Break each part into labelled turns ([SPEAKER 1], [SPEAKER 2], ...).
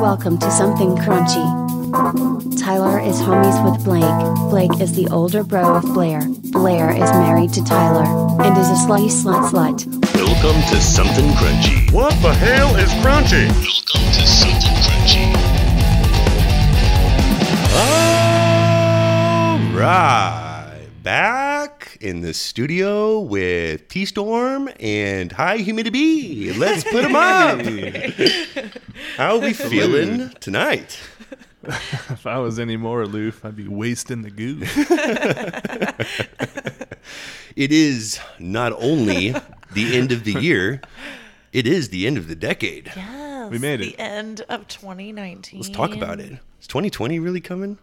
[SPEAKER 1] Welcome to Something Crunchy. Tyler is homies with Blake. Blake is the older bro of Blair. Blair is married to Tyler and is a slutty slut slut.
[SPEAKER 2] Welcome to Something Crunchy.
[SPEAKER 3] What the hell is crunchy?
[SPEAKER 2] Welcome to Something Crunchy.
[SPEAKER 3] All right, back in the studio with T Storm and High Humidity. Let's put them up. How we feeling tonight?
[SPEAKER 4] If I was any more aloof, I'd be wasting the goo.
[SPEAKER 3] It is not only the end of the year, it is the end of the decade.
[SPEAKER 5] Yes.
[SPEAKER 4] We made it.
[SPEAKER 5] The end of 2019.
[SPEAKER 3] Let's talk about it. Is 2020 really coming?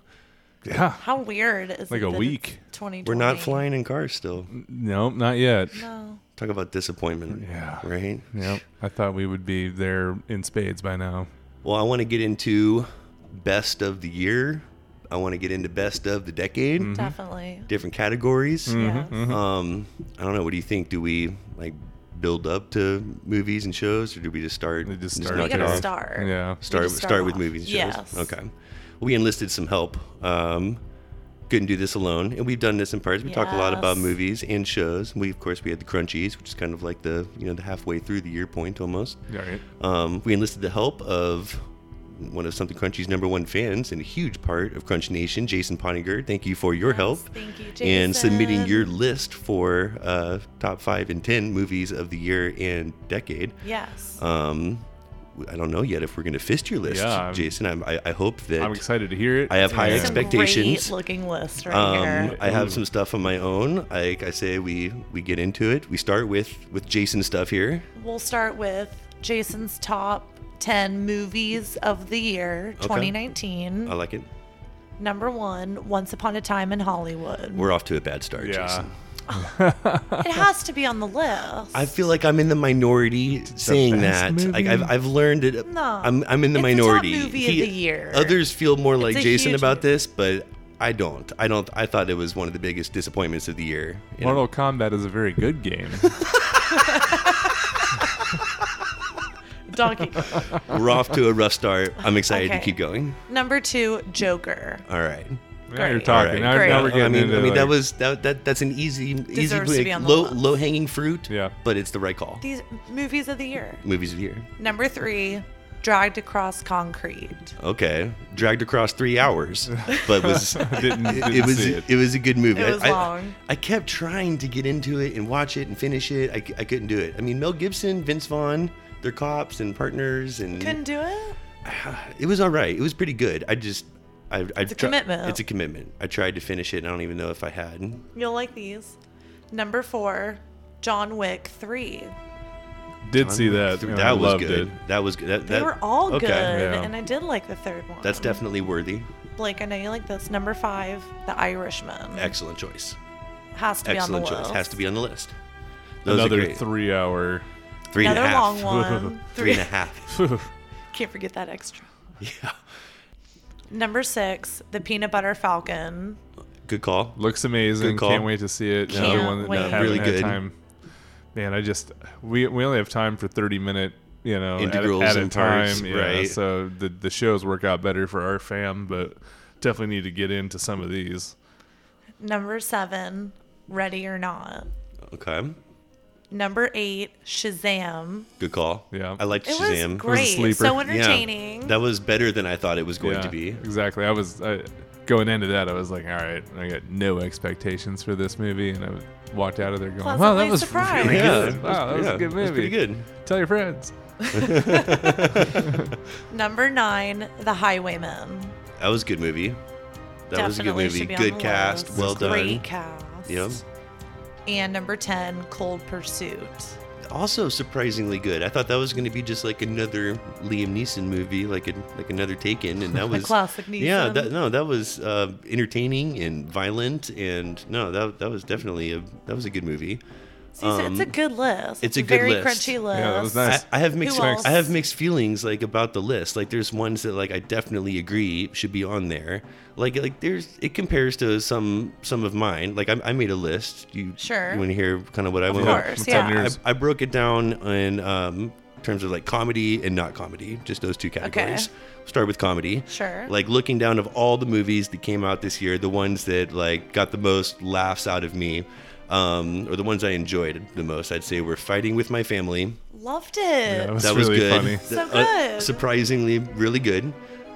[SPEAKER 4] Yeah.
[SPEAKER 5] How weird is
[SPEAKER 4] Like
[SPEAKER 5] it
[SPEAKER 4] a
[SPEAKER 5] that
[SPEAKER 4] week.
[SPEAKER 5] it's 2020.
[SPEAKER 3] We're not flying in cars still.
[SPEAKER 4] No, not yet.
[SPEAKER 5] No.
[SPEAKER 3] Talk about disappointment.
[SPEAKER 4] Yeah.
[SPEAKER 3] Right?
[SPEAKER 4] Yep. I thought we would be there in spades by now.
[SPEAKER 3] Well, I want to get into best of the year. I want to get into best of the decade,
[SPEAKER 4] Mm-hmm.
[SPEAKER 5] Definitely.
[SPEAKER 3] different categories.
[SPEAKER 5] Yes.
[SPEAKER 3] Um, I don't know. What do you think? Do we like build up to movies and shows, or do we just start?
[SPEAKER 4] We just
[SPEAKER 5] We
[SPEAKER 4] start.
[SPEAKER 3] knock it
[SPEAKER 5] gotta
[SPEAKER 3] off?
[SPEAKER 5] start.
[SPEAKER 4] Yeah.
[SPEAKER 3] Start,
[SPEAKER 5] just
[SPEAKER 3] with-
[SPEAKER 5] start
[SPEAKER 3] start with
[SPEAKER 5] off.
[SPEAKER 3] movies and shows.
[SPEAKER 5] Yes.
[SPEAKER 3] Okay. We enlisted some help. Um, couldn't do this alone, and we've done this in parts. We talked a lot about
[SPEAKER 5] Yes.
[SPEAKER 3] movies and shows. We, of course, we had the crunchies, which is kind of like the you know the halfway through the year point almost.
[SPEAKER 4] All right.
[SPEAKER 3] Um, we enlisted the help of one of Something Crunchy's number one fans and a huge part of Crunch Nation, Jason Poniger. Thank you for your help
[SPEAKER 5] Thank you, Jason.
[SPEAKER 3] and submitting your list for uh, top five and 10 movies of the year and decade.
[SPEAKER 5] Yes.
[SPEAKER 3] Um, I don't know yet if we're going to fist your list,
[SPEAKER 4] Yeah, I'm-
[SPEAKER 3] Jason. I'm, I, I hope that
[SPEAKER 4] I'm excited to hear it.
[SPEAKER 3] I have high
[SPEAKER 4] Yeah.
[SPEAKER 5] Some
[SPEAKER 3] expectations.
[SPEAKER 5] Great looking list right
[SPEAKER 3] um,
[SPEAKER 5] here.
[SPEAKER 3] I have some stuff on my own. Like I say, we, we get into it. We start with, with Jason's stuff here.
[SPEAKER 5] We'll start with Jason's top 10 movies of the year 2019.
[SPEAKER 3] I like it.
[SPEAKER 5] Number one, Once Upon a Time in Hollywood.
[SPEAKER 3] We're off to a bad start,
[SPEAKER 4] Yeah.
[SPEAKER 3] Jason.
[SPEAKER 5] It has to be on the list.
[SPEAKER 3] I feel like I'm in the minority saying that.
[SPEAKER 4] best
[SPEAKER 3] Like
[SPEAKER 4] movie.
[SPEAKER 3] I've, I've learned it.
[SPEAKER 5] No.
[SPEAKER 3] I'm, I'm in the
[SPEAKER 5] It's the top
[SPEAKER 3] minority.
[SPEAKER 5] movie of the year.
[SPEAKER 3] Others feel more like
[SPEAKER 5] a
[SPEAKER 3] Jason
[SPEAKER 5] huge
[SPEAKER 3] about
[SPEAKER 5] movie.
[SPEAKER 3] this, but I don't. I don't. I thought it was one of the biggest disappointments of the year. you know?
[SPEAKER 4] Mortal Kombat is a very good game.
[SPEAKER 5] Donkey.
[SPEAKER 3] We're off to a rough start. I'm excited to
[SPEAKER 5] Okay.
[SPEAKER 3] keep going.
[SPEAKER 5] Number two, Joker.
[SPEAKER 3] All right.
[SPEAKER 4] now you're
[SPEAKER 5] Great.
[SPEAKER 3] All right.
[SPEAKER 4] talking. Now, now we're getting
[SPEAKER 3] I mean,
[SPEAKER 4] into
[SPEAKER 3] I mean that
[SPEAKER 4] like-
[SPEAKER 3] was that, that that's an easy easy
[SPEAKER 5] Deserves to be on the
[SPEAKER 3] low
[SPEAKER 5] list.
[SPEAKER 3] low hanging fruit.
[SPEAKER 4] Yeah.
[SPEAKER 3] But it's the right call.
[SPEAKER 5] These movies of the year.
[SPEAKER 3] Movies of the year.
[SPEAKER 5] Number three, dragged across concrete.
[SPEAKER 3] Okay. Dragged across three hours, but was
[SPEAKER 4] didn't, didn't
[SPEAKER 3] it was
[SPEAKER 4] see
[SPEAKER 3] it.
[SPEAKER 4] it.
[SPEAKER 3] was a good movie.
[SPEAKER 5] It was
[SPEAKER 3] I, I-
[SPEAKER 5] long.
[SPEAKER 3] I, kept trying to get into it and watch it and finish it. I, c- I couldn't do it. I mean, Mel Gibson, Vince Vaughn, they're cops and partners, and
[SPEAKER 5] Couldn't do it.
[SPEAKER 3] it was all right. It was pretty good. I just I, I it's
[SPEAKER 5] a commitment.
[SPEAKER 3] It's a commitment. I tried to finish it. and I don't even know if I had.
[SPEAKER 5] You'll like these. Number four, John Wick three.
[SPEAKER 4] Did see that. and I
[SPEAKER 3] That was
[SPEAKER 4] loved
[SPEAKER 3] good.
[SPEAKER 4] It.
[SPEAKER 3] That was good. That,
[SPEAKER 5] They
[SPEAKER 3] that-
[SPEAKER 5] were all
[SPEAKER 3] okay.
[SPEAKER 5] good,
[SPEAKER 4] Yeah.
[SPEAKER 5] and I did like the third one.
[SPEAKER 3] That's definitely worthy.
[SPEAKER 5] Blake. I know you like this. Number five, The Irishman.
[SPEAKER 3] Excellent choice.
[SPEAKER 5] Has to be on the
[SPEAKER 3] Excellent choice.
[SPEAKER 5] list.
[SPEAKER 3] Has to be on the list. Those are
[SPEAKER 4] Another
[SPEAKER 3] great.
[SPEAKER 4] three-hour.
[SPEAKER 3] Three and a
[SPEAKER 5] Another
[SPEAKER 3] half.
[SPEAKER 5] long one.
[SPEAKER 3] Three and a half.
[SPEAKER 5] Can't forget that extra.
[SPEAKER 3] yeah.
[SPEAKER 5] Number six, The Peanut Butter Falcon.
[SPEAKER 3] Good call.
[SPEAKER 4] Looks amazing.
[SPEAKER 3] Good call.
[SPEAKER 4] Can't wait to see it. Another
[SPEAKER 5] Can't
[SPEAKER 4] one that
[SPEAKER 5] wait.
[SPEAKER 4] haven't
[SPEAKER 3] Really
[SPEAKER 4] had
[SPEAKER 3] good.
[SPEAKER 4] time. Man, I just we we only have time for thirty minute you know at a-
[SPEAKER 3] Integrals
[SPEAKER 4] at, a
[SPEAKER 3] and
[SPEAKER 4] time.
[SPEAKER 3] parts,
[SPEAKER 4] yeah,
[SPEAKER 3] right.
[SPEAKER 4] So the the shows work out better for our fam, but definitely need to get into some of these.
[SPEAKER 5] Number seven, Ready or Not.
[SPEAKER 3] Okay.
[SPEAKER 5] Number eight, Shazam.
[SPEAKER 3] Good call.
[SPEAKER 4] Yeah.
[SPEAKER 3] I liked
[SPEAKER 5] It
[SPEAKER 3] Shazam.
[SPEAKER 5] was great.
[SPEAKER 4] sleeper.
[SPEAKER 5] so
[SPEAKER 3] Yeah.
[SPEAKER 5] entertaining.
[SPEAKER 3] That was better than I thought it was going
[SPEAKER 4] yeah,
[SPEAKER 3] to be.
[SPEAKER 4] exactly. I was I, going into that. I was like, all right, I got no expectations for this movie, and I walked out of there going, wow, that
[SPEAKER 5] Pleasantly
[SPEAKER 4] was
[SPEAKER 5] surprised.
[SPEAKER 4] really
[SPEAKER 3] Yeah,
[SPEAKER 4] good. Wow, that was
[SPEAKER 3] yeah,
[SPEAKER 4] a good
[SPEAKER 3] it was
[SPEAKER 4] movie.
[SPEAKER 3] pretty good.
[SPEAKER 4] Tell your friends.
[SPEAKER 5] Number nine, The Highwayman.
[SPEAKER 3] That was a good movie. That was a good
[SPEAKER 5] Definitely
[SPEAKER 3] movie.
[SPEAKER 5] should be on
[SPEAKER 3] Good
[SPEAKER 5] the
[SPEAKER 3] cast.
[SPEAKER 5] list.
[SPEAKER 3] Well
[SPEAKER 5] Great
[SPEAKER 3] done.
[SPEAKER 5] cast.
[SPEAKER 3] Yep.
[SPEAKER 5] And number ten, Cold Pursuit.
[SPEAKER 3] Also surprisingly good. I thought that was going to be just like another Liam Neeson movie, like a, like another Taken, and that was
[SPEAKER 5] classic
[SPEAKER 3] Yeah.
[SPEAKER 5] Neeson.
[SPEAKER 3] That, no, that was uh, entertaining and violent, and no, that that was definitely a that was a good movie.
[SPEAKER 5] See, so it's a good list.
[SPEAKER 3] Um, it's a good
[SPEAKER 5] very
[SPEAKER 3] list.
[SPEAKER 5] crunchy list.
[SPEAKER 4] Yeah, that was
[SPEAKER 3] I,
[SPEAKER 4] nice.
[SPEAKER 3] I have mixed
[SPEAKER 5] Who else?
[SPEAKER 3] I have mixed feelings like about the list. Like there's ones that like I definitely agree should be on there. Like like there's it compares to some some of mine. Like I, I made a list. You
[SPEAKER 5] Sure.
[SPEAKER 3] You want to hear kind of what I
[SPEAKER 5] Of
[SPEAKER 3] went
[SPEAKER 5] course,
[SPEAKER 3] with?
[SPEAKER 4] What's on
[SPEAKER 5] yeah.
[SPEAKER 4] yours?
[SPEAKER 3] I, I broke it down in um, terms of like comedy and not comedy, just those two categories.
[SPEAKER 5] Okay.
[SPEAKER 3] Start with comedy.
[SPEAKER 5] Sure.
[SPEAKER 3] Like looking down of all the movies that came out this year, the ones that like got the most laughs out of me, um, or the ones I enjoyed the most, I'd say were Fighting with My Family.
[SPEAKER 5] Loved it.
[SPEAKER 4] That was
[SPEAKER 3] that was
[SPEAKER 4] really
[SPEAKER 3] good.
[SPEAKER 4] funny.
[SPEAKER 5] So
[SPEAKER 3] uh,
[SPEAKER 5] good.
[SPEAKER 3] surprisingly, really good.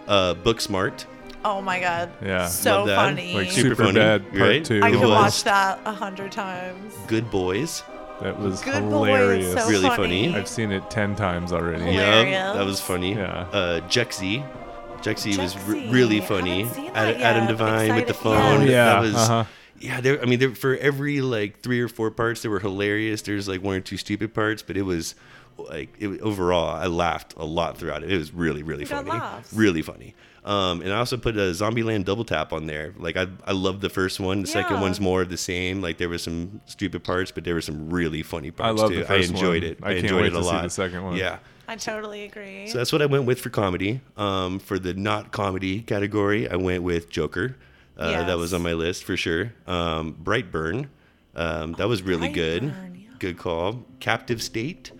[SPEAKER 3] Uh, Book Smart.
[SPEAKER 5] Oh my god.
[SPEAKER 4] Yeah.
[SPEAKER 5] So
[SPEAKER 3] Love that.
[SPEAKER 5] funny.
[SPEAKER 4] Like
[SPEAKER 3] Super
[SPEAKER 4] Super,
[SPEAKER 3] funny,
[SPEAKER 4] Bad Part
[SPEAKER 3] right?
[SPEAKER 4] Two.
[SPEAKER 5] I
[SPEAKER 3] It
[SPEAKER 5] could
[SPEAKER 3] was.
[SPEAKER 5] watch that a hundred times.
[SPEAKER 3] Good Boys.
[SPEAKER 4] That was
[SPEAKER 5] Good
[SPEAKER 4] hilarious.
[SPEAKER 5] boy. So
[SPEAKER 3] Really
[SPEAKER 5] funny.
[SPEAKER 3] funny.
[SPEAKER 4] I've seen it ten times already.
[SPEAKER 5] Yeah.
[SPEAKER 3] Yeah, that was funny.
[SPEAKER 4] Yeah.
[SPEAKER 3] Uh, Jexy. Jexy was r-
[SPEAKER 5] Jexy.
[SPEAKER 3] really
[SPEAKER 5] I
[SPEAKER 3] funny.
[SPEAKER 5] haven't seen
[SPEAKER 3] Ad-
[SPEAKER 5] that yet.
[SPEAKER 3] Adam
[SPEAKER 5] I'm
[SPEAKER 3] Devine with the phone.
[SPEAKER 5] excited. Yeah. Oh,
[SPEAKER 4] yeah,
[SPEAKER 3] That was,
[SPEAKER 4] uh-huh.
[SPEAKER 3] yeah. There, I mean, there, for every like three or four parts, they were hilarious. There's like one or two stupid parts, but it was like it, was- overall, I laughed a lot throughout it. It was really, really
[SPEAKER 5] got
[SPEAKER 3] funny.
[SPEAKER 5] laughs.
[SPEAKER 3] Really funny. Um, and I also put a Zombieland double tap on there. Like I, I love the first one. The second
[SPEAKER 5] Yeah.
[SPEAKER 3] one's more of the same. Like there were some stupid parts, but there were some really funny
[SPEAKER 4] I
[SPEAKER 3] parts
[SPEAKER 4] love
[SPEAKER 3] too.
[SPEAKER 4] the first
[SPEAKER 3] I enjoyed
[SPEAKER 4] one.
[SPEAKER 3] it.
[SPEAKER 4] I
[SPEAKER 3] I,
[SPEAKER 4] can't
[SPEAKER 3] enjoyed
[SPEAKER 4] wait
[SPEAKER 3] it a
[SPEAKER 4] to see
[SPEAKER 3] lot.
[SPEAKER 4] the second one.
[SPEAKER 3] Yeah.
[SPEAKER 5] I totally agree.
[SPEAKER 3] So that's what I went with for comedy. Um, for the not comedy category, I went with Joker. Uh, That was
[SPEAKER 5] Yes.
[SPEAKER 3] on my list for sure. Um, Brightburn. Um, that was really good.
[SPEAKER 5] Brightburn, yeah.
[SPEAKER 3] Good call. Captive State,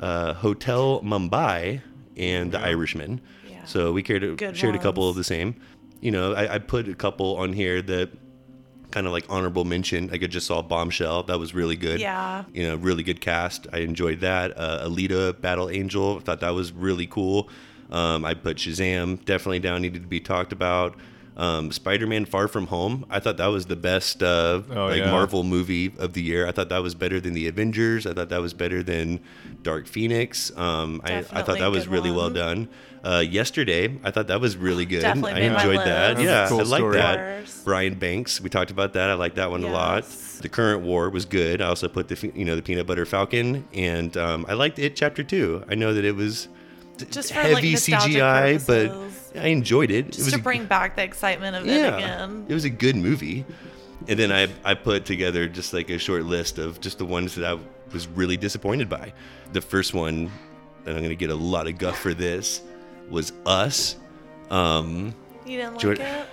[SPEAKER 3] uh, Hotel Mumbai, and The Irishman.
[SPEAKER 5] Yeah.
[SPEAKER 3] So we cared,
[SPEAKER 5] Good
[SPEAKER 3] shared a couple
[SPEAKER 5] ones.
[SPEAKER 3] of the same. You know, I, I put a couple on here that kind of like honorable mention. Like I just saw Bombshell. That was really good.
[SPEAKER 5] Yeah.
[SPEAKER 3] You know, really good cast. I enjoyed that. Uh, Alita, Battle Angel. I thought that was really cool. Um, I put Shazam definitely down. Needed to be talked about. Um, Spider-Man: Far From Home. I thought that was the best uh,
[SPEAKER 4] Oh,
[SPEAKER 3] like
[SPEAKER 4] yeah.
[SPEAKER 3] Marvel movie of the year. I thought that was better than the Avengers. I thought that was better than Dark Phoenix. Um, I, I thought
[SPEAKER 5] Definitely
[SPEAKER 3] that
[SPEAKER 5] a
[SPEAKER 3] was
[SPEAKER 5] good
[SPEAKER 3] really well
[SPEAKER 5] one.
[SPEAKER 3] done. Uh, yesterday, I thought that was really good.
[SPEAKER 5] Definitely
[SPEAKER 3] I
[SPEAKER 5] made my
[SPEAKER 3] enjoyed
[SPEAKER 5] list.
[SPEAKER 3] that.
[SPEAKER 5] That's a
[SPEAKER 3] yeah,
[SPEAKER 4] cool
[SPEAKER 3] I like
[SPEAKER 4] story.
[SPEAKER 3] that.
[SPEAKER 5] Course.
[SPEAKER 3] Brian Banks, we talked about that. I like that one a lot.
[SPEAKER 5] Yes.
[SPEAKER 3] The Current War was good. I also put the fe- you know the Peanut Butter Falcon, and um, I liked it. Chapter two. I know that it was d-
[SPEAKER 5] Just for, like,
[SPEAKER 3] heavy
[SPEAKER 5] nostalgic
[SPEAKER 3] CGI,
[SPEAKER 5] purposes.
[SPEAKER 3] but I enjoyed it. it
[SPEAKER 5] Just
[SPEAKER 3] was
[SPEAKER 5] to
[SPEAKER 3] a-
[SPEAKER 5] bring back the excitement of it again.
[SPEAKER 3] it was a good movie. And then I I put together just like a short list of just the ones that I was really disappointed by. The first one, and I'm gonna get a lot of guff for this, was Us. Um,
[SPEAKER 5] You didn't like
[SPEAKER 3] Jordan-
[SPEAKER 5] it?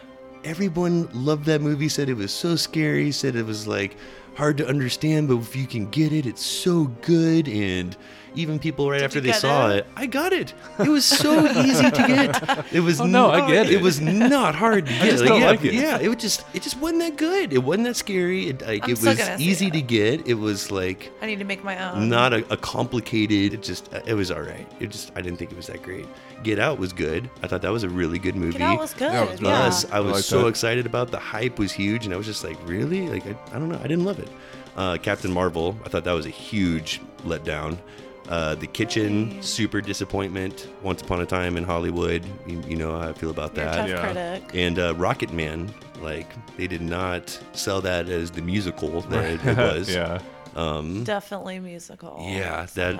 [SPEAKER 3] everyone loved that movie. Said it was so scary. Said it was like hard to understand, but if you can get it, it's so good. And even people right after
[SPEAKER 5] you
[SPEAKER 3] they
[SPEAKER 5] get
[SPEAKER 3] saw
[SPEAKER 5] it?
[SPEAKER 3] it, I got it. It was so easy to get. It
[SPEAKER 5] Oh,
[SPEAKER 3] was
[SPEAKER 4] no, I
[SPEAKER 3] not-
[SPEAKER 4] get it.
[SPEAKER 3] was not hard to get.
[SPEAKER 4] just don't
[SPEAKER 3] yeah,
[SPEAKER 4] like it.
[SPEAKER 3] yeah, it was just it just wasn't that good. It wasn't that scary. It, like,
[SPEAKER 5] I'm
[SPEAKER 3] it
[SPEAKER 5] still
[SPEAKER 3] was
[SPEAKER 5] gonna see
[SPEAKER 3] easy
[SPEAKER 5] it.
[SPEAKER 3] to get. It was like
[SPEAKER 5] I need to make my own.
[SPEAKER 3] not a, a complicated it just it was all right it just i didn't think it was that great get out was good i thought that was a really good movie
[SPEAKER 5] Get Out was good.
[SPEAKER 4] That was
[SPEAKER 5] yeah.
[SPEAKER 3] us i
[SPEAKER 4] I
[SPEAKER 3] was
[SPEAKER 4] like
[SPEAKER 3] so
[SPEAKER 4] that.
[SPEAKER 3] excited about the hype was huge and i was just like really like i, I don't know i didn't love it uh, captain marvel i thought that was a huge letdown uh, the kitchen super disappointment once upon a time in hollywood you, you know how i feel about
[SPEAKER 5] You're a
[SPEAKER 3] that
[SPEAKER 5] tough
[SPEAKER 4] Yeah.
[SPEAKER 5] critic.
[SPEAKER 3] and uh, rocket man like they did not sell that as the musical that it, it was
[SPEAKER 4] yeah.
[SPEAKER 5] Definitely musical.
[SPEAKER 3] yeah
[SPEAKER 5] So
[SPEAKER 3] that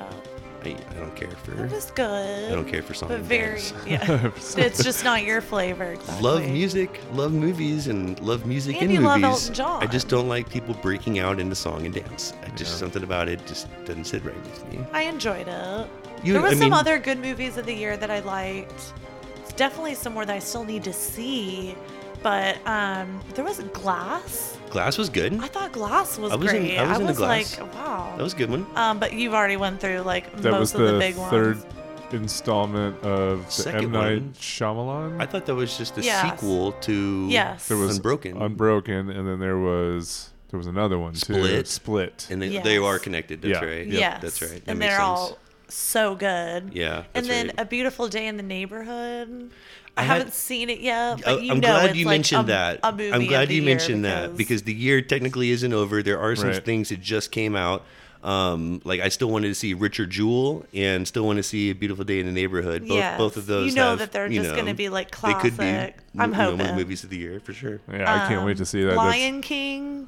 [SPEAKER 3] I, I don't care for
[SPEAKER 5] It was good.
[SPEAKER 3] I don't care for song.
[SPEAKER 5] But
[SPEAKER 3] and
[SPEAKER 5] very,
[SPEAKER 3] dance.
[SPEAKER 5] yeah. it's just not your flavor. Exactly.
[SPEAKER 3] Love music, love movies, and love music
[SPEAKER 5] And you
[SPEAKER 3] in
[SPEAKER 5] love
[SPEAKER 3] movies.
[SPEAKER 5] Elton John.
[SPEAKER 3] I just don't like people breaking out into song and dance. I just something about it just doesn't sit right with me.
[SPEAKER 5] I enjoyed it.
[SPEAKER 3] You-
[SPEAKER 5] there were
[SPEAKER 3] I
[SPEAKER 5] some
[SPEAKER 3] mean-
[SPEAKER 5] other good movies of the year that I liked. It's definitely somewhere that I still need to see. But um, there was Glass.
[SPEAKER 3] Glass was good.
[SPEAKER 5] I thought Glass was,
[SPEAKER 3] I was in-
[SPEAKER 5] great.
[SPEAKER 3] I was into Glass.
[SPEAKER 5] like, wow.
[SPEAKER 3] That was a good one.
[SPEAKER 5] um, but you've already went through like
[SPEAKER 4] That
[SPEAKER 5] most
[SPEAKER 4] was
[SPEAKER 5] of the,
[SPEAKER 4] the
[SPEAKER 5] big
[SPEAKER 4] third
[SPEAKER 5] ones.
[SPEAKER 4] installment of the
[SPEAKER 3] Second
[SPEAKER 4] M Night
[SPEAKER 3] one.
[SPEAKER 4] Shyamalan.
[SPEAKER 3] I thought that was just a
[SPEAKER 5] Yes.
[SPEAKER 3] sequel to
[SPEAKER 5] Yes. There
[SPEAKER 4] was
[SPEAKER 3] Unbroken.
[SPEAKER 4] Unbroken, and then there was there was another one too.
[SPEAKER 3] Split.
[SPEAKER 4] Split.
[SPEAKER 3] and they, they
[SPEAKER 5] Yes.
[SPEAKER 3] are connected. That's
[SPEAKER 4] Yeah.
[SPEAKER 3] right.
[SPEAKER 5] Yes.
[SPEAKER 3] That's right. That
[SPEAKER 5] and
[SPEAKER 3] makes
[SPEAKER 5] they're
[SPEAKER 3] sense.
[SPEAKER 5] all so good.
[SPEAKER 3] Yeah,
[SPEAKER 5] And
[SPEAKER 3] that's
[SPEAKER 5] then
[SPEAKER 3] right.
[SPEAKER 5] A Beautiful Day in the Neighborhood. I,
[SPEAKER 3] I had-
[SPEAKER 5] haven't seen it yet,
[SPEAKER 3] I-
[SPEAKER 5] but you
[SPEAKER 3] Uh, I'm
[SPEAKER 5] know
[SPEAKER 3] glad
[SPEAKER 5] it's
[SPEAKER 3] you
[SPEAKER 5] like
[SPEAKER 3] mentioned
[SPEAKER 5] a,
[SPEAKER 3] that.
[SPEAKER 5] a movie
[SPEAKER 3] I'm
[SPEAKER 5] of
[SPEAKER 3] glad
[SPEAKER 5] the
[SPEAKER 3] you
[SPEAKER 5] year
[SPEAKER 3] mentioned that because the year technically isn't over. There are some
[SPEAKER 4] Right.
[SPEAKER 3] things that just came out. Um, like I still wanted to see Richard Jewell and still want to see A Beautiful Day in the Neighborhood. Both,
[SPEAKER 5] Yes.
[SPEAKER 3] both of those.
[SPEAKER 5] You know
[SPEAKER 3] have,
[SPEAKER 5] that they're
[SPEAKER 3] you
[SPEAKER 5] just gonna
[SPEAKER 3] know,
[SPEAKER 5] be, like,
[SPEAKER 3] They could be.
[SPEAKER 5] classic. I'm
[SPEAKER 3] you know, one of
[SPEAKER 5] hoping.
[SPEAKER 3] the movies of the year for sure.
[SPEAKER 4] yeah, I can't wait to see that. That's-
[SPEAKER 5] Lion King.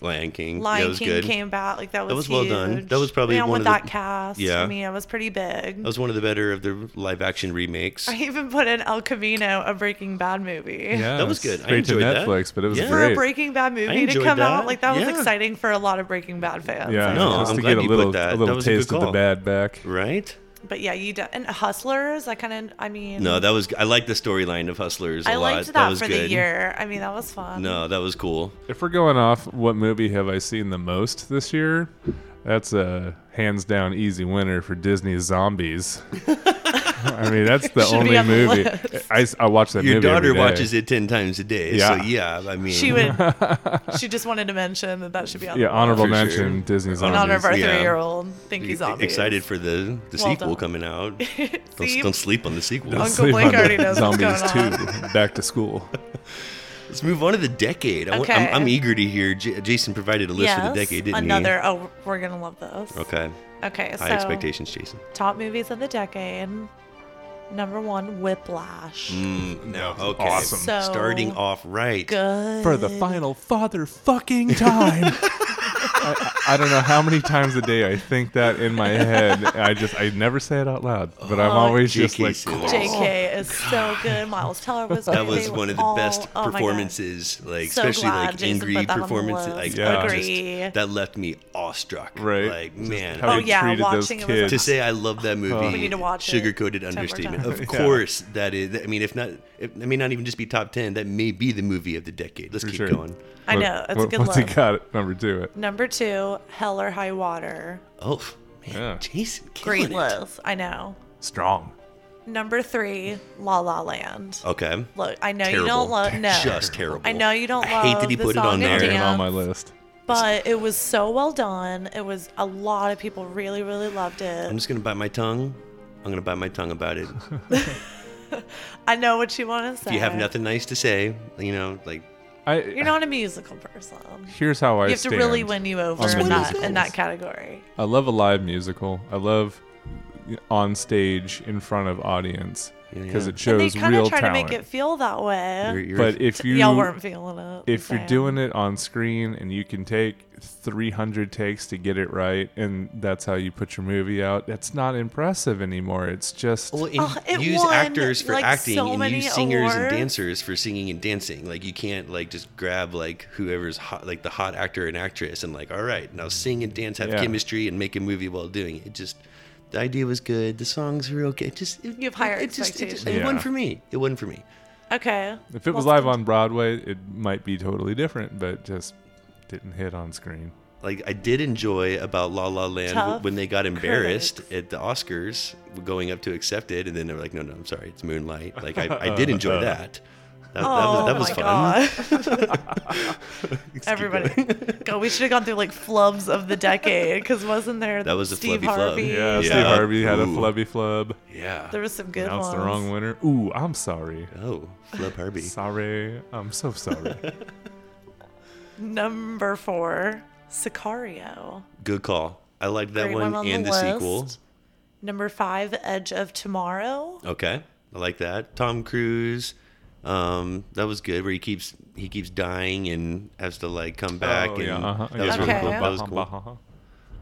[SPEAKER 3] Lion King.
[SPEAKER 5] Lion
[SPEAKER 3] that was
[SPEAKER 5] King
[SPEAKER 3] good.
[SPEAKER 5] came back like that was,
[SPEAKER 3] was well done.
[SPEAKER 5] huge.
[SPEAKER 3] That was probably
[SPEAKER 5] I mean,
[SPEAKER 3] one
[SPEAKER 5] with
[SPEAKER 3] of the-
[SPEAKER 5] that cast.
[SPEAKER 3] Yeah.
[SPEAKER 5] I mean, it was pretty big.
[SPEAKER 3] That was one of the better of the live action remakes.
[SPEAKER 5] I even put in El Camino, a Breaking Bad movie.
[SPEAKER 4] yeah,
[SPEAKER 3] That was
[SPEAKER 4] it's
[SPEAKER 3] good. I
[SPEAKER 4] Straight to
[SPEAKER 3] enjoyed that.
[SPEAKER 4] Netflix, but it was
[SPEAKER 3] Yeah.
[SPEAKER 5] For a
[SPEAKER 4] great.
[SPEAKER 5] Breaking Bad movie to
[SPEAKER 3] enjoyed
[SPEAKER 5] come
[SPEAKER 3] that.
[SPEAKER 5] out, like that was
[SPEAKER 3] Yeah.
[SPEAKER 5] exciting for a lot of Breaking Bad fans.
[SPEAKER 4] yeah,
[SPEAKER 3] No,
[SPEAKER 4] just
[SPEAKER 3] I'm
[SPEAKER 4] to
[SPEAKER 3] glad
[SPEAKER 4] get a
[SPEAKER 3] you put
[SPEAKER 4] little
[SPEAKER 3] that.
[SPEAKER 4] a little
[SPEAKER 3] That was a good
[SPEAKER 4] taste of
[SPEAKER 3] call.
[SPEAKER 4] the bad back.
[SPEAKER 3] Right?
[SPEAKER 5] But yeah, you de- and Hustlers. I kind of, I mean,
[SPEAKER 3] No, that was. I like the storyline of Hustlers a
[SPEAKER 5] I
[SPEAKER 3] lot.
[SPEAKER 5] liked that,
[SPEAKER 3] was
[SPEAKER 5] for
[SPEAKER 3] good.
[SPEAKER 5] the year. I mean, that was fun.
[SPEAKER 3] No, that was cool.
[SPEAKER 4] If we're going off what movie have I seen the most this year, that's a hands down easy winner for Disney zombies. I mean, that's the
[SPEAKER 5] Should be
[SPEAKER 4] only
[SPEAKER 5] on the
[SPEAKER 4] movie.
[SPEAKER 5] list.
[SPEAKER 4] I, I watch that
[SPEAKER 3] Your
[SPEAKER 4] movie.
[SPEAKER 3] daughter watches it 10 times a day.
[SPEAKER 4] Yeah.
[SPEAKER 3] So, yeah, I mean,
[SPEAKER 5] She would. she just wanted to mention that that should be on.
[SPEAKER 4] Yeah,
[SPEAKER 5] the
[SPEAKER 4] honorable
[SPEAKER 3] For sure.
[SPEAKER 4] mention Disney
[SPEAKER 5] In honor of
[SPEAKER 4] zombies.
[SPEAKER 5] our
[SPEAKER 3] Yeah.
[SPEAKER 5] three-year-old, think he's
[SPEAKER 3] e-
[SPEAKER 5] on.
[SPEAKER 3] excited for the, the
[SPEAKER 5] Well
[SPEAKER 3] sequel
[SPEAKER 5] done.
[SPEAKER 3] coming out. Don't,
[SPEAKER 5] See?
[SPEAKER 3] don't sleep on the sequel.
[SPEAKER 5] Uncle
[SPEAKER 4] Sleep
[SPEAKER 5] Blake
[SPEAKER 4] on
[SPEAKER 5] already
[SPEAKER 4] the
[SPEAKER 5] knows what's
[SPEAKER 4] zombies
[SPEAKER 5] going
[SPEAKER 4] too. Back to school.
[SPEAKER 3] Let's move on to the decade. I,
[SPEAKER 5] Okay.
[SPEAKER 3] am I'm eager to hear. J- Jason provided a list
[SPEAKER 5] yes,
[SPEAKER 3] for the decade, didn't
[SPEAKER 5] another. Oh, we're gonna love those.
[SPEAKER 3] he? Okay.
[SPEAKER 5] Okay. So
[SPEAKER 3] High expectations, Jason.
[SPEAKER 5] top movies of the decade. Number one, Whiplash.
[SPEAKER 3] Mm, no.
[SPEAKER 4] was
[SPEAKER 3] Okay.
[SPEAKER 4] awesome.
[SPEAKER 5] So-
[SPEAKER 3] Starting off right.
[SPEAKER 5] Good.
[SPEAKER 4] For the final father fucking time. I, I I don't know how many times a day I think that in my head. I just I never say it out loud, but I'm
[SPEAKER 5] Oh,
[SPEAKER 4] always just
[SPEAKER 3] JK
[SPEAKER 4] like
[SPEAKER 3] Simmons.
[SPEAKER 5] JK is so good. Miles Teller was.
[SPEAKER 3] Oh, That
[SPEAKER 5] great.
[SPEAKER 3] was
[SPEAKER 5] They
[SPEAKER 3] one of the
[SPEAKER 5] were all-
[SPEAKER 3] best
[SPEAKER 5] oh my God.
[SPEAKER 3] performances, like
[SPEAKER 5] So
[SPEAKER 3] especially
[SPEAKER 5] glad
[SPEAKER 3] like
[SPEAKER 5] Jason
[SPEAKER 3] angry
[SPEAKER 5] put that on the
[SPEAKER 3] performances.
[SPEAKER 5] list.
[SPEAKER 3] Like
[SPEAKER 4] Yeah.
[SPEAKER 3] I just-
[SPEAKER 5] Agree.
[SPEAKER 3] that left me awestruck.
[SPEAKER 4] Right.
[SPEAKER 3] Like
[SPEAKER 4] Just
[SPEAKER 3] man,
[SPEAKER 4] how
[SPEAKER 5] Oh,
[SPEAKER 4] they
[SPEAKER 5] yeah,
[SPEAKER 4] treated those
[SPEAKER 5] watching it was
[SPEAKER 4] kids.
[SPEAKER 3] to say I love that movie.
[SPEAKER 4] We
[SPEAKER 5] need to watch it
[SPEAKER 3] Sugar-coated
[SPEAKER 5] ten more
[SPEAKER 3] understatement. Of
[SPEAKER 5] times.
[SPEAKER 4] Yeah.
[SPEAKER 3] course, that is. I mean, if not, it, it may not even just be top ten. That may be the movie of the decade. Let's
[SPEAKER 4] For
[SPEAKER 3] keep
[SPEAKER 4] sure.
[SPEAKER 3] going.
[SPEAKER 5] I
[SPEAKER 4] What-
[SPEAKER 5] know. That's a
[SPEAKER 4] what-
[SPEAKER 5] good
[SPEAKER 4] What's
[SPEAKER 5] look.
[SPEAKER 4] he got at number two? It.
[SPEAKER 5] Number two, Hell or High Water.
[SPEAKER 3] Oh man,
[SPEAKER 4] Yeah.
[SPEAKER 3] Jason, killing
[SPEAKER 5] Great
[SPEAKER 3] it.
[SPEAKER 5] list. I know.
[SPEAKER 4] Strong.
[SPEAKER 5] Number three, La La Land.
[SPEAKER 3] Okay.
[SPEAKER 5] Look, I know
[SPEAKER 3] terrible.
[SPEAKER 5] you don't love no.
[SPEAKER 3] Just terrible.
[SPEAKER 5] I know you don't
[SPEAKER 3] I
[SPEAKER 5] love
[SPEAKER 3] hate that he
[SPEAKER 5] the
[SPEAKER 3] put it
[SPEAKER 5] song
[SPEAKER 3] on
[SPEAKER 5] and
[SPEAKER 3] there.
[SPEAKER 4] Not even
[SPEAKER 5] dance,
[SPEAKER 4] on my list.
[SPEAKER 5] But it was so well done. It was a lot of people really, really loved it.
[SPEAKER 3] I'm just gonna bite my tongue. I'm gonna bite my tongue about it.
[SPEAKER 5] I know what you want to say.
[SPEAKER 3] If you have nothing nice to say, you know, like
[SPEAKER 4] I
[SPEAKER 5] You're not a musical person.
[SPEAKER 4] Here's how I
[SPEAKER 5] you have to really
[SPEAKER 4] stand.
[SPEAKER 5] win you over
[SPEAKER 4] on
[SPEAKER 5] in that,
[SPEAKER 4] musicals.
[SPEAKER 5] in that category.
[SPEAKER 4] I love a live musical. I love on stage in front of audience because
[SPEAKER 3] Yeah.
[SPEAKER 4] it
[SPEAKER 5] And they
[SPEAKER 4] shows
[SPEAKER 5] kind of
[SPEAKER 4] real
[SPEAKER 5] try to
[SPEAKER 4] talent.
[SPEAKER 5] make it feel that way.
[SPEAKER 3] you're, you're
[SPEAKER 4] but if you
[SPEAKER 5] Y'all weren't feeling it.
[SPEAKER 4] if you're
[SPEAKER 5] Sam.
[SPEAKER 4] doing it on screen and you can take 300 takes to get it right and that's how you put your movie out, that's not impressive anymore. It's just
[SPEAKER 3] Well, and
[SPEAKER 5] Ugh, it
[SPEAKER 3] use
[SPEAKER 5] won,
[SPEAKER 3] actors for
[SPEAKER 5] like,
[SPEAKER 3] acting
[SPEAKER 5] so
[SPEAKER 3] and
[SPEAKER 5] many
[SPEAKER 3] use singers and
[SPEAKER 5] awards.
[SPEAKER 3] dancers for singing and dancing. Like you can't like just grab like whoever's hot, like the hot actor and actress and like, all right, now sing and dance, have
[SPEAKER 4] Yeah.
[SPEAKER 3] chemistry and make a movie while doing it. It just, the idea was good. The songs were okay. It just, it,
[SPEAKER 5] You have higher
[SPEAKER 3] it, it just, it, just, it
[SPEAKER 4] expectations.
[SPEAKER 3] wasn't
[SPEAKER 4] Yeah.
[SPEAKER 3] for me. It wasn't for me.
[SPEAKER 5] Okay.
[SPEAKER 4] if it was
[SPEAKER 5] Well,
[SPEAKER 4] live on Broadway, it might be totally different, but just didn't hit on screen.
[SPEAKER 3] Like I did enjoy about La La Land
[SPEAKER 5] Tough
[SPEAKER 3] when they got embarrassed
[SPEAKER 5] critics.
[SPEAKER 3] at the Oscars going up to accept it, and then they were like, no, no, I'm sorry, it's Moonlight. Like I, I did enjoy that. That,
[SPEAKER 5] Oh
[SPEAKER 3] that was, that was fun.
[SPEAKER 5] my god! Everybody, God, we should have gone through like flubs of the decade because wasn't there?
[SPEAKER 3] That was a
[SPEAKER 5] Steve
[SPEAKER 3] flubby flub.
[SPEAKER 5] Harvey.
[SPEAKER 4] Yeah, Steve
[SPEAKER 3] Yeah.
[SPEAKER 4] Harvey had a
[SPEAKER 3] Ooh.
[SPEAKER 4] flubby flub.
[SPEAKER 3] Yeah.
[SPEAKER 5] There was some good
[SPEAKER 4] That's
[SPEAKER 5] ones.
[SPEAKER 4] the wrong winner. Ooh, I'm sorry.
[SPEAKER 3] Oh, Flub Herbie.
[SPEAKER 4] Sorry. I'm so sorry. Oh,
[SPEAKER 5] Number four, Sicario.
[SPEAKER 3] Good call. I liked that
[SPEAKER 5] Great
[SPEAKER 3] one,
[SPEAKER 5] one on
[SPEAKER 3] and the,
[SPEAKER 5] the
[SPEAKER 3] sequel.
[SPEAKER 5] list. Number five, Edge of Tomorrow.
[SPEAKER 3] Okay, I like that. Tom Cruise. Um, that was good. Where he keeps he keeps dying and has to like come back.
[SPEAKER 4] Oh,
[SPEAKER 3] and
[SPEAKER 4] yeah, uh-huh,
[SPEAKER 3] that
[SPEAKER 4] yeah.
[SPEAKER 3] was really
[SPEAKER 5] Okay.
[SPEAKER 3] cool. That was
[SPEAKER 4] Bah,
[SPEAKER 3] cool.
[SPEAKER 4] bah, bah, bah.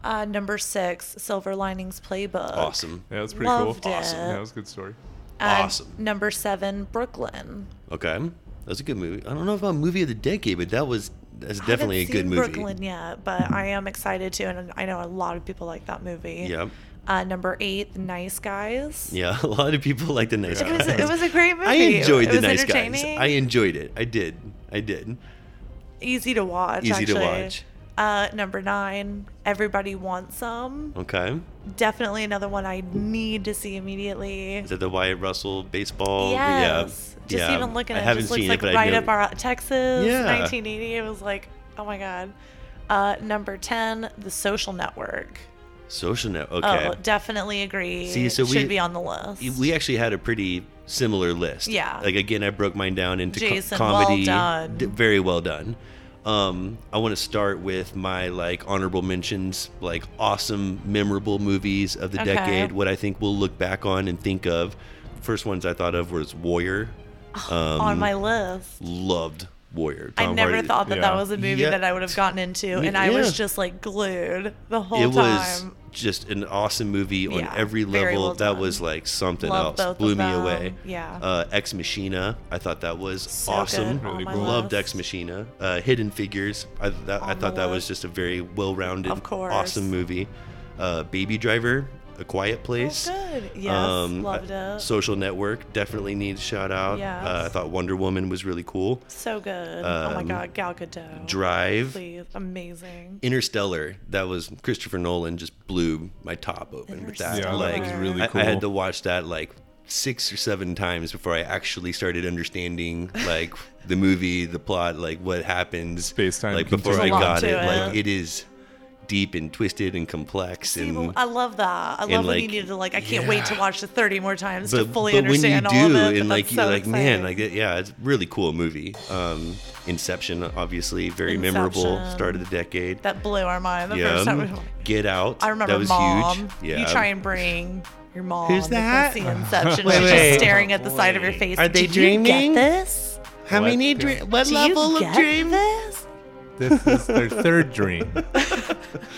[SPEAKER 5] Uh, number six, Silver Linings Playbook.
[SPEAKER 3] Awesome.
[SPEAKER 4] Yeah, that's pretty
[SPEAKER 5] Loved
[SPEAKER 4] cool.
[SPEAKER 5] it.
[SPEAKER 4] Awesome. Yeah, that was a good story.
[SPEAKER 5] Uh,
[SPEAKER 3] Awesome.
[SPEAKER 5] Number seven, Brooklyn.
[SPEAKER 3] Okay, that was a good movie. I don't know about movie of the decade, but that was that's definitely a
[SPEAKER 5] haven't
[SPEAKER 3] good
[SPEAKER 5] seen
[SPEAKER 3] movie.
[SPEAKER 5] Brooklyn yet, but I am excited to, and I know a lot of people like that movie.
[SPEAKER 3] Yeah,
[SPEAKER 5] Uh, number eight, The Nice Guys.
[SPEAKER 3] yeah. A lot of people like the nice
[SPEAKER 5] It was,
[SPEAKER 3] guys.
[SPEAKER 5] it was a great movie.
[SPEAKER 3] I enjoyed
[SPEAKER 5] it
[SPEAKER 3] the
[SPEAKER 5] was
[SPEAKER 3] nice guys.
[SPEAKER 5] entertaining.
[SPEAKER 3] I enjoyed it. I did. I did.
[SPEAKER 5] Easy to watch.
[SPEAKER 3] Easy to
[SPEAKER 5] actually.
[SPEAKER 3] watch.
[SPEAKER 5] Uh, number nine, Everybody Wants Some.
[SPEAKER 3] Okay.
[SPEAKER 5] Definitely another one I need to see immediately.
[SPEAKER 3] Is it the Wyatt Russell baseball?
[SPEAKER 5] Yes.
[SPEAKER 3] Oh, Yeah.
[SPEAKER 5] Just
[SPEAKER 3] yeah.
[SPEAKER 5] even looking
[SPEAKER 3] I
[SPEAKER 5] at it,
[SPEAKER 3] haven't
[SPEAKER 5] just looks
[SPEAKER 3] seen
[SPEAKER 5] like
[SPEAKER 3] it, but
[SPEAKER 5] right
[SPEAKER 3] I know.
[SPEAKER 5] up our uh, Texas,
[SPEAKER 3] Yeah.
[SPEAKER 5] 1980. It was like, oh my God. Uh, number 10, The Social Network.
[SPEAKER 3] Social net. Okay.
[SPEAKER 5] Oh, definitely agree.
[SPEAKER 3] See, so we-
[SPEAKER 5] Should be on the list.
[SPEAKER 3] we actually had a pretty similar list.
[SPEAKER 5] Yeah.
[SPEAKER 3] Like again, I broke mine down into co-
[SPEAKER 5] Jason, well
[SPEAKER 3] comedy.
[SPEAKER 5] done.
[SPEAKER 3] very well done. Um, I want to start with my like honorable mentions, like awesome, memorable movies of the
[SPEAKER 5] Okay.
[SPEAKER 3] decade. What I think we'll look back on and think of. First ones I thought of was Warrior. Um,
[SPEAKER 5] on my list.
[SPEAKER 3] loved Warrior.
[SPEAKER 5] I
[SPEAKER 3] Tom
[SPEAKER 5] never
[SPEAKER 3] Hardy.
[SPEAKER 5] thought that
[SPEAKER 4] Yeah.
[SPEAKER 5] that was a movie
[SPEAKER 3] Yeah.
[SPEAKER 5] that I would have gotten into,
[SPEAKER 3] Me-
[SPEAKER 5] and I was
[SPEAKER 3] yeah.
[SPEAKER 5] just like glued the whole
[SPEAKER 3] it was
[SPEAKER 5] time.
[SPEAKER 3] just an awesome movie on
[SPEAKER 5] Yeah,
[SPEAKER 3] every
[SPEAKER 5] very
[SPEAKER 3] level.
[SPEAKER 5] well
[SPEAKER 3] that
[SPEAKER 5] done.
[SPEAKER 3] was like something
[SPEAKER 5] Love both
[SPEAKER 3] else.
[SPEAKER 5] of
[SPEAKER 3] Blew me
[SPEAKER 5] them.
[SPEAKER 3] away.
[SPEAKER 5] Yeah.
[SPEAKER 3] Uh, Ex Machina. I thought that was
[SPEAKER 5] So
[SPEAKER 3] awesome.
[SPEAKER 5] good. on
[SPEAKER 4] Really
[SPEAKER 5] my Oh,
[SPEAKER 4] cool.
[SPEAKER 3] Loved
[SPEAKER 5] list.
[SPEAKER 3] Ex Machina. Uh, Hidden Figures. I, that, I
[SPEAKER 5] On the
[SPEAKER 3] thought that was
[SPEAKER 5] list.
[SPEAKER 3] just a very well rounded,
[SPEAKER 5] Of course.
[SPEAKER 3] awesome movie. Uh, Baby Driver. A Quiet Place.
[SPEAKER 5] Oh, good. Yes, loved
[SPEAKER 3] uh,
[SPEAKER 5] it.
[SPEAKER 3] Social Network definitely needs shout out.
[SPEAKER 5] Yes.
[SPEAKER 3] Uh, I thought Wonder Woman was really cool.
[SPEAKER 5] So good. oh my
[SPEAKER 3] um,
[SPEAKER 5] God, Gal Gadot.
[SPEAKER 3] Drive.
[SPEAKER 5] Please, amazing.
[SPEAKER 3] Interstellar, that was Christopher Nolan just blew my top open with that.
[SPEAKER 4] Yeah,
[SPEAKER 3] like
[SPEAKER 4] that was really
[SPEAKER 3] I,
[SPEAKER 4] cool.
[SPEAKER 3] I had to watch that like six or seven times before I actually started understanding like the movie, the plot, like what happens.
[SPEAKER 4] Space-time
[SPEAKER 3] like before I
[SPEAKER 4] continuum.
[SPEAKER 3] got it,
[SPEAKER 5] There's a lot to
[SPEAKER 3] Like it is deep and twisted and complex
[SPEAKER 5] See,
[SPEAKER 3] and
[SPEAKER 5] well, I love that. I
[SPEAKER 3] and,
[SPEAKER 5] love when you
[SPEAKER 3] like,
[SPEAKER 5] need to like. I can't wait to
[SPEAKER 3] yeah.
[SPEAKER 5] watch it 30 more times to fully
[SPEAKER 3] but
[SPEAKER 5] understand
[SPEAKER 3] when you
[SPEAKER 5] all
[SPEAKER 3] do,
[SPEAKER 5] of it.
[SPEAKER 3] and
[SPEAKER 5] but
[SPEAKER 3] like
[SPEAKER 5] that's
[SPEAKER 3] you're
[SPEAKER 5] so
[SPEAKER 3] like, man,
[SPEAKER 5] exciting.
[SPEAKER 3] like that- yeah, it's a really cool movie. Um, Inception, obviously, very memorable
[SPEAKER 5] Inception.
[SPEAKER 3] start of the decade.
[SPEAKER 5] that blew our mind the
[SPEAKER 3] yeah,
[SPEAKER 5] first time. We
[SPEAKER 3] Get Out.
[SPEAKER 5] I remember
[SPEAKER 3] that was
[SPEAKER 5] mom.
[SPEAKER 3] huge. Yeah,
[SPEAKER 5] You try and bring your mom.
[SPEAKER 3] Who's
[SPEAKER 5] to go
[SPEAKER 3] that?
[SPEAKER 5] See Inception.
[SPEAKER 3] Wait,
[SPEAKER 5] She's
[SPEAKER 3] wait.
[SPEAKER 5] just staring at the side of your face.
[SPEAKER 3] Are they
[SPEAKER 5] Do you
[SPEAKER 3] dreaming?
[SPEAKER 5] get this?
[SPEAKER 3] how
[SPEAKER 4] What?
[SPEAKER 3] many dre- what
[SPEAKER 5] Do
[SPEAKER 3] level
[SPEAKER 5] you
[SPEAKER 3] of
[SPEAKER 5] get
[SPEAKER 3] dream?
[SPEAKER 5] this?
[SPEAKER 4] This is their third dream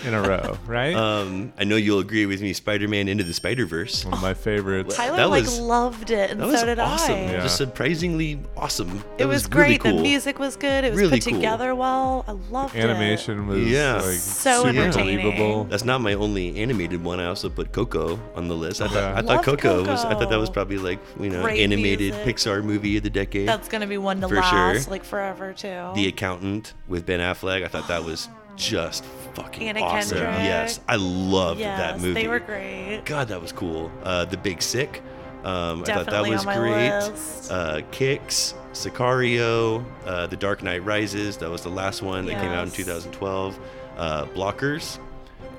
[SPEAKER 4] in a row, right?
[SPEAKER 3] Um, I know you'll agree with me. Spider-Man into the Spider-Verse.
[SPEAKER 4] One of my favorites.
[SPEAKER 5] Tyler
[SPEAKER 3] That
[SPEAKER 5] like
[SPEAKER 3] was-
[SPEAKER 5] loved it, and
[SPEAKER 3] That
[SPEAKER 5] so
[SPEAKER 3] was
[SPEAKER 5] did
[SPEAKER 3] awesome.
[SPEAKER 5] I.
[SPEAKER 4] Yeah.
[SPEAKER 3] Just surprisingly awesome. That
[SPEAKER 5] It was,
[SPEAKER 3] really
[SPEAKER 5] great.
[SPEAKER 3] cool.
[SPEAKER 5] The music was good. It was
[SPEAKER 3] Really
[SPEAKER 5] put
[SPEAKER 3] cool.
[SPEAKER 5] together well. I loved it.
[SPEAKER 4] Animation was
[SPEAKER 3] Yeah.
[SPEAKER 4] like
[SPEAKER 5] So
[SPEAKER 4] super
[SPEAKER 5] entertaining.
[SPEAKER 4] believable.
[SPEAKER 3] That's not my only animated one. I also put Coco on the list. I thought,
[SPEAKER 4] Yeah.
[SPEAKER 3] I thought
[SPEAKER 5] Loved
[SPEAKER 3] Coco, was. I thought that was
[SPEAKER 5] Coco.
[SPEAKER 3] probably like you know
[SPEAKER 5] Great
[SPEAKER 3] animated
[SPEAKER 5] music.
[SPEAKER 3] Pixar movie of the decade.
[SPEAKER 5] That's gonna be one to
[SPEAKER 3] For
[SPEAKER 5] last
[SPEAKER 3] sure.
[SPEAKER 5] like forever too.
[SPEAKER 3] the Accountant with Ben Affleck. I thought that was just fucking
[SPEAKER 5] Anna
[SPEAKER 3] awesome.
[SPEAKER 5] Kendrick.
[SPEAKER 3] Yes, I loved
[SPEAKER 5] yes,
[SPEAKER 3] that movie.
[SPEAKER 5] they were great.
[SPEAKER 3] God, that was cool. Uh, the Big Sick. Um, I thought that
[SPEAKER 5] Definitely
[SPEAKER 3] was
[SPEAKER 5] on my
[SPEAKER 3] great.
[SPEAKER 5] list.
[SPEAKER 3] Uh, Kicks, Sicario, uh, The Dark Knight Rises. That was the last one that came out in
[SPEAKER 5] Yes.
[SPEAKER 3] 2012. Uh, Blockers.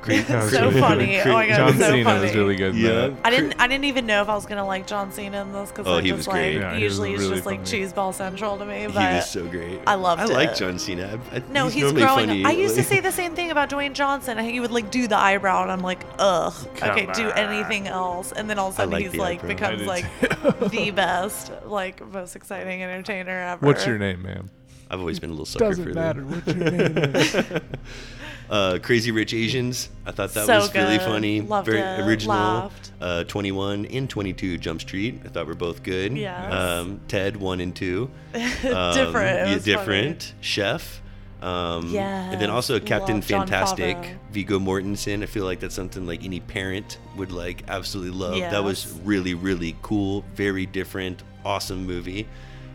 [SPEAKER 3] Cre-
[SPEAKER 4] That was
[SPEAKER 5] So
[SPEAKER 4] really
[SPEAKER 5] funny.
[SPEAKER 4] good.
[SPEAKER 5] Oh my God,
[SPEAKER 4] John
[SPEAKER 5] so
[SPEAKER 4] Cena was
[SPEAKER 5] funny.
[SPEAKER 4] really good. in
[SPEAKER 3] Yeah.
[SPEAKER 4] that.
[SPEAKER 5] I didn't. I didn't even know if I was gonna like John Cena in this because
[SPEAKER 3] Oh,
[SPEAKER 5] I
[SPEAKER 3] he
[SPEAKER 5] just
[SPEAKER 3] was
[SPEAKER 5] like
[SPEAKER 3] great.
[SPEAKER 4] Yeah, he was
[SPEAKER 5] usually it's
[SPEAKER 4] really
[SPEAKER 5] just like
[SPEAKER 4] funny.
[SPEAKER 5] cheese ball central to me.
[SPEAKER 3] He
[SPEAKER 5] But
[SPEAKER 3] was so great.
[SPEAKER 5] I loved
[SPEAKER 3] I like
[SPEAKER 5] it.
[SPEAKER 3] John Cena. I, I,
[SPEAKER 5] no, he's,
[SPEAKER 3] normally
[SPEAKER 5] growing.
[SPEAKER 3] funny.
[SPEAKER 5] I used to
[SPEAKER 3] like-
[SPEAKER 5] say the same thing about Dwayne Johnson. He would like do the eyebrow, and I'm like, ugh, I
[SPEAKER 4] Come
[SPEAKER 5] can't do
[SPEAKER 4] on.
[SPEAKER 5] anything else. And then all of a sudden,
[SPEAKER 3] like
[SPEAKER 5] he's
[SPEAKER 3] the
[SPEAKER 5] like
[SPEAKER 3] eyebrow. I
[SPEAKER 5] becomes
[SPEAKER 4] did
[SPEAKER 5] like the best, like most exciting entertainer ever.
[SPEAKER 4] What's your name, ma'am?
[SPEAKER 3] I've always been a little sucker for them.
[SPEAKER 4] What's your name? is.
[SPEAKER 3] Uh, Crazy Rich Asians. I thought that
[SPEAKER 5] So
[SPEAKER 3] was really
[SPEAKER 5] good.
[SPEAKER 3] funny.
[SPEAKER 5] Loved
[SPEAKER 3] Very
[SPEAKER 5] it.
[SPEAKER 3] original.
[SPEAKER 5] Laughed.
[SPEAKER 3] Uh, 21 and 22 Jump Street. I thought were both good.
[SPEAKER 5] Yes.
[SPEAKER 3] Um, Ted 1 and 2. Um,
[SPEAKER 5] different? It
[SPEAKER 3] yeah,
[SPEAKER 5] was funny.
[SPEAKER 3] different. Chef. Um, And then also
[SPEAKER 5] Yes,
[SPEAKER 3] Captain
[SPEAKER 5] love John
[SPEAKER 3] Fantastic,
[SPEAKER 5] Favreau.
[SPEAKER 3] Vigo Mortensen. I feel like that's something like any parent would like absolutely love. That was
[SPEAKER 5] Yes.
[SPEAKER 3] really, really cool, very different, awesome movie.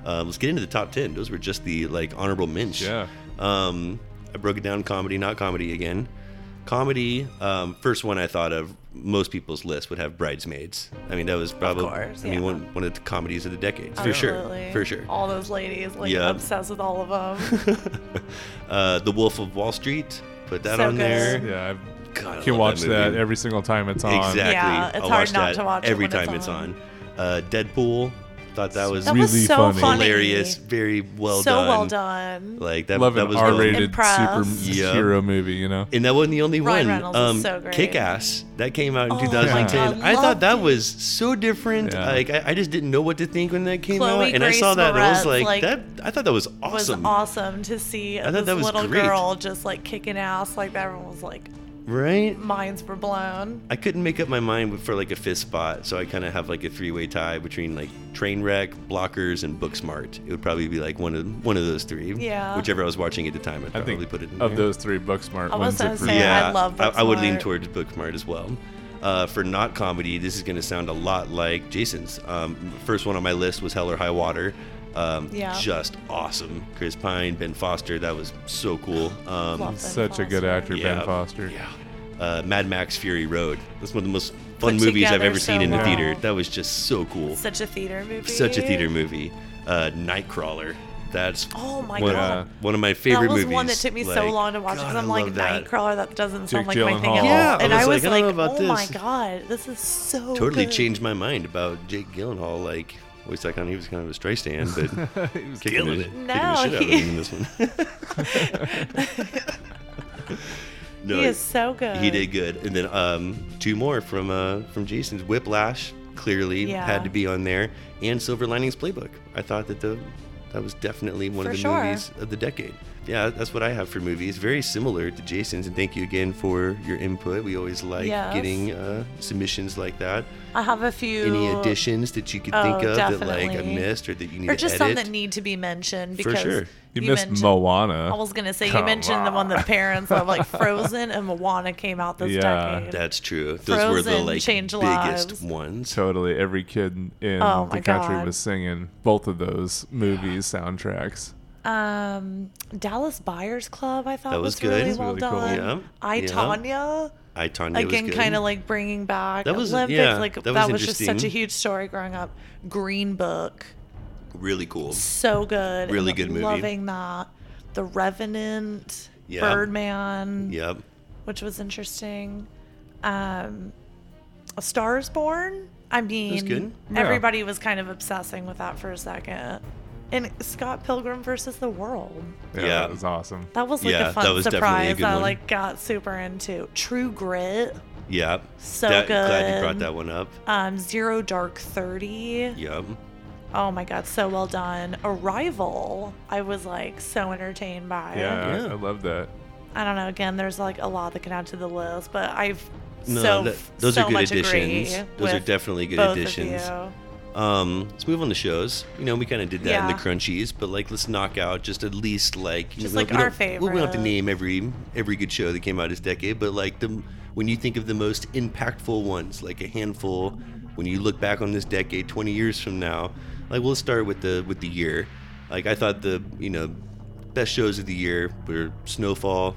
[SPEAKER 3] Um, let's get into the top 10. Those were just the like honorable mentions.
[SPEAKER 4] Yeah.
[SPEAKER 3] Um, I broke it down comedy, not comedy again. Comedy, um, first one I thought of, most people's list would have Bridesmaids. I mean, that was probably,
[SPEAKER 5] course,
[SPEAKER 3] I mean,
[SPEAKER 5] yeah.
[SPEAKER 3] one, one of the comedies of the decade, for
[SPEAKER 5] Absolutely.
[SPEAKER 3] sure. For sure.
[SPEAKER 5] All those ladies, like
[SPEAKER 3] Yeah.
[SPEAKER 5] obsessed with all of them.
[SPEAKER 3] Uh, the Wolf of Wall Street, put that
[SPEAKER 5] So
[SPEAKER 3] on
[SPEAKER 5] good.
[SPEAKER 3] there.
[SPEAKER 4] yeah,
[SPEAKER 3] God, I
[SPEAKER 4] I
[SPEAKER 3] love
[SPEAKER 4] can watch that,
[SPEAKER 3] movie.
[SPEAKER 4] every single time it's on.
[SPEAKER 3] Exactly.
[SPEAKER 5] Yeah, it's
[SPEAKER 3] I'll
[SPEAKER 5] hard
[SPEAKER 3] watch
[SPEAKER 5] not
[SPEAKER 3] that
[SPEAKER 5] to watch it
[SPEAKER 3] every
[SPEAKER 5] when it's
[SPEAKER 3] time it's
[SPEAKER 5] on.
[SPEAKER 3] on. Uh, Deadpool, thought that was
[SPEAKER 5] That
[SPEAKER 4] Really
[SPEAKER 5] was so
[SPEAKER 4] funny.
[SPEAKER 5] funny.
[SPEAKER 3] hilarious, very well
[SPEAKER 5] so
[SPEAKER 3] done.
[SPEAKER 5] well done.
[SPEAKER 3] Like that,
[SPEAKER 4] Love
[SPEAKER 3] that
[SPEAKER 4] an
[SPEAKER 3] was really-
[SPEAKER 4] R-rated
[SPEAKER 5] Impressed.
[SPEAKER 4] super
[SPEAKER 3] Yeah.
[SPEAKER 4] hero movie, you know?
[SPEAKER 3] And that wasn't the only
[SPEAKER 5] Ryan
[SPEAKER 3] one.
[SPEAKER 5] Reynolds is so great.
[SPEAKER 3] Kick Ass that came out in
[SPEAKER 5] Oh my
[SPEAKER 3] 2010.
[SPEAKER 5] God,
[SPEAKER 3] I thought
[SPEAKER 5] loved
[SPEAKER 3] that
[SPEAKER 5] it.
[SPEAKER 3] was so different.
[SPEAKER 4] Yeah.
[SPEAKER 3] Like I, I just didn't know what to think when that came
[SPEAKER 5] Chloe
[SPEAKER 3] out, and I
[SPEAKER 5] Grace
[SPEAKER 3] saw that and I was
[SPEAKER 5] Moretz,
[SPEAKER 3] like,
[SPEAKER 5] like,
[SPEAKER 3] that. I thought that was
[SPEAKER 5] was
[SPEAKER 3] awesome,
[SPEAKER 5] awesome to see
[SPEAKER 3] thought
[SPEAKER 5] this
[SPEAKER 3] that was
[SPEAKER 5] little
[SPEAKER 3] great.
[SPEAKER 5] girl just like kicking ass. Like everyone was like,
[SPEAKER 3] right?
[SPEAKER 5] minds were blown.
[SPEAKER 3] I couldn't make up my mind for like a fifth spot, so I kind of have like a three-way tie between like Trainwreck, Blockers, and Booksmart. It would probably be like one of one of those three.
[SPEAKER 5] Yeah.
[SPEAKER 3] Whichever I was watching at the time, I'd
[SPEAKER 4] I
[SPEAKER 3] probably
[SPEAKER 4] think
[SPEAKER 3] put it in
[SPEAKER 4] of
[SPEAKER 3] there.
[SPEAKER 4] those three, Booksmart
[SPEAKER 5] I was
[SPEAKER 4] one's
[SPEAKER 5] gonna
[SPEAKER 4] it for
[SPEAKER 5] say,
[SPEAKER 4] you.
[SPEAKER 5] Yeah. I love
[SPEAKER 3] I, I would lean
[SPEAKER 5] Booksmart.
[SPEAKER 3] towards Booksmart as well. Uh, for not comedy, this is going to sound a lot like Jason's. Um, first one on my list was Hell or High Water. Um,
[SPEAKER 5] Yeah.
[SPEAKER 3] Just awesome. Chris Pine, Ben Foster, that was so cool. Um,
[SPEAKER 5] Love Ben
[SPEAKER 4] Such a good
[SPEAKER 5] Foster.
[SPEAKER 4] actor,
[SPEAKER 3] yeah,
[SPEAKER 4] Ben Foster.
[SPEAKER 3] Yeah. Uh, Mad Max Fury Road. That's one of the most fun
[SPEAKER 5] Put
[SPEAKER 3] movies I've
[SPEAKER 5] together
[SPEAKER 3] ever seen
[SPEAKER 5] so
[SPEAKER 3] in the
[SPEAKER 5] well.
[SPEAKER 3] theater. That was just so cool.
[SPEAKER 5] Such a theater movie.
[SPEAKER 3] Such a theater movie. Uh, Nightcrawler. That's
[SPEAKER 5] Oh my
[SPEAKER 3] one,
[SPEAKER 5] god.
[SPEAKER 3] one of my favorite
[SPEAKER 5] that was
[SPEAKER 3] movies.
[SPEAKER 5] one that took me so
[SPEAKER 3] Like,
[SPEAKER 5] long to watch
[SPEAKER 3] God,
[SPEAKER 5] because
[SPEAKER 3] I
[SPEAKER 5] I'm like
[SPEAKER 3] love that.
[SPEAKER 5] Nightcrawler. That doesn't sound like my
[SPEAKER 4] Gyllenhaal.
[SPEAKER 5] thing at all.
[SPEAKER 3] Yeah, I was
[SPEAKER 5] and I
[SPEAKER 3] like,
[SPEAKER 5] was
[SPEAKER 3] I don't
[SPEAKER 5] like,
[SPEAKER 3] know about
[SPEAKER 5] oh my
[SPEAKER 3] this."
[SPEAKER 5] god, this is so
[SPEAKER 3] totally
[SPEAKER 5] good.
[SPEAKER 3] changed my mind about Jake Gyllenhaal. Like, always thought kind of- he was kind of a stray stand, but
[SPEAKER 4] He was
[SPEAKER 3] kicking
[SPEAKER 4] killing
[SPEAKER 3] the,
[SPEAKER 4] it.
[SPEAKER 3] kicking
[SPEAKER 5] No,
[SPEAKER 3] the shit out of
[SPEAKER 5] he-
[SPEAKER 3] him in this one. no,
[SPEAKER 5] He is so good.
[SPEAKER 3] he did good. And then um, two more from uh, from Jason's Whiplash clearly
[SPEAKER 5] Yeah.
[SPEAKER 3] had to be on there, and Silver Linings Playbook. I thought that the that was definitely one
[SPEAKER 5] For
[SPEAKER 3] of the
[SPEAKER 5] sure.
[SPEAKER 3] movies of the decade. yeah, that's what I have for movies. Very similar to Jason's. And thank you again for your input. We always like
[SPEAKER 5] Yes.
[SPEAKER 3] getting uh, submissions like that.
[SPEAKER 5] I have a few.
[SPEAKER 3] Any additions that you could think
[SPEAKER 5] Oh,
[SPEAKER 3] of that like I
[SPEAKER 5] definitely.
[SPEAKER 3] missed or that you need
[SPEAKER 5] Or
[SPEAKER 3] to
[SPEAKER 5] just some
[SPEAKER 3] edit?
[SPEAKER 5] that need to be mentioned
[SPEAKER 3] For
[SPEAKER 5] because
[SPEAKER 3] sure.
[SPEAKER 4] You, missed
[SPEAKER 5] mentioned-
[SPEAKER 4] Moana.
[SPEAKER 5] I was gonna say you
[SPEAKER 4] Come
[SPEAKER 5] mentioned the one
[SPEAKER 4] on.
[SPEAKER 5] that parents love, like Frozen and Moana came out this
[SPEAKER 4] Yeah.
[SPEAKER 5] decade.
[SPEAKER 3] That's true. Those were the
[SPEAKER 5] Frozen
[SPEAKER 3] like
[SPEAKER 5] change
[SPEAKER 3] biggest
[SPEAKER 5] lives.
[SPEAKER 3] ones.
[SPEAKER 4] Totally. Every kid in
[SPEAKER 5] Oh
[SPEAKER 4] the
[SPEAKER 5] my
[SPEAKER 4] country
[SPEAKER 5] God.
[SPEAKER 4] was singing both of those movies soundtracks.
[SPEAKER 5] um, Dallas Buyers Club, I thought
[SPEAKER 3] That was
[SPEAKER 5] was,
[SPEAKER 3] good.
[SPEAKER 5] really
[SPEAKER 3] That's
[SPEAKER 5] well
[SPEAKER 4] really cool.
[SPEAKER 5] done.
[SPEAKER 3] Yeah,
[SPEAKER 5] I
[SPEAKER 3] yeah.
[SPEAKER 5] Tanya,
[SPEAKER 3] I Tanya was
[SPEAKER 5] again,
[SPEAKER 3] good.
[SPEAKER 5] kind of like bringing back
[SPEAKER 3] That was-
[SPEAKER 5] Olympics.
[SPEAKER 3] yeah,
[SPEAKER 5] like
[SPEAKER 3] that was
[SPEAKER 5] just such a
[SPEAKER 3] interesting.
[SPEAKER 5] huge story growing up. Green Book,
[SPEAKER 3] really cool.
[SPEAKER 5] so good.
[SPEAKER 3] Really
[SPEAKER 5] and
[SPEAKER 3] good movie.
[SPEAKER 5] Loving that. The Revenant,
[SPEAKER 3] Yeah.
[SPEAKER 5] Birdman,
[SPEAKER 3] Yep.
[SPEAKER 5] which was interesting. Um, A Star is Born. I mean,
[SPEAKER 3] good.
[SPEAKER 4] Yeah.
[SPEAKER 5] everybody was kind of obsessing with that for a second. And Scott Pilgrim versus the World.
[SPEAKER 4] Yeah,
[SPEAKER 3] Yeah.
[SPEAKER 4] that was awesome.
[SPEAKER 5] That was like
[SPEAKER 3] Yeah,
[SPEAKER 5] a fun
[SPEAKER 3] that was definitely a
[SPEAKER 5] surprise
[SPEAKER 3] good
[SPEAKER 5] I
[SPEAKER 3] one.
[SPEAKER 5] like got super into. True Grit,
[SPEAKER 3] Yep.
[SPEAKER 5] So
[SPEAKER 3] That- Glad you brought
[SPEAKER 5] good.
[SPEAKER 3] that one up.
[SPEAKER 5] um, Zero Dark Thirty.
[SPEAKER 3] Yep.
[SPEAKER 5] Oh my god, so well done. Arrival, I was like so entertained by.
[SPEAKER 4] Yeah,
[SPEAKER 3] Yeah.
[SPEAKER 4] I love that.
[SPEAKER 5] I don't know. Again, there's like a lot that can add to the list, but I've
[SPEAKER 3] No,
[SPEAKER 5] so
[SPEAKER 3] that- those
[SPEAKER 5] so
[SPEAKER 3] are good
[SPEAKER 5] much
[SPEAKER 3] additions.
[SPEAKER 5] agree
[SPEAKER 3] Those are
[SPEAKER 5] with
[SPEAKER 3] definitely good
[SPEAKER 5] both of
[SPEAKER 3] additions.
[SPEAKER 5] you.
[SPEAKER 3] Um, let's move on to shows. You know, we kind of did that in the
[SPEAKER 5] Yeah.
[SPEAKER 3] crunchies, but like, let's knock out just at least like you
[SPEAKER 5] Just,
[SPEAKER 3] know,
[SPEAKER 5] like,
[SPEAKER 3] we
[SPEAKER 5] our
[SPEAKER 3] don't- We don't have to
[SPEAKER 5] favorite.
[SPEAKER 3] name every every good show that came out this decade, but like the when you think of the most impactful ones, like a handful, when you look back on this decade, twenty years from now, like we'll start with the with the year. Like I thought the you know best shows of the year were Snowfall,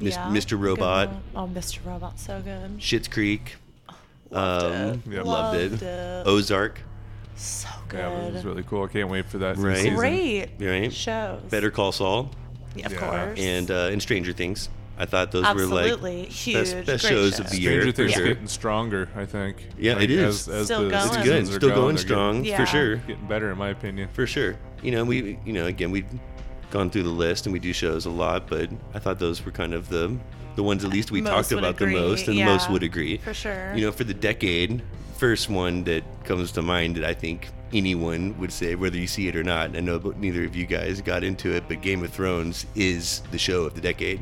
[SPEAKER 3] Mis-
[SPEAKER 5] Yeah,
[SPEAKER 3] Mr.
[SPEAKER 5] good
[SPEAKER 3] Robot,
[SPEAKER 5] one. Oh, Mr. Robot, so good.
[SPEAKER 3] Schitt's Creek, um,
[SPEAKER 5] Loved it.
[SPEAKER 4] yeah,
[SPEAKER 3] loved it.
[SPEAKER 5] Loved it.
[SPEAKER 3] Ozark,
[SPEAKER 5] So
[SPEAKER 4] Yeah, it
[SPEAKER 5] good.
[SPEAKER 4] was really cool. I can't wait for that new
[SPEAKER 3] Right.
[SPEAKER 4] season.
[SPEAKER 5] Great
[SPEAKER 3] right?
[SPEAKER 5] shows.
[SPEAKER 3] Better Call Saul.
[SPEAKER 5] Yeah, of
[SPEAKER 4] Yeah.
[SPEAKER 5] course.
[SPEAKER 3] and uh, and Stranger Things. I thought those were
[SPEAKER 5] absolutely
[SPEAKER 3] like
[SPEAKER 5] huge.
[SPEAKER 3] best, best
[SPEAKER 5] great
[SPEAKER 3] shows of
[SPEAKER 5] shows.
[SPEAKER 3] the year.
[SPEAKER 4] Stranger
[SPEAKER 3] for
[SPEAKER 4] Things
[SPEAKER 3] sure.
[SPEAKER 4] getting stronger, I think.
[SPEAKER 3] Yeah,
[SPEAKER 4] Like,
[SPEAKER 3] it is.
[SPEAKER 4] As, as
[SPEAKER 5] Still
[SPEAKER 4] the
[SPEAKER 5] going. It's
[SPEAKER 3] It's
[SPEAKER 4] seasons
[SPEAKER 3] good,
[SPEAKER 4] are
[SPEAKER 3] still going
[SPEAKER 4] they're getting-
[SPEAKER 3] strong
[SPEAKER 5] Yeah.
[SPEAKER 3] for sure,
[SPEAKER 4] Getting better, in my opinion.
[SPEAKER 3] for sure. You know, we you know again we've gone through the list and we do shows a lot, but I thought those were kind of the the ones at least we
[SPEAKER 5] Most
[SPEAKER 3] talked
[SPEAKER 5] would
[SPEAKER 3] about
[SPEAKER 5] agree,
[SPEAKER 3] the most, and
[SPEAKER 5] yeah,
[SPEAKER 3] most would agree
[SPEAKER 5] for sure.
[SPEAKER 3] You know, for the decade, first one that comes to mind that I think anyone would say, whether you see it or not. I know but neither of you guys got into it, but Game of Thrones is the show of the decade.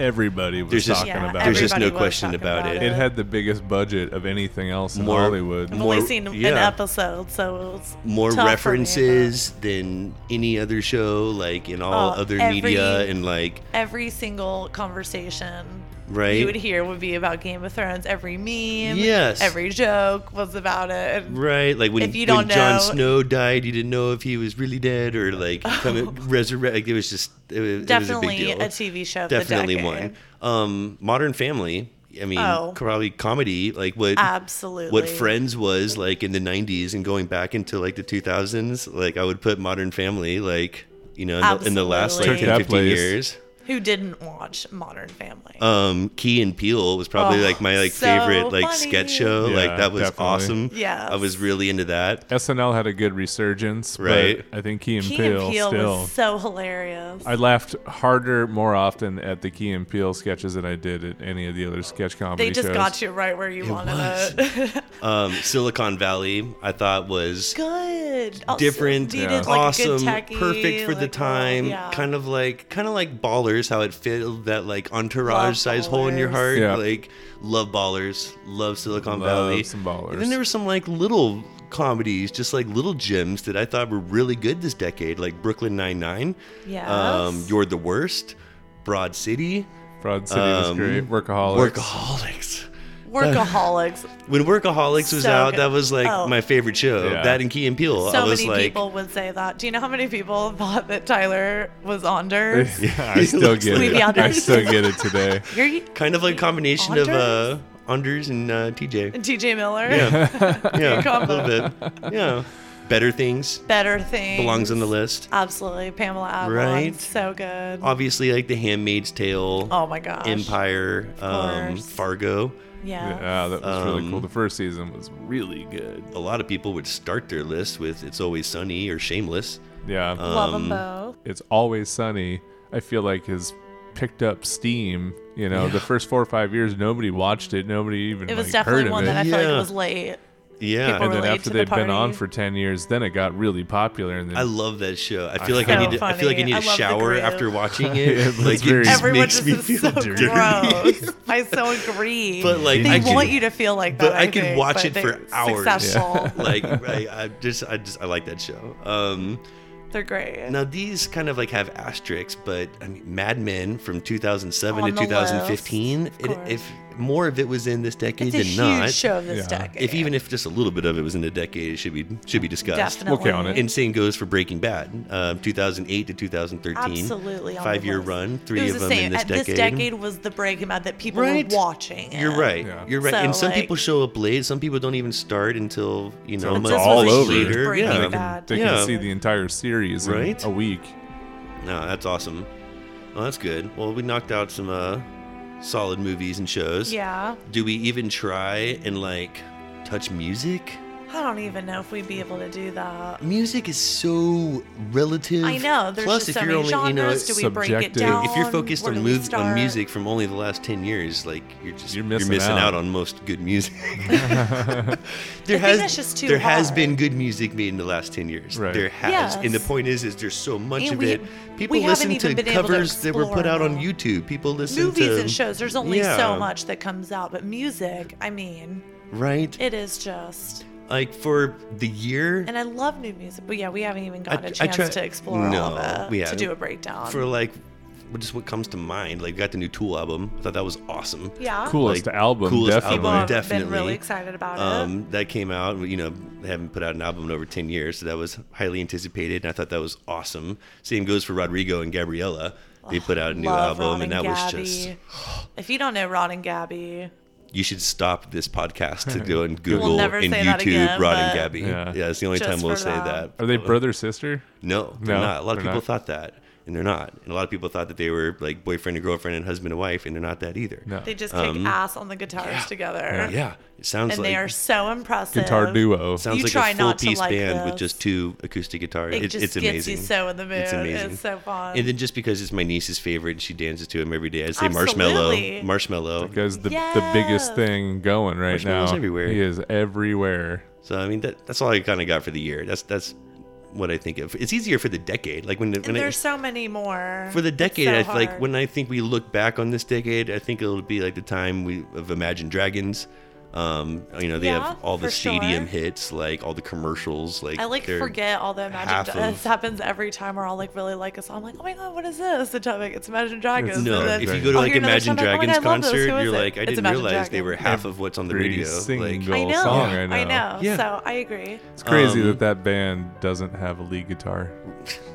[SPEAKER 4] Everybody was
[SPEAKER 3] There's just-
[SPEAKER 4] talking
[SPEAKER 5] Yeah,
[SPEAKER 4] about
[SPEAKER 3] There's
[SPEAKER 4] it.
[SPEAKER 3] just no
[SPEAKER 5] everybody was
[SPEAKER 3] question
[SPEAKER 5] talking
[SPEAKER 3] about it.
[SPEAKER 4] It had the biggest budget of anything else in
[SPEAKER 3] More-
[SPEAKER 4] Hollywood.
[SPEAKER 5] I've
[SPEAKER 3] more-
[SPEAKER 5] only seen an
[SPEAKER 3] yeah.
[SPEAKER 5] episode, so it was
[SPEAKER 3] more
[SPEAKER 5] tough for me,
[SPEAKER 3] references than any other show, like in all
[SPEAKER 5] Oh,
[SPEAKER 3] other
[SPEAKER 5] every-
[SPEAKER 3] media, and like
[SPEAKER 5] but Every single conversation
[SPEAKER 3] right,
[SPEAKER 5] you would hear would be about Game of Thrones. Every meme,
[SPEAKER 3] Yes.
[SPEAKER 5] every joke was about it. And
[SPEAKER 3] right, like when,
[SPEAKER 5] If you
[SPEAKER 3] when
[SPEAKER 5] don't
[SPEAKER 3] Jon
[SPEAKER 5] know-
[SPEAKER 3] Snow died, you didn't know if he was really dead or like coming resurrect. Like, it was just it was,
[SPEAKER 5] Definitely
[SPEAKER 3] it
[SPEAKER 5] a,
[SPEAKER 3] was a big deal.
[SPEAKER 5] TV show. Of
[SPEAKER 3] Definitely
[SPEAKER 5] the decade.
[SPEAKER 3] one. Um, Modern Family. I mean,
[SPEAKER 5] Oh.
[SPEAKER 3] probably comedy. Like what?
[SPEAKER 5] Absolutely.
[SPEAKER 3] What Friends was like in the '90s and going back into like the 2000s. Like I would put Modern Family like you know in the, in the last like
[SPEAKER 5] Took
[SPEAKER 3] 10,
[SPEAKER 4] that
[SPEAKER 3] 15
[SPEAKER 4] place.
[SPEAKER 3] years.
[SPEAKER 5] Who didn't watch Modern Family?
[SPEAKER 3] um Key and Peele was probably
[SPEAKER 5] Oh,
[SPEAKER 3] like my like
[SPEAKER 5] so
[SPEAKER 3] favorite like
[SPEAKER 5] funny.
[SPEAKER 3] sketch show.
[SPEAKER 4] Yeah,
[SPEAKER 3] like that was
[SPEAKER 4] definitely.
[SPEAKER 3] awesome.
[SPEAKER 5] Yes.
[SPEAKER 3] I was really into that.
[SPEAKER 4] SNL had a good resurgence, but
[SPEAKER 3] Right.
[SPEAKER 4] I think Key and
[SPEAKER 5] Key
[SPEAKER 4] Peele
[SPEAKER 5] and Peele
[SPEAKER 4] still.
[SPEAKER 5] was so hilarious.
[SPEAKER 4] I laughed harder more often at the Key and Peele sketches than I did at any of the other sketch comedy
[SPEAKER 5] they just
[SPEAKER 4] shows.
[SPEAKER 5] got you right where you wanted
[SPEAKER 3] was.
[SPEAKER 5] it.
[SPEAKER 3] Um Silicon Valley I thought was
[SPEAKER 5] good. Also,
[SPEAKER 3] different,
[SPEAKER 5] you
[SPEAKER 4] Yeah.
[SPEAKER 5] did, like, a good
[SPEAKER 3] awesome,
[SPEAKER 5] techie,
[SPEAKER 3] perfect for the
[SPEAKER 5] like,
[SPEAKER 3] time.
[SPEAKER 5] yeah.
[SPEAKER 3] Kind of like kind of like ballers, how it filled that like entourage
[SPEAKER 5] Love
[SPEAKER 3] size hole in your
[SPEAKER 5] Ballers.
[SPEAKER 3] heart.
[SPEAKER 4] Yeah.
[SPEAKER 3] Like love ballers, love Silicon
[SPEAKER 4] Love
[SPEAKER 3] Valley.
[SPEAKER 4] some Ballers.
[SPEAKER 3] And then there were some like little comedies, just like little gems that I thought were really good this decade, like Brooklyn Nine Nine.
[SPEAKER 5] Yes.
[SPEAKER 3] Um, You're the worst. Broad City.
[SPEAKER 4] Broad City was
[SPEAKER 3] Um,
[SPEAKER 4] great. Workaholics.
[SPEAKER 3] Workaholics.
[SPEAKER 5] workaholics.
[SPEAKER 3] When Workaholics was
[SPEAKER 5] So
[SPEAKER 3] out,
[SPEAKER 5] good.
[SPEAKER 3] that was like
[SPEAKER 5] Oh.
[SPEAKER 3] my favorite show.
[SPEAKER 4] Yeah.
[SPEAKER 3] That and Key and Peele. I
[SPEAKER 5] so
[SPEAKER 3] was
[SPEAKER 5] many
[SPEAKER 3] like,
[SPEAKER 5] people would say that. Do you know how many people thought that Tyler was
[SPEAKER 3] Eh.
[SPEAKER 5] Anders?
[SPEAKER 4] yeah, I still
[SPEAKER 3] looks
[SPEAKER 4] get
[SPEAKER 5] like-
[SPEAKER 4] it.
[SPEAKER 5] Maybe
[SPEAKER 4] I
[SPEAKER 5] others.
[SPEAKER 4] still get it today.
[SPEAKER 5] You're
[SPEAKER 3] kind of like a combination of uh, Anders and uh, TJ.
[SPEAKER 5] TJ Miller.
[SPEAKER 3] Yeah, yeah, a
[SPEAKER 5] combo.
[SPEAKER 3] little bit. Yeah, better things
[SPEAKER 5] Better thing.
[SPEAKER 3] belongs on the list.
[SPEAKER 5] Absolutely, Pamela Avalon.
[SPEAKER 3] Right.
[SPEAKER 5] So good.
[SPEAKER 3] Obviously, like The Handmaid's Tale,
[SPEAKER 5] oh my gosh.
[SPEAKER 3] Empire, um,
[SPEAKER 5] course.
[SPEAKER 3] Fargo.
[SPEAKER 5] Yeah.
[SPEAKER 4] Yeah, that was really cool.
[SPEAKER 3] Um,
[SPEAKER 4] The first season was really good.
[SPEAKER 3] A lot of people would start their list with "It's Always Sunny" or "Shameless."
[SPEAKER 4] Yeah.
[SPEAKER 5] Love
[SPEAKER 3] Um,
[SPEAKER 5] them both.
[SPEAKER 4] it's always sunny i feel like has picked up steam you know the first four or five years nobody watched it nobody even
[SPEAKER 5] It was
[SPEAKER 4] like, heard
[SPEAKER 5] definitely
[SPEAKER 4] of
[SPEAKER 5] one that I
[SPEAKER 4] it
[SPEAKER 5] felt like
[SPEAKER 3] Yeah.
[SPEAKER 5] was late.
[SPEAKER 3] Yeah.
[SPEAKER 5] People
[SPEAKER 4] and then
[SPEAKER 5] relate
[SPEAKER 4] after
[SPEAKER 5] to the
[SPEAKER 4] they've been on
[SPEAKER 5] party.
[SPEAKER 4] for 10 years then it got really popular and then
[SPEAKER 3] I love that show. I feel like I
[SPEAKER 5] So
[SPEAKER 3] need to. I feel like I
[SPEAKER 5] funny.
[SPEAKER 3] need
[SPEAKER 5] I
[SPEAKER 3] a
[SPEAKER 5] love the
[SPEAKER 3] shower
[SPEAKER 5] groove.
[SPEAKER 3] after watching it.
[SPEAKER 4] Yeah, that's
[SPEAKER 3] like
[SPEAKER 4] very-
[SPEAKER 3] it just
[SPEAKER 5] Everyone
[SPEAKER 3] makes
[SPEAKER 5] just
[SPEAKER 3] me
[SPEAKER 5] is
[SPEAKER 3] feel
[SPEAKER 5] so
[SPEAKER 3] dirty.
[SPEAKER 5] gross. I so agree.
[SPEAKER 3] But, like,
[SPEAKER 5] they
[SPEAKER 3] I
[SPEAKER 5] want
[SPEAKER 3] could-
[SPEAKER 5] you to feel like that.
[SPEAKER 3] but I could
[SPEAKER 5] think,
[SPEAKER 3] watch
[SPEAKER 5] but
[SPEAKER 3] it for
[SPEAKER 5] they're
[SPEAKER 3] hours. Yeah.
[SPEAKER 5] Successful.
[SPEAKER 3] like I, I just, I just, I like that show. Um,
[SPEAKER 5] They're great.
[SPEAKER 3] now these kind of like have asterisks, but I mean, Mad Men from 2007
[SPEAKER 5] On
[SPEAKER 3] to
[SPEAKER 5] the list,
[SPEAKER 3] 2015.
[SPEAKER 5] of
[SPEAKER 3] It,
[SPEAKER 5] course.
[SPEAKER 3] if more of it was in this decade
[SPEAKER 5] it's a
[SPEAKER 3] than
[SPEAKER 5] huge
[SPEAKER 3] not,
[SPEAKER 5] show this
[SPEAKER 4] Yeah.
[SPEAKER 5] decade.
[SPEAKER 3] if even if just a little bit of it was in the decade, it should be should be discussed.
[SPEAKER 5] definitely
[SPEAKER 4] We'll count it.
[SPEAKER 3] And same goes for Breaking Bad, um, 2008 to 2013.
[SPEAKER 5] Absolutely, on the
[SPEAKER 3] Five year
[SPEAKER 5] list.
[SPEAKER 3] run,
[SPEAKER 5] It
[SPEAKER 3] three of
[SPEAKER 5] was the
[SPEAKER 3] them
[SPEAKER 5] same.
[SPEAKER 3] in this
[SPEAKER 5] Uh,
[SPEAKER 3] decade.
[SPEAKER 5] This decade was the Breaking Bad that people
[SPEAKER 3] Right.
[SPEAKER 5] were watching. it.
[SPEAKER 3] You're right.
[SPEAKER 4] Yeah.
[SPEAKER 3] You're right.
[SPEAKER 5] So,
[SPEAKER 3] and some
[SPEAKER 5] like-
[SPEAKER 3] people show up late. Some people don't even start until you know
[SPEAKER 5] But
[SPEAKER 3] months
[SPEAKER 5] this was
[SPEAKER 4] all
[SPEAKER 5] a
[SPEAKER 4] over.
[SPEAKER 5] huge
[SPEAKER 3] later.
[SPEAKER 5] Breaking
[SPEAKER 3] Yeah.
[SPEAKER 4] they can,
[SPEAKER 5] Bad.
[SPEAKER 4] they
[SPEAKER 3] Yeah.
[SPEAKER 4] can see the entire series in
[SPEAKER 3] Right?
[SPEAKER 4] a week
[SPEAKER 3] No, that's awesome. Well, that's good. Well, we knocked out some uh, solid movies and shows.
[SPEAKER 5] Yeah.
[SPEAKER 3] Do we even try and like touch music?
[SPEAKER 5] I don't even know if we'd be able to do that.
[SPEAKER 3] Music is so relative.
[SPEAKER 5] I know. There's
[SPEAKER 3] Mm. Plus,
[SPEAKER 5] just
[SPEAKER 3] if
[SPEAKER 5] so
[SPEAKER 3] you're
[SPEAKER 5] many
[SPEAKER 3] only, you know,
[SPEAKER 5] genres. do we break it
[SPEAKER 4] subjective.
[SPEAKER 5] down?
[SPEAKER 3] if you're focused
[SPEAKER 5] Um, Where
[SPEAKER 3] on,
[SPEAKER 5] do we
[SPEAKER 3] move, on
[SPEAKER 5] start?
[SPEAKER 3] music from only the last 10 years like you're just
[SPEAKER 4] You're missing
[SPEAKER 3] out.
[SPEAKER 4] out.
[SPEAKER 3] on most good music there
[SPEAKER 5] think that's just too
[SPEAKER 3] there has
[SPEAKER 5] hard.
[SPEAKER 3] been good music made in the last 10 years
[SPEAKER 4] Right.
[SPEAKER 3] there has and the
[SPEAKER 5] Yes.
[SPEAKER 3] point is is there's so much
[SPEAKER 5] And
[SPEAKER 3] of
[SPEAKER 5] we-
[SPEAKER 3] it people
[SPEAKER 5] we haven't
[SPEAKER 3] listen to
[SPEAKER 5] even been able to
[SPEAKER 3] covers that were put
[SPEAKER 5] explore
[SPEAKER 3] out on
[SPEAKER 5] them.
[SPEAKER 3] youtube people listen
[SPEAKER 5] Movies
[SPEAKER 3] to
[SPEAKER 5] and shows. There's only
[SPEAKER 3] Yeah.
[SPEAKER 5] so much that comes out, but music. I mean,
[SPEAKER 3] right
[SPEAKER 5] it is just.
[SPEAKER 3] like for the year
[SPEAKER 5] And I love new music, but yeah, we haven't even gotten a
[SPEAKER 3] I
[SPEAKER 5] chance
[SPEAKER 3] try-
[SPEAKER 5] to explore all
[SPEAKER 3] No,
[SPEAKER 5] of it
[SPEAKER 3] we
[SPEAKER 5] to
[SPEAKER 3] haven't.
[SPEAKER 5] do a breakdown.
[SPEAKER 3] for like just what comes to mind like we got the new tool album i thought that was awesome
[SPEAKER 5] yeah,
[SPEAKER 4] coolest
[SPEAKER 3] Like,
[SPEAKER 4] album
[SPEAKER 3] coolest
[SPEAKER 4] definitely
[SPEAKER 5] People have
[SPEAKER 3] Definitely.
[SPEAKER 5] been really excited about it.
[SPEAKER 3] Um, that came out. You know, they haven't put out an album in over ten years, so that was highly anticipated, and I thought that was awesome. Same goes for Rodrigo and Gabriella. They put out a new
[SPEAKER 5] Love
[SPEAKER 3] album,
[SPEAKER 5] Ron
[SPEAKER 3] and that was just.
[SPEAKER 5] Gabby. If you don't know Rod and Gabby,
[SPEAKER 3] You should stop this podcast to go and Google
[SPEAKER 5] never
[SPEAKER 3] and
[SPEAKER 5] say that
[SPEAKER 3] YouTube
[SPEAKER 5] again,
[SPEAKER 3] Rod and
[SPEAKER 5] but-
[SPEAKER 3] Gabby. Yeah.
[SPEAKER 4] Yeah.
[SPEAKER 3] it's the only
[SPEAKER 5] Just
[SPEAKER 3] time we'll
[SPEAKER 5] for
[SPEAKER 3] say
[SPEAKER 5] now.
[SPEAKER 3] that.
[SPEAKER 4] are they brother sister
[SPEAKER 3] No, they're
[SPEAKER 4] No,
[SPEAKER 3] not. A lot of
[SPEAKER 4] they're
[SPEAKER 3] people
[SPEAKER 4] not.
[SPEAKER 3] thought that, and they're not. And a lot of people thought that they were like boyfriend and girlfriend and husband and wife, and they're not that either.
[SPEAKER 4] no
[SPEAKER 5] they just kick ass on the guitars together,
[SPEAKER 3] Um, Yeah, it sounds
[SPEAKER 5] and
[SPEAKER 3] like
[SPEAKER 5] they are so impressive.
[SPEAKER 4] guitar duo
[SPEAKER 3] sounds
[SPEAKER 5] You
[SPEAKER 3] like
[SPEAKER 5] try
[SPEAKER 3] a full
[SPEAKER 5] not to
[SPEAKER 3] piece
[SPEAKER 5] like
[SPEAKER 3] band with
[SPEAKER 5] this.
[SPEAKER 3] just two acoustic guitars.
[SPEAKER 5] It
[SPEAKER 3] It's-
[SPEAKER 5] just
[SPEAKER 3] it's
[SPEAKER 5] gets you
[SPEAKER 3] amazing.
[SPEAKER 5] so in the
[SPEAKER 3] It's
[SPEAKER 5] mood. It's
[SPEAKER 3] amazing.
[SPEAKER 5] so fun.
[SPEAKER 3] And then just because it's my niece's favorite, she dances to him every day. I say marshmallow,
[SPEAKER 5] Absolutely.
[SPEAKER 3] marshmallow.
[SPEAKER 4] because the, the biggest
[SPEAKER 5] Yeah.
[SPEAKER 4] thing going right now
[SPEAKER 3] Marshmallow's everywhere.
[SPEAKER 4] he is everywhere
[SPEAKER 3] So I mean, that, that's all I kind of got for the year. That's that's what I think of. It's easier for the decade. Like when, the-
[SPEAKER 5] And
[SPEAKER 3] when I,
[SPEAKER 5] there's so many more.
[SPEAKER 3] for the
[SPEAKER 5] It's
[SPEAKER 3] decade,
[SPEAKER 5] so
[SPEAKER 3] I, feel like
[SPEAKER 5] hard.
[SPEAKER 3] when I think we look back on this decade, I think it'll be like the time we of Imagine Dragons. Um, you know, they
[SPEAKER 5] Yeah,
[SPEAKER 3] have all the
[SPEAKER 5] for sure.
[SPEAKER 3] stadium hits, like all the commercials. Like
[SPEAKER 5] I like
[SPEAKER 3] they're-
[SPEAKER 5] forget all the
[SPEAKER 3] half
[SPEAKER 5] Imagine
[SPEAKER 3] of-
[SPEAKER 5] Dragons. This happens every time where I'll like really like a song. I'm like, oh my god, what is this? The topic, it's Imagine Dragons.
[SPEAKER 4] It's
[SPEAKER 5] And
[SPEAKER 3] No,
[SPEAKER 5] then
[SPEAKER 3] if you
[SPEAKER 4] Dragons.
[SPEAKER 3] go to
[SPEAKER 5] I'll
[SPEAKER 3] like
[SPEAKER 5] hear another
[SPEAKER 3] Imagine
[SPEAKER 5] song, I'm like, oh my
[SPEAKER 3] Dragons
[SPEAKER 5] God, I love this. Who
[SPEAKER 3] concert,
[SPEAKER 5] is
[SPEAKER 3] you're
[SPEAKER 5] it?
[SPEAKER 3] like, I
[SPEAKER 5] It's
[SPEAKER 3] didn't
[SPEAKER 5] Imagine
[SPEAKER 3] realize they were
[SPEAKER 5] Dragons.
[SPEAKER 3] half of what's on the
[SPEAKER 4] Every
[SPEAKER 3] radio. Like,
[SPEAKER 4] single
[SPEAKER 5] I know,
[SPEAKER 4] song right now
[SPEAKER 5] I know.
[SPEAKER 3] Yeah.
[SPEAKER 5] So I agree.
[SPEAKER 4] it's crazy
[SPEAKER 3] Um,
[SPEAKER 4] that that band doesn't have a lead guitar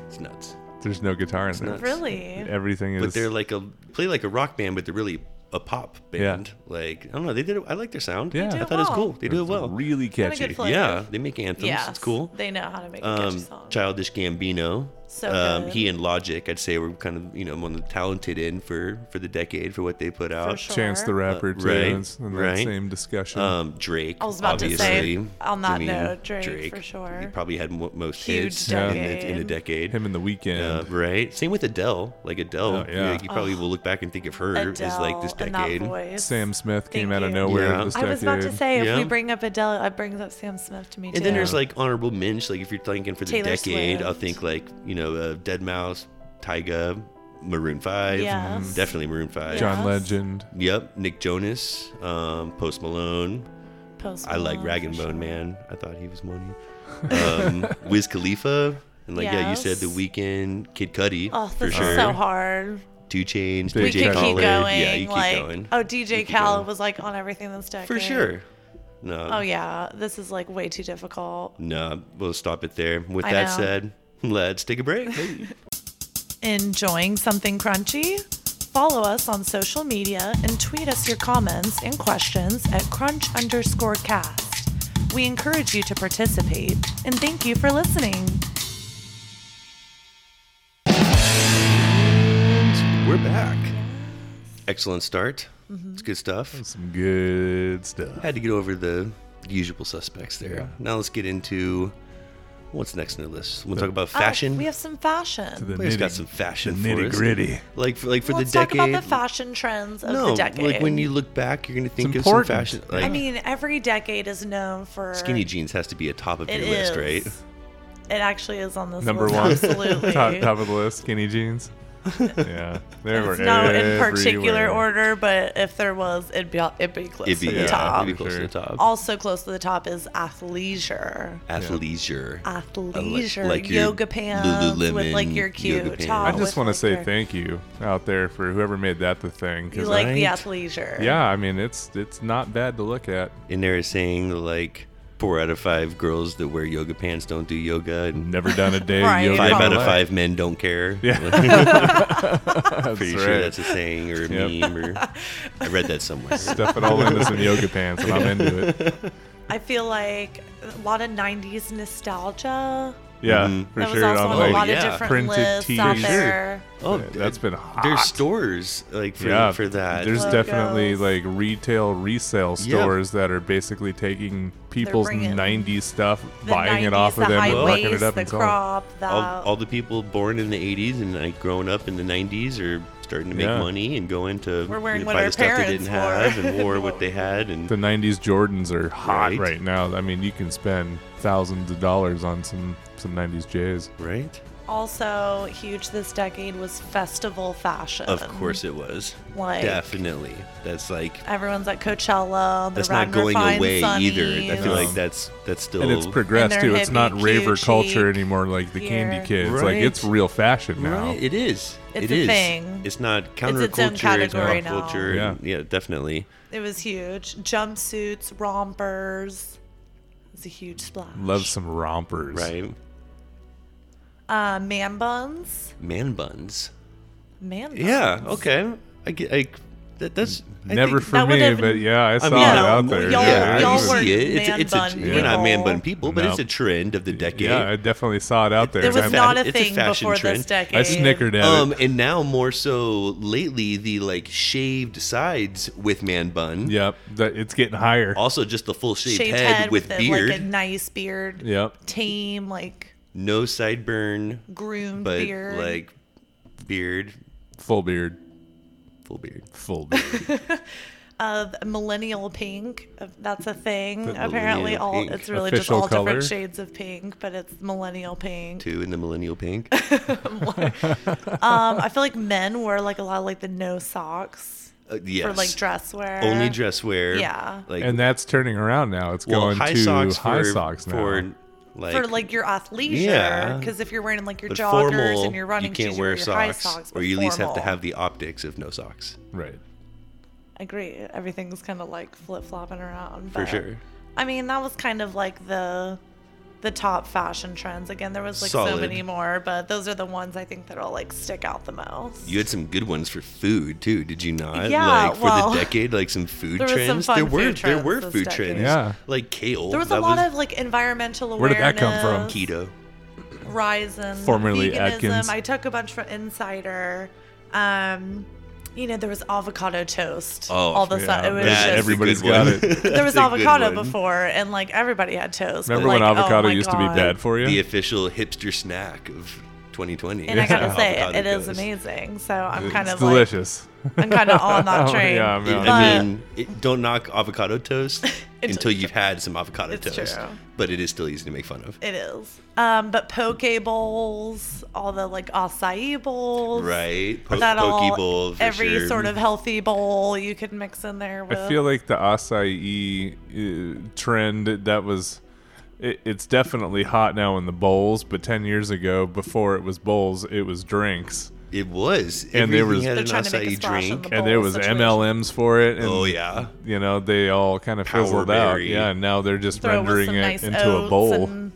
[SPEAKER 3] it's nuts.
[SPEAKER 4] there's no guitar in there
[SPEAKER 3] nuts.
[SPEAKER 5] Really,
[SPEAKER 4] everything is
[SPEAKER 3] But they're like a play like a rock band, but they're really a pop
[SPEAKER 4] Yeah.
[SPEAKER 3] band. Like I don't know, they did. It, I like their sound.
[SPEAKER 4] Yeah. They
[SPEAKER 3] I
[SPEAKER 4] do
[SPEAKER 3] thought
[SPEAKER 5] it
[SPEAKER 3] it was
[SPEAKER 5] well.
[SPEAKER 3] cool. They do it
[SPEAKER 4] it's
[SPEAKER 3] well.
[SPEAKER 4] really
[SPEAKER 5] a
[SPEAKER 4] catchy
[SPEAKER 5] good flavor.
[SPEAKER 3] yeah, they make anthems.
[SPEAKER 5] yeah,
[SPEAKER 3] It's cool.
[SPEAKER 5] They know how to make a catchy
[SPEAKER 3] Um,
[SPEAKER 5] song.
[SPEAKER 3] Childish Gambino.
[SPEAKER 5] So
[SPEAKER 3] um,
[SPEAKER 5] good.
[SPEAKER 3] he and Logic, I'd say, were kind of you know one of the talented in for for the decade for what they put out.
[SPEAKER 5] sure.
[SPEAKER 4] Chance the Rapper too.
[SPEAKER 3] Uh, right,
[SPEAKER 4] It's in that
[SPEAKER 3] right.
[SPEAKER 4] same discussion.
[SPEAKER 3] Um, Drake.
[SPEAKER 5] I was about to
[SPEAKER 3] obviously.
[SPEAKER 5] say, on that
[SPEAKER 3] I mean,
[SPEAKER 5] note, Drake, for sure.
[SPEAKER 3] He probably had mo- most
[SPEAKER 5] Huge
[SPEAKER 3] hits in the, in the
[SPEAKER 5] decade.
[SPEAKER 3] decade.
[SPEAKER 4] Him in the weekend.
[SPEAKER 3] Uh, right. Same with Adele. Like Adele,
[SPEAKER 4] Oh, yeah.
[SPEAKER 3] like, you probably will look back and think of her as
[SPEAKER 5] Adele
[SPEAKER 3] like this
[SPEAKER 5] and that
[SPEAKER 3] decade.
[SPEAKER 5] voice.
[SPEAKER 4] Sam Smith came
[SPEAKER 5] Thank
[SPEAKER 4] out of
[SPEAKER 5] you.
[SPEAKER 4] nowhere
[SPEAKER 3] Yeah.
[SPEAKER 4] this
[SPEAKER 5] I
[SPEAKER 4] decade.
[SPEAKER 5] was about to say, if
[SPEAKER 3] Yeah.
[SPEAKER 5] we bring up Adele, it brings up Sam Smith to me too.
[SPEAKER 3] And then there's like honorable mentions. Like if you're thinking for the
[SPEAKER 5] Taylor
[SPEAKER 3] decade, I'll
[SPEAKER 5] Swift.
[SPEAKER 3] think like you know uh, Dead Mouse, Tyga, Maroon Five.
[SPEAKER 5] Yes.
[SPEAKER 3] Definitely Maroon Five.
[SPEAKER 4] John
[SPEAKER 5] Yes.
[SPEAKER 4] Legend.
[SPEAKER 3] Yep. Nick Jonas, um, Post Malone.
[SPEAKER 5] Post
[SPEAKER 3] I like
[SPEAKER 5] Malone,
[SPEAKER 3] Rag
[SPEAKER 5] Oh, for
[SPEAKER 3] and
[SPEAKER 5] sure.
[SPEAKER 3] Bone Man. I thought he was money. Um, Wiz Khalifa. And like yeah, you said
[SPEAKER 5] Yes.
[SPEAKER 3] the weekend, Kid Cudi
[SPEAKER 5] Oh,
[SPEAKER 3] for
[SPEAKER 5] this
[SPEAKER 3] sure.
[SPEAKER 5] is so hard.
[SPEAKER 3] Two Chains,
[SPEAKER 4] We
[SPEAKER 5] We
[SPEAKER 3] DJ
[SPEAKER 5] could keep
[SPEAKER 3] Khaled.
[SPEAKER 5] going.
[SPEAKER 3] Yeah, you keep
[SPEAKER 5] like,
[SPEAKER 3] going.
[SPEAKER 5] oh, DJ Khaled was like on everything this decade.
[SPEAKER 3] For sure. No.
[SPEAKER 5] Oh yeah, this is like way too difficult.
[SPEAKER 3] No, we'll stop it there. With
[SPEAKER 5] I
[SPEAKER 3] that
[SPEAKER 5] know.
[SPEAKER 3] said, let's take a break.
[SPEAKER 5] Enjoying something crunchy? Follow us on social media and tweet us your comments and questions at crunch underscore cast. We encourage you to participate and thank you for listening.
[SPEAKER 3] We're back. Excellent start.
[SPEAKER 5] Mm-hmm.
[SPEAKER 3] It's good stuff.
[SPEAKER 4] Some good stuff.
[SPEAKER 3] Had to get over the usual suspects there. Now let's get into What's next on the list? We'll talk about
[SPEAKER 5] Oh,
[SPEAKER 3] fashion.
[SPEAKER 5] we have some fashion.
[SPEAKER 3] Blair's got some fashion.
[SPEAKER 4] the
[SPEAKER 3] for us.
[SPEAKER 4] nitty-gritty.
[SPEAKER 3] Like for like for
[SPEAKER 5] Let's
[SPEAKER 3] the
[SPEAKER 5] talk
[SPEAKER 3] decade.
[SPEAKER 5] about the fashion trends of
[SPEAKER 3] no,
[SPEAKER 5] the decade.
[SPEAKER 3] like when you look back, you're gonna think of some
[SPEAKER 4] important.
[SPEAKER 3] fashion. Like
[SPEAKER 5] I mean, every decade is known for
[SPEAKER 3] skinny jeans has to be a top of
[SPEAKER 5] It
[SPEAKER 3] your
[SPEAKER 5] is.
[SPEAKER 3] list, right?
[SPEAKER 5] It actually is on this
[SPEAKER 4] Number
[SPEAKER 5] list,
[SPEAKER 4] one,
[SPEAKER 5] Absolutely.
[SPEAKER 4] top, top of the list, skinny jeans. Yeah, they were
[SPEAKER 5] It's not in
[SPEAKER 4] everywhere.
[SPEAKER 5] particular order, but if there was, it'd be it'd be close
[SPEAKER 3] It'd be,
[SPEAKER 5] to the
[SPEAKER 3] yeah,
[SPEAKER 5] top.
[SPEAKER 3] it'd be close to the top.
[SPEAKER 5] Also close to the top is athleisure.
[SPEAKER 3] Athleisure.
[SPEAKER 5] Athleisure,
[SPEAKER 3] like your
[SPEAKER 5] yoga pants with like
[SPEAKER 3] Lululemon
[SPEAKER 5] your
[SPEAKER 3] yoga
[SPEAKER 5] cute
[SPEAKER 3] pants.
[SPEAKER 5] top.
[SPEAKER 4] I
[SPEAKER 5] with,
[SPEAKER 4] just want to
[SPEAKER 5] like,
[SPEAKER 4] say
[SPEAKER 5] your-
[SPEAKER 4] thank you out there for whoever made that the thing.
[SPEAKER 5] You
[SPEAKER 4] 'cause
[SPEAKER 5] like the
[SPEAKER 3] Right?
[SPEAKER 5] athleisure?
[SPEAKER 4] I- yeah, I mean it's it's not bad to look at.
[SPEAKER 3] And they're saying like four out of five girls that wear yoga pants don't do yoga, and
[SPEAKER 4] Never done a day.
[SPEAKER 5] Right,
[SPEAKER 4] yoga
[SPEAKER 3] five
[SPEAKER 5] They
[SPEAKER 4] in my
[SPEAKER 3] out of
[SPEAKER 4] life.
[SPEAKER 3] five men don't care.
[SPEAKER 4] Mm-hmm. Yeah. That's
[SPEAKER 3] pretty
[SPEAKER 4] right.
[SPEAKER 3] sure that's a saying or a
[SPEAKER 4] Yep.
[SPEAKER 3] meme or I read that somewhere.
[SPEAKER 4] Stuff it all into some yoga pants, and I'm into it.
[SPEAKER 5] I feel like a lot of '90s nostalgia.
[SPEAKER 4] Yeah,
[SPEAKER 3] Mhm.
[SPEAKER 4] for
[SPEAKER 5] that
[SPEAKER 4] sure.
[SPEAKER 5] was also
[SPEAKER 4] on
[SPEAKER 5] on a
[SPEAKER 4] like
[SPEAKER 5] lot
[SPEAKER 3] yeah.
[SPEAKER 5] of different
[SPEAKER 4] printed
[SPEAKER 5] lists out
[SPEAKER 4] tees.
[SPEAKER 5] there.
[SPEAKER 3] Oh,
[SPEAKER 4] that's been hot.
[SPEAKER 3] There's stores like for,
[SPEAKER 4] yeah,
[SPEAKER 3] for that.
[SPEAKER 4] There's
[SPEAKER 5] Logos.
[SPEAKER 4] definitely
[SPEAKER 5] uh,
[SPEAKER 4] like retail resale
[SPEAKER 3] Yeah.
[SPEAKER 4] stores that are basically taking people's
[SPEAKER 5] bringing
[SPEAKER 4] 90s stuff,
[SPEAKER 5] The
[SPEAKER 4] buying
[SPEAKER 5] 90s,
[SPEAKER 4] it off
[SPEAKER 5] the
[SPEAKER 4] of them,
[SPEAKER 5] high
[SPEAKER 4] and marking
[SPEAKER 5] waist,
[SPEAKER 4] it up
[SPEAKER 5] the
[SPEAKER 4] and selling. it.
[SPEAKER 5] crop, the
[SPEAKER 3] all, all the people born in the 80s and like growing up in the 90s are starting to make
[SPEAKER 4] Yeah.
[SPEAKER 3] money and going to
[SPEAKER 5] We're wearing
[SPEAKER 3] you know,
[SPEAKER 5] what
[SPEAKER 3] buy
[SPEAKER 5] our
[SPEAKER 3] the stuff they
[SPEAKER 5] parents
[SPEAKER 3] didn't
[SPEAKER 5] wore.
[SPEAKER 3] have and wore what they had and
[SPEAKER 4] The 90s Jordans are hot
[SPEAKER 3] Right.
[SPEAKER 4] right. now. I mean, you can spend thousands of dollars on some some 90s J's.
[SPEAKER 3] right.
[SPEAKER 5] Also, huge this decade was festival fashion.
[SPEAKER 3] Of
[SPEAKER 4] Um,
[SPEAKER 3] course it was.
[SPEAKER 5] like-
[SPEAKER 3] Definitely. That's like
[SPEAKER 5] Everyone's at Coachella.
[SPEAKER 3] that's not going away either. I feel
[SPEAKER 4] No.
[SPEAKER 3] like that's that's still
[SPEAKER 4] And it's progressed
[SPEAKER 5] their
[SPEAKER 4] too. It's not
[SPEAKER 5] hippie
[SPEAKER 4] raver
[SPEAKER 5] cute
[SPEAKER 4] culture
[SPEAKER 5] chic
[SPEAKER 4] anymore like the
[SPEAKER 5] gear.
[SPEAKER 4] Candy Kids. Like
[SPEAKER 3] Right.
[SPEAKER 4] it's real fashion now.
[SPEAKER 3] Right, it is.
[SPEAKER 5] It's
[SPEAKER 3] It
[SPEAKER 5] a
[SPEAKER 3] is.
[SPEAKER 5] thing.
[SPEAKER 3] It's not counterculture.
[SPEAKER 5] its own category
[SPEAKER 3] it's
[SPEAKER 5] now.
[SPEAKER 3] pop culture.
[SPEAKER 4] Yeah.
[SPEAKER 3] and- yeah, definitely.
[SPEAKER 5] it was huge. Jumpsuits, rompers. It's a huge splash.
[SPEAKER 4] Love some rompers.
[SPEAKER 3] Right.
[SPEAKER 5] Uh, man buns.
[SPEAKER 3] Man buns.
[SPEAKER 5] Man buns.
[SPEAKER 3] Yeah. Okay. I get. I, that, that's I
[SPEAKER 4] Never
[SPEAKER 3] think-
[SPEAKER 4] for
[SPEAKER 5] That
[SPEAKER 4] me,
[SPEAKER 5] would've-
[SPEAKER 4] but yeah, I saw
[SPEAKER 3] mean,
[SPEAKER 4] it
[SPEAKER 5] yeah,
[SPEAKER 4] out there.
[SPEAKER 5] y'all-
[SPEAKER 4] yeah, I
[SPEAKER 5] y'all
[SPEAKER 4] just-
[SPEAKER 5] were
[SPEAKER 3] see it. It's,
[SPEAKER 5] man
[SPEAKER 3] it's
[SPEAKER 5] bun
[SPEAKER 3] a, we're not
[SPEAKER 5] people.
[SPEAKER 3] man bun people, but it's a
[SPEAKER 4] Nope.
[SPEAKER 3] trend of the decade.
[SPEAKER 4] yeah, I definitely saw it out there.
[SPEAKER 5] There was
[SPEAKER 4] and
[SPEAKER 3] fa-
[SPEAKER 5] not a
[SPEAKER 3] it's a
[SPEAKER 5] thing
[SPEAKER 3] fashion
[SPEAKER 5] before this
[SPEAKER 3] trend.
[SPEAKER 5] decade.
[SPEAKER 4] I, I snickered at
[SPEAKER 3] um,
[SPEAKER 4] it.
[SPEAKER 3] and now more so lately, the like shaved sides with man bun.
[SPEAKER 4] Yep, that, it's getting higher.
[SPEAKER 3] Also, just the full shaved,
[SPEAKER 5] Shaved
[SPEAKER 3] head,
[SPEAKER 5] head
[SPEAKER 3] with
[SPEAKER 5] a-
[SPEAKER 3] beard,
[SPEAKER 5] like a nice beard.
[SPEAKER 4] Yep.
[SPEAKER 5] Tame, like
[SPEAKER 3] no sideburn,
[SPEAKER 5] groomed
[SPEAKER 3] but
[SPEAKER 5] beard.
[SPEAKER 3] like beard,
[SPEAKER 4] Full beard.
[SPEAKER 3] full beard.
[SPEAKER 4] Full beard.
[SPEAKER 5] of millennial pink. That's a thing.
[SPEAKER 3] The
[SPEAKER 5] Apparently,
[SPEAKER 3] millennial
[SPEAKER 5] all
[SPEAKER 3] pink.
[SPEAKER 5] it's really just
[SPEAKER 4] Official
[SPEAKER 5] all
[SPEAKER 4] color.
[SPEAKER 5] different shades of pink, but it's millennial pink.
[SPEAKER 3] Two in the millennial pink.
[SPEAKER 5] Um, I feel like men wear like a lot of like the no socks
[SPEAKER 3] Uh, yes.
[SPEAKER 5] for like dress wear.
[SPEAKER 3] Only dress wear.
[SPEAKER 5] Yeah.
[SPEAKER 3] Like
[SPEAKER 4] and that's turning around now. It's
[SPEAKER 3] well,
[SPEAKER 4] going
[SPEAKER 3] high
[SPEAKER 4] to
[SPEAKER 3] socks
[SPEAKER 4] high
[SPEAKER 3] for,
[SPEAKER 4] socks now.
[SPEAKER 3] for like,
[SPEAKER 5] for like your athleisure,
[SPEAKER 3] Yeah.
[SPEAKER 5] because if you're wearing like your
[SPEAKER 3] but
[SPEAKER 5] joggers
[SPEAKER 3] formal.
[SPEAKER 5] and your running
[SPEAKER 3] you can't
[SPEAKER 5] shoes,
[SPEAKER 3] wear
[SPEAKER 5] your high
[SPEAKER 3] socks,
[SPEAKER 5] socks,
[SPEAKER 3] or
[SPEAKER 5] but
[SPEAKER 3] you at least have to
[SPEAKER 5] formal.
[SPEAKER 3] have the optics of no socks
[SPEAKER 4] right.
[SPEAKER 5] I agree. Everything's kind of like flip flopping around.
[SPEAKER 3] for
[SPEAKER 5] but-
[SPEAKER 3] sure.
[SPEAKER 5] I mean, that was kind of like the the top fashion trends. Again, there was like so
[SPEAKER 3] Solid.
[SPEAKER 5] many more, but those are the ones I think that'll like stick out the most.
[SPEAKER 3] You had some good ones for food too, did you not?
[SPEAKER 5] Yeah,
[SPEAKER 3] like for
[SPEAKER 5] well,
[SPEAKER 3] the decade, like some food
[SPEAKER 5] there was some
[SPEAKER 3] trends.
[SPEAKER 5] fun
[SPEAKER 3] there were
[SPEAKER 5] food
[SPEAKER 3] there were
[SPEAKER 5] trends
[SPEAKER 3] food
[SPEAKER 5] this
[SPEAKER 3] trends.
[SPEAKER 5] decade.
[SPEAKER 4] Yeah.
[SPEAKER 3] Like kale.
[SPEAKER 5] there was a
[SPEAKER 3] that
[SPEAKER 5] lot of like environmental
[SPEAKER 4] Where
[SPEAKER 5] awareness.
[SPEAKER 4] did that come from?
[SPEAKER 3] keto.
[SPEAKER 5] Ryzen,
[SPEAKER 4] Formerly
[SPEAKER 5] veganism.
[SPEAKER 4] Atkins.
[SPEAKER 5] I took a bunch from Insider. Um, you know, there was avocado toast.
[SPEAKER 3] Oh,
[SPEAKER 5] all of a
[SPEAKER 4] yeah,
[SPEAKER 5] sudden, it was
[SPEAKER 4] that's
[SPEAKER 5] just,
[SPEAKER 4] a everybody's
[SPEAKER 3] good one.
[SPEAKER 4] got it.
[SPEAKER 5] there was
[SPEAKER 3] That's a good
[SPEAKER 5] avocado
[SPEAKER 3] one.
[SPEAKER 5] before, and like everybody had toast. but,
[SPEAKER 4] Remember when
[SPEAKER 5] like, oh
[SPEAKER 4] avocado
[SPEAKER 5] my
[SPEAKER 4] used to be
[SPEAKER 5] God.
[SPEAKER 4] bad for you?
[SPEAKER 3] The official hipster snack of 2020.
[SPEAKER 5] And I gotta say,
[SPEAKER 3] Avocado
[SPEAKER 5] it is
[SPEAKER 3] toast.
[SPEAKER 5] amazing. So I'm
[SPEAKER 4] it's
[SPEAKER 5] kind of like,
[SPEAKER 4] delicious.
[SPEAKER 5] I'm kind of on that
[SPEAKER 4] Oh,
[SPEAKER 5] train.
[SPEAKER 4] yeah, I'm out.
[SPEAKER 3] I
[SPEAKER 5] But-
[SPEAKER 3] mean, it, don't knock avocado toast
[SPEAKER 5] It's-
[SPEAKER 3] until you've had some avocado
[SPEAKER 5] it's
[SPEAKER 3] toast.
[SPEAKER 5] true.
[SPEAKER 3] But it is still easy to make fun of.
[SPEAKER 5] It is. Um, but poke bowls, all the like acai bowls.
[SPEAKER 3] Right? Po-
[SPEAKER 5] That
[SPEAKER 3] poke
[SPEAKER 5] all,
[SPEAKER 3] bowl for
[SPEAKER 5] every
[SPEAKER 3] sure.
[SPEAKER 5] sort of healthy bowl you can mix in there with.
[SPEAKER 4] I feel like the acai uh, trend that was. It, it's definitely hot now in the bowls, but 10 years ago, before it was bowls, it was drinks.
[SPEAKER 3] It was.
[SPEAKER 4] And there
[SPEAKER 3] Everything
[SPEAKER 4] was-
[SPEAKER 3] had
[SPEAKER 5] They're
[SPEAKER 3] an
[SPEAKER 5] trying to make a
[SPEAKER 3] acai
[SPEAKER 5] splash on
[SPEAKER 3] drink.
[SPEAKER 5] the
[SPEAKER 4] and there
[SPEAKER 5] bowl
[SPEAKER 4] was
[SPEAKER 5] situation.
[SPEAKER 4] MLMs for it. And,
[SPEAKER 3] Oh, yeah.
[SPEAKER 4] You know, they all kind of fizzled out.
[SPEAKER 3] Powerberry.
[SPEAKER 4] Yeah, and now they're just
[SPEAKER 5] Throw it with
[SPEAKER 4] rendering
[SPEAKER 5] some
[SPEAKER 4] it
[SPEAKER 5] nice
[SPEAKER 4] into a
[SPEAKER 5] oats
[SPEAKER 4] bowl.
[SPEAKER 5] and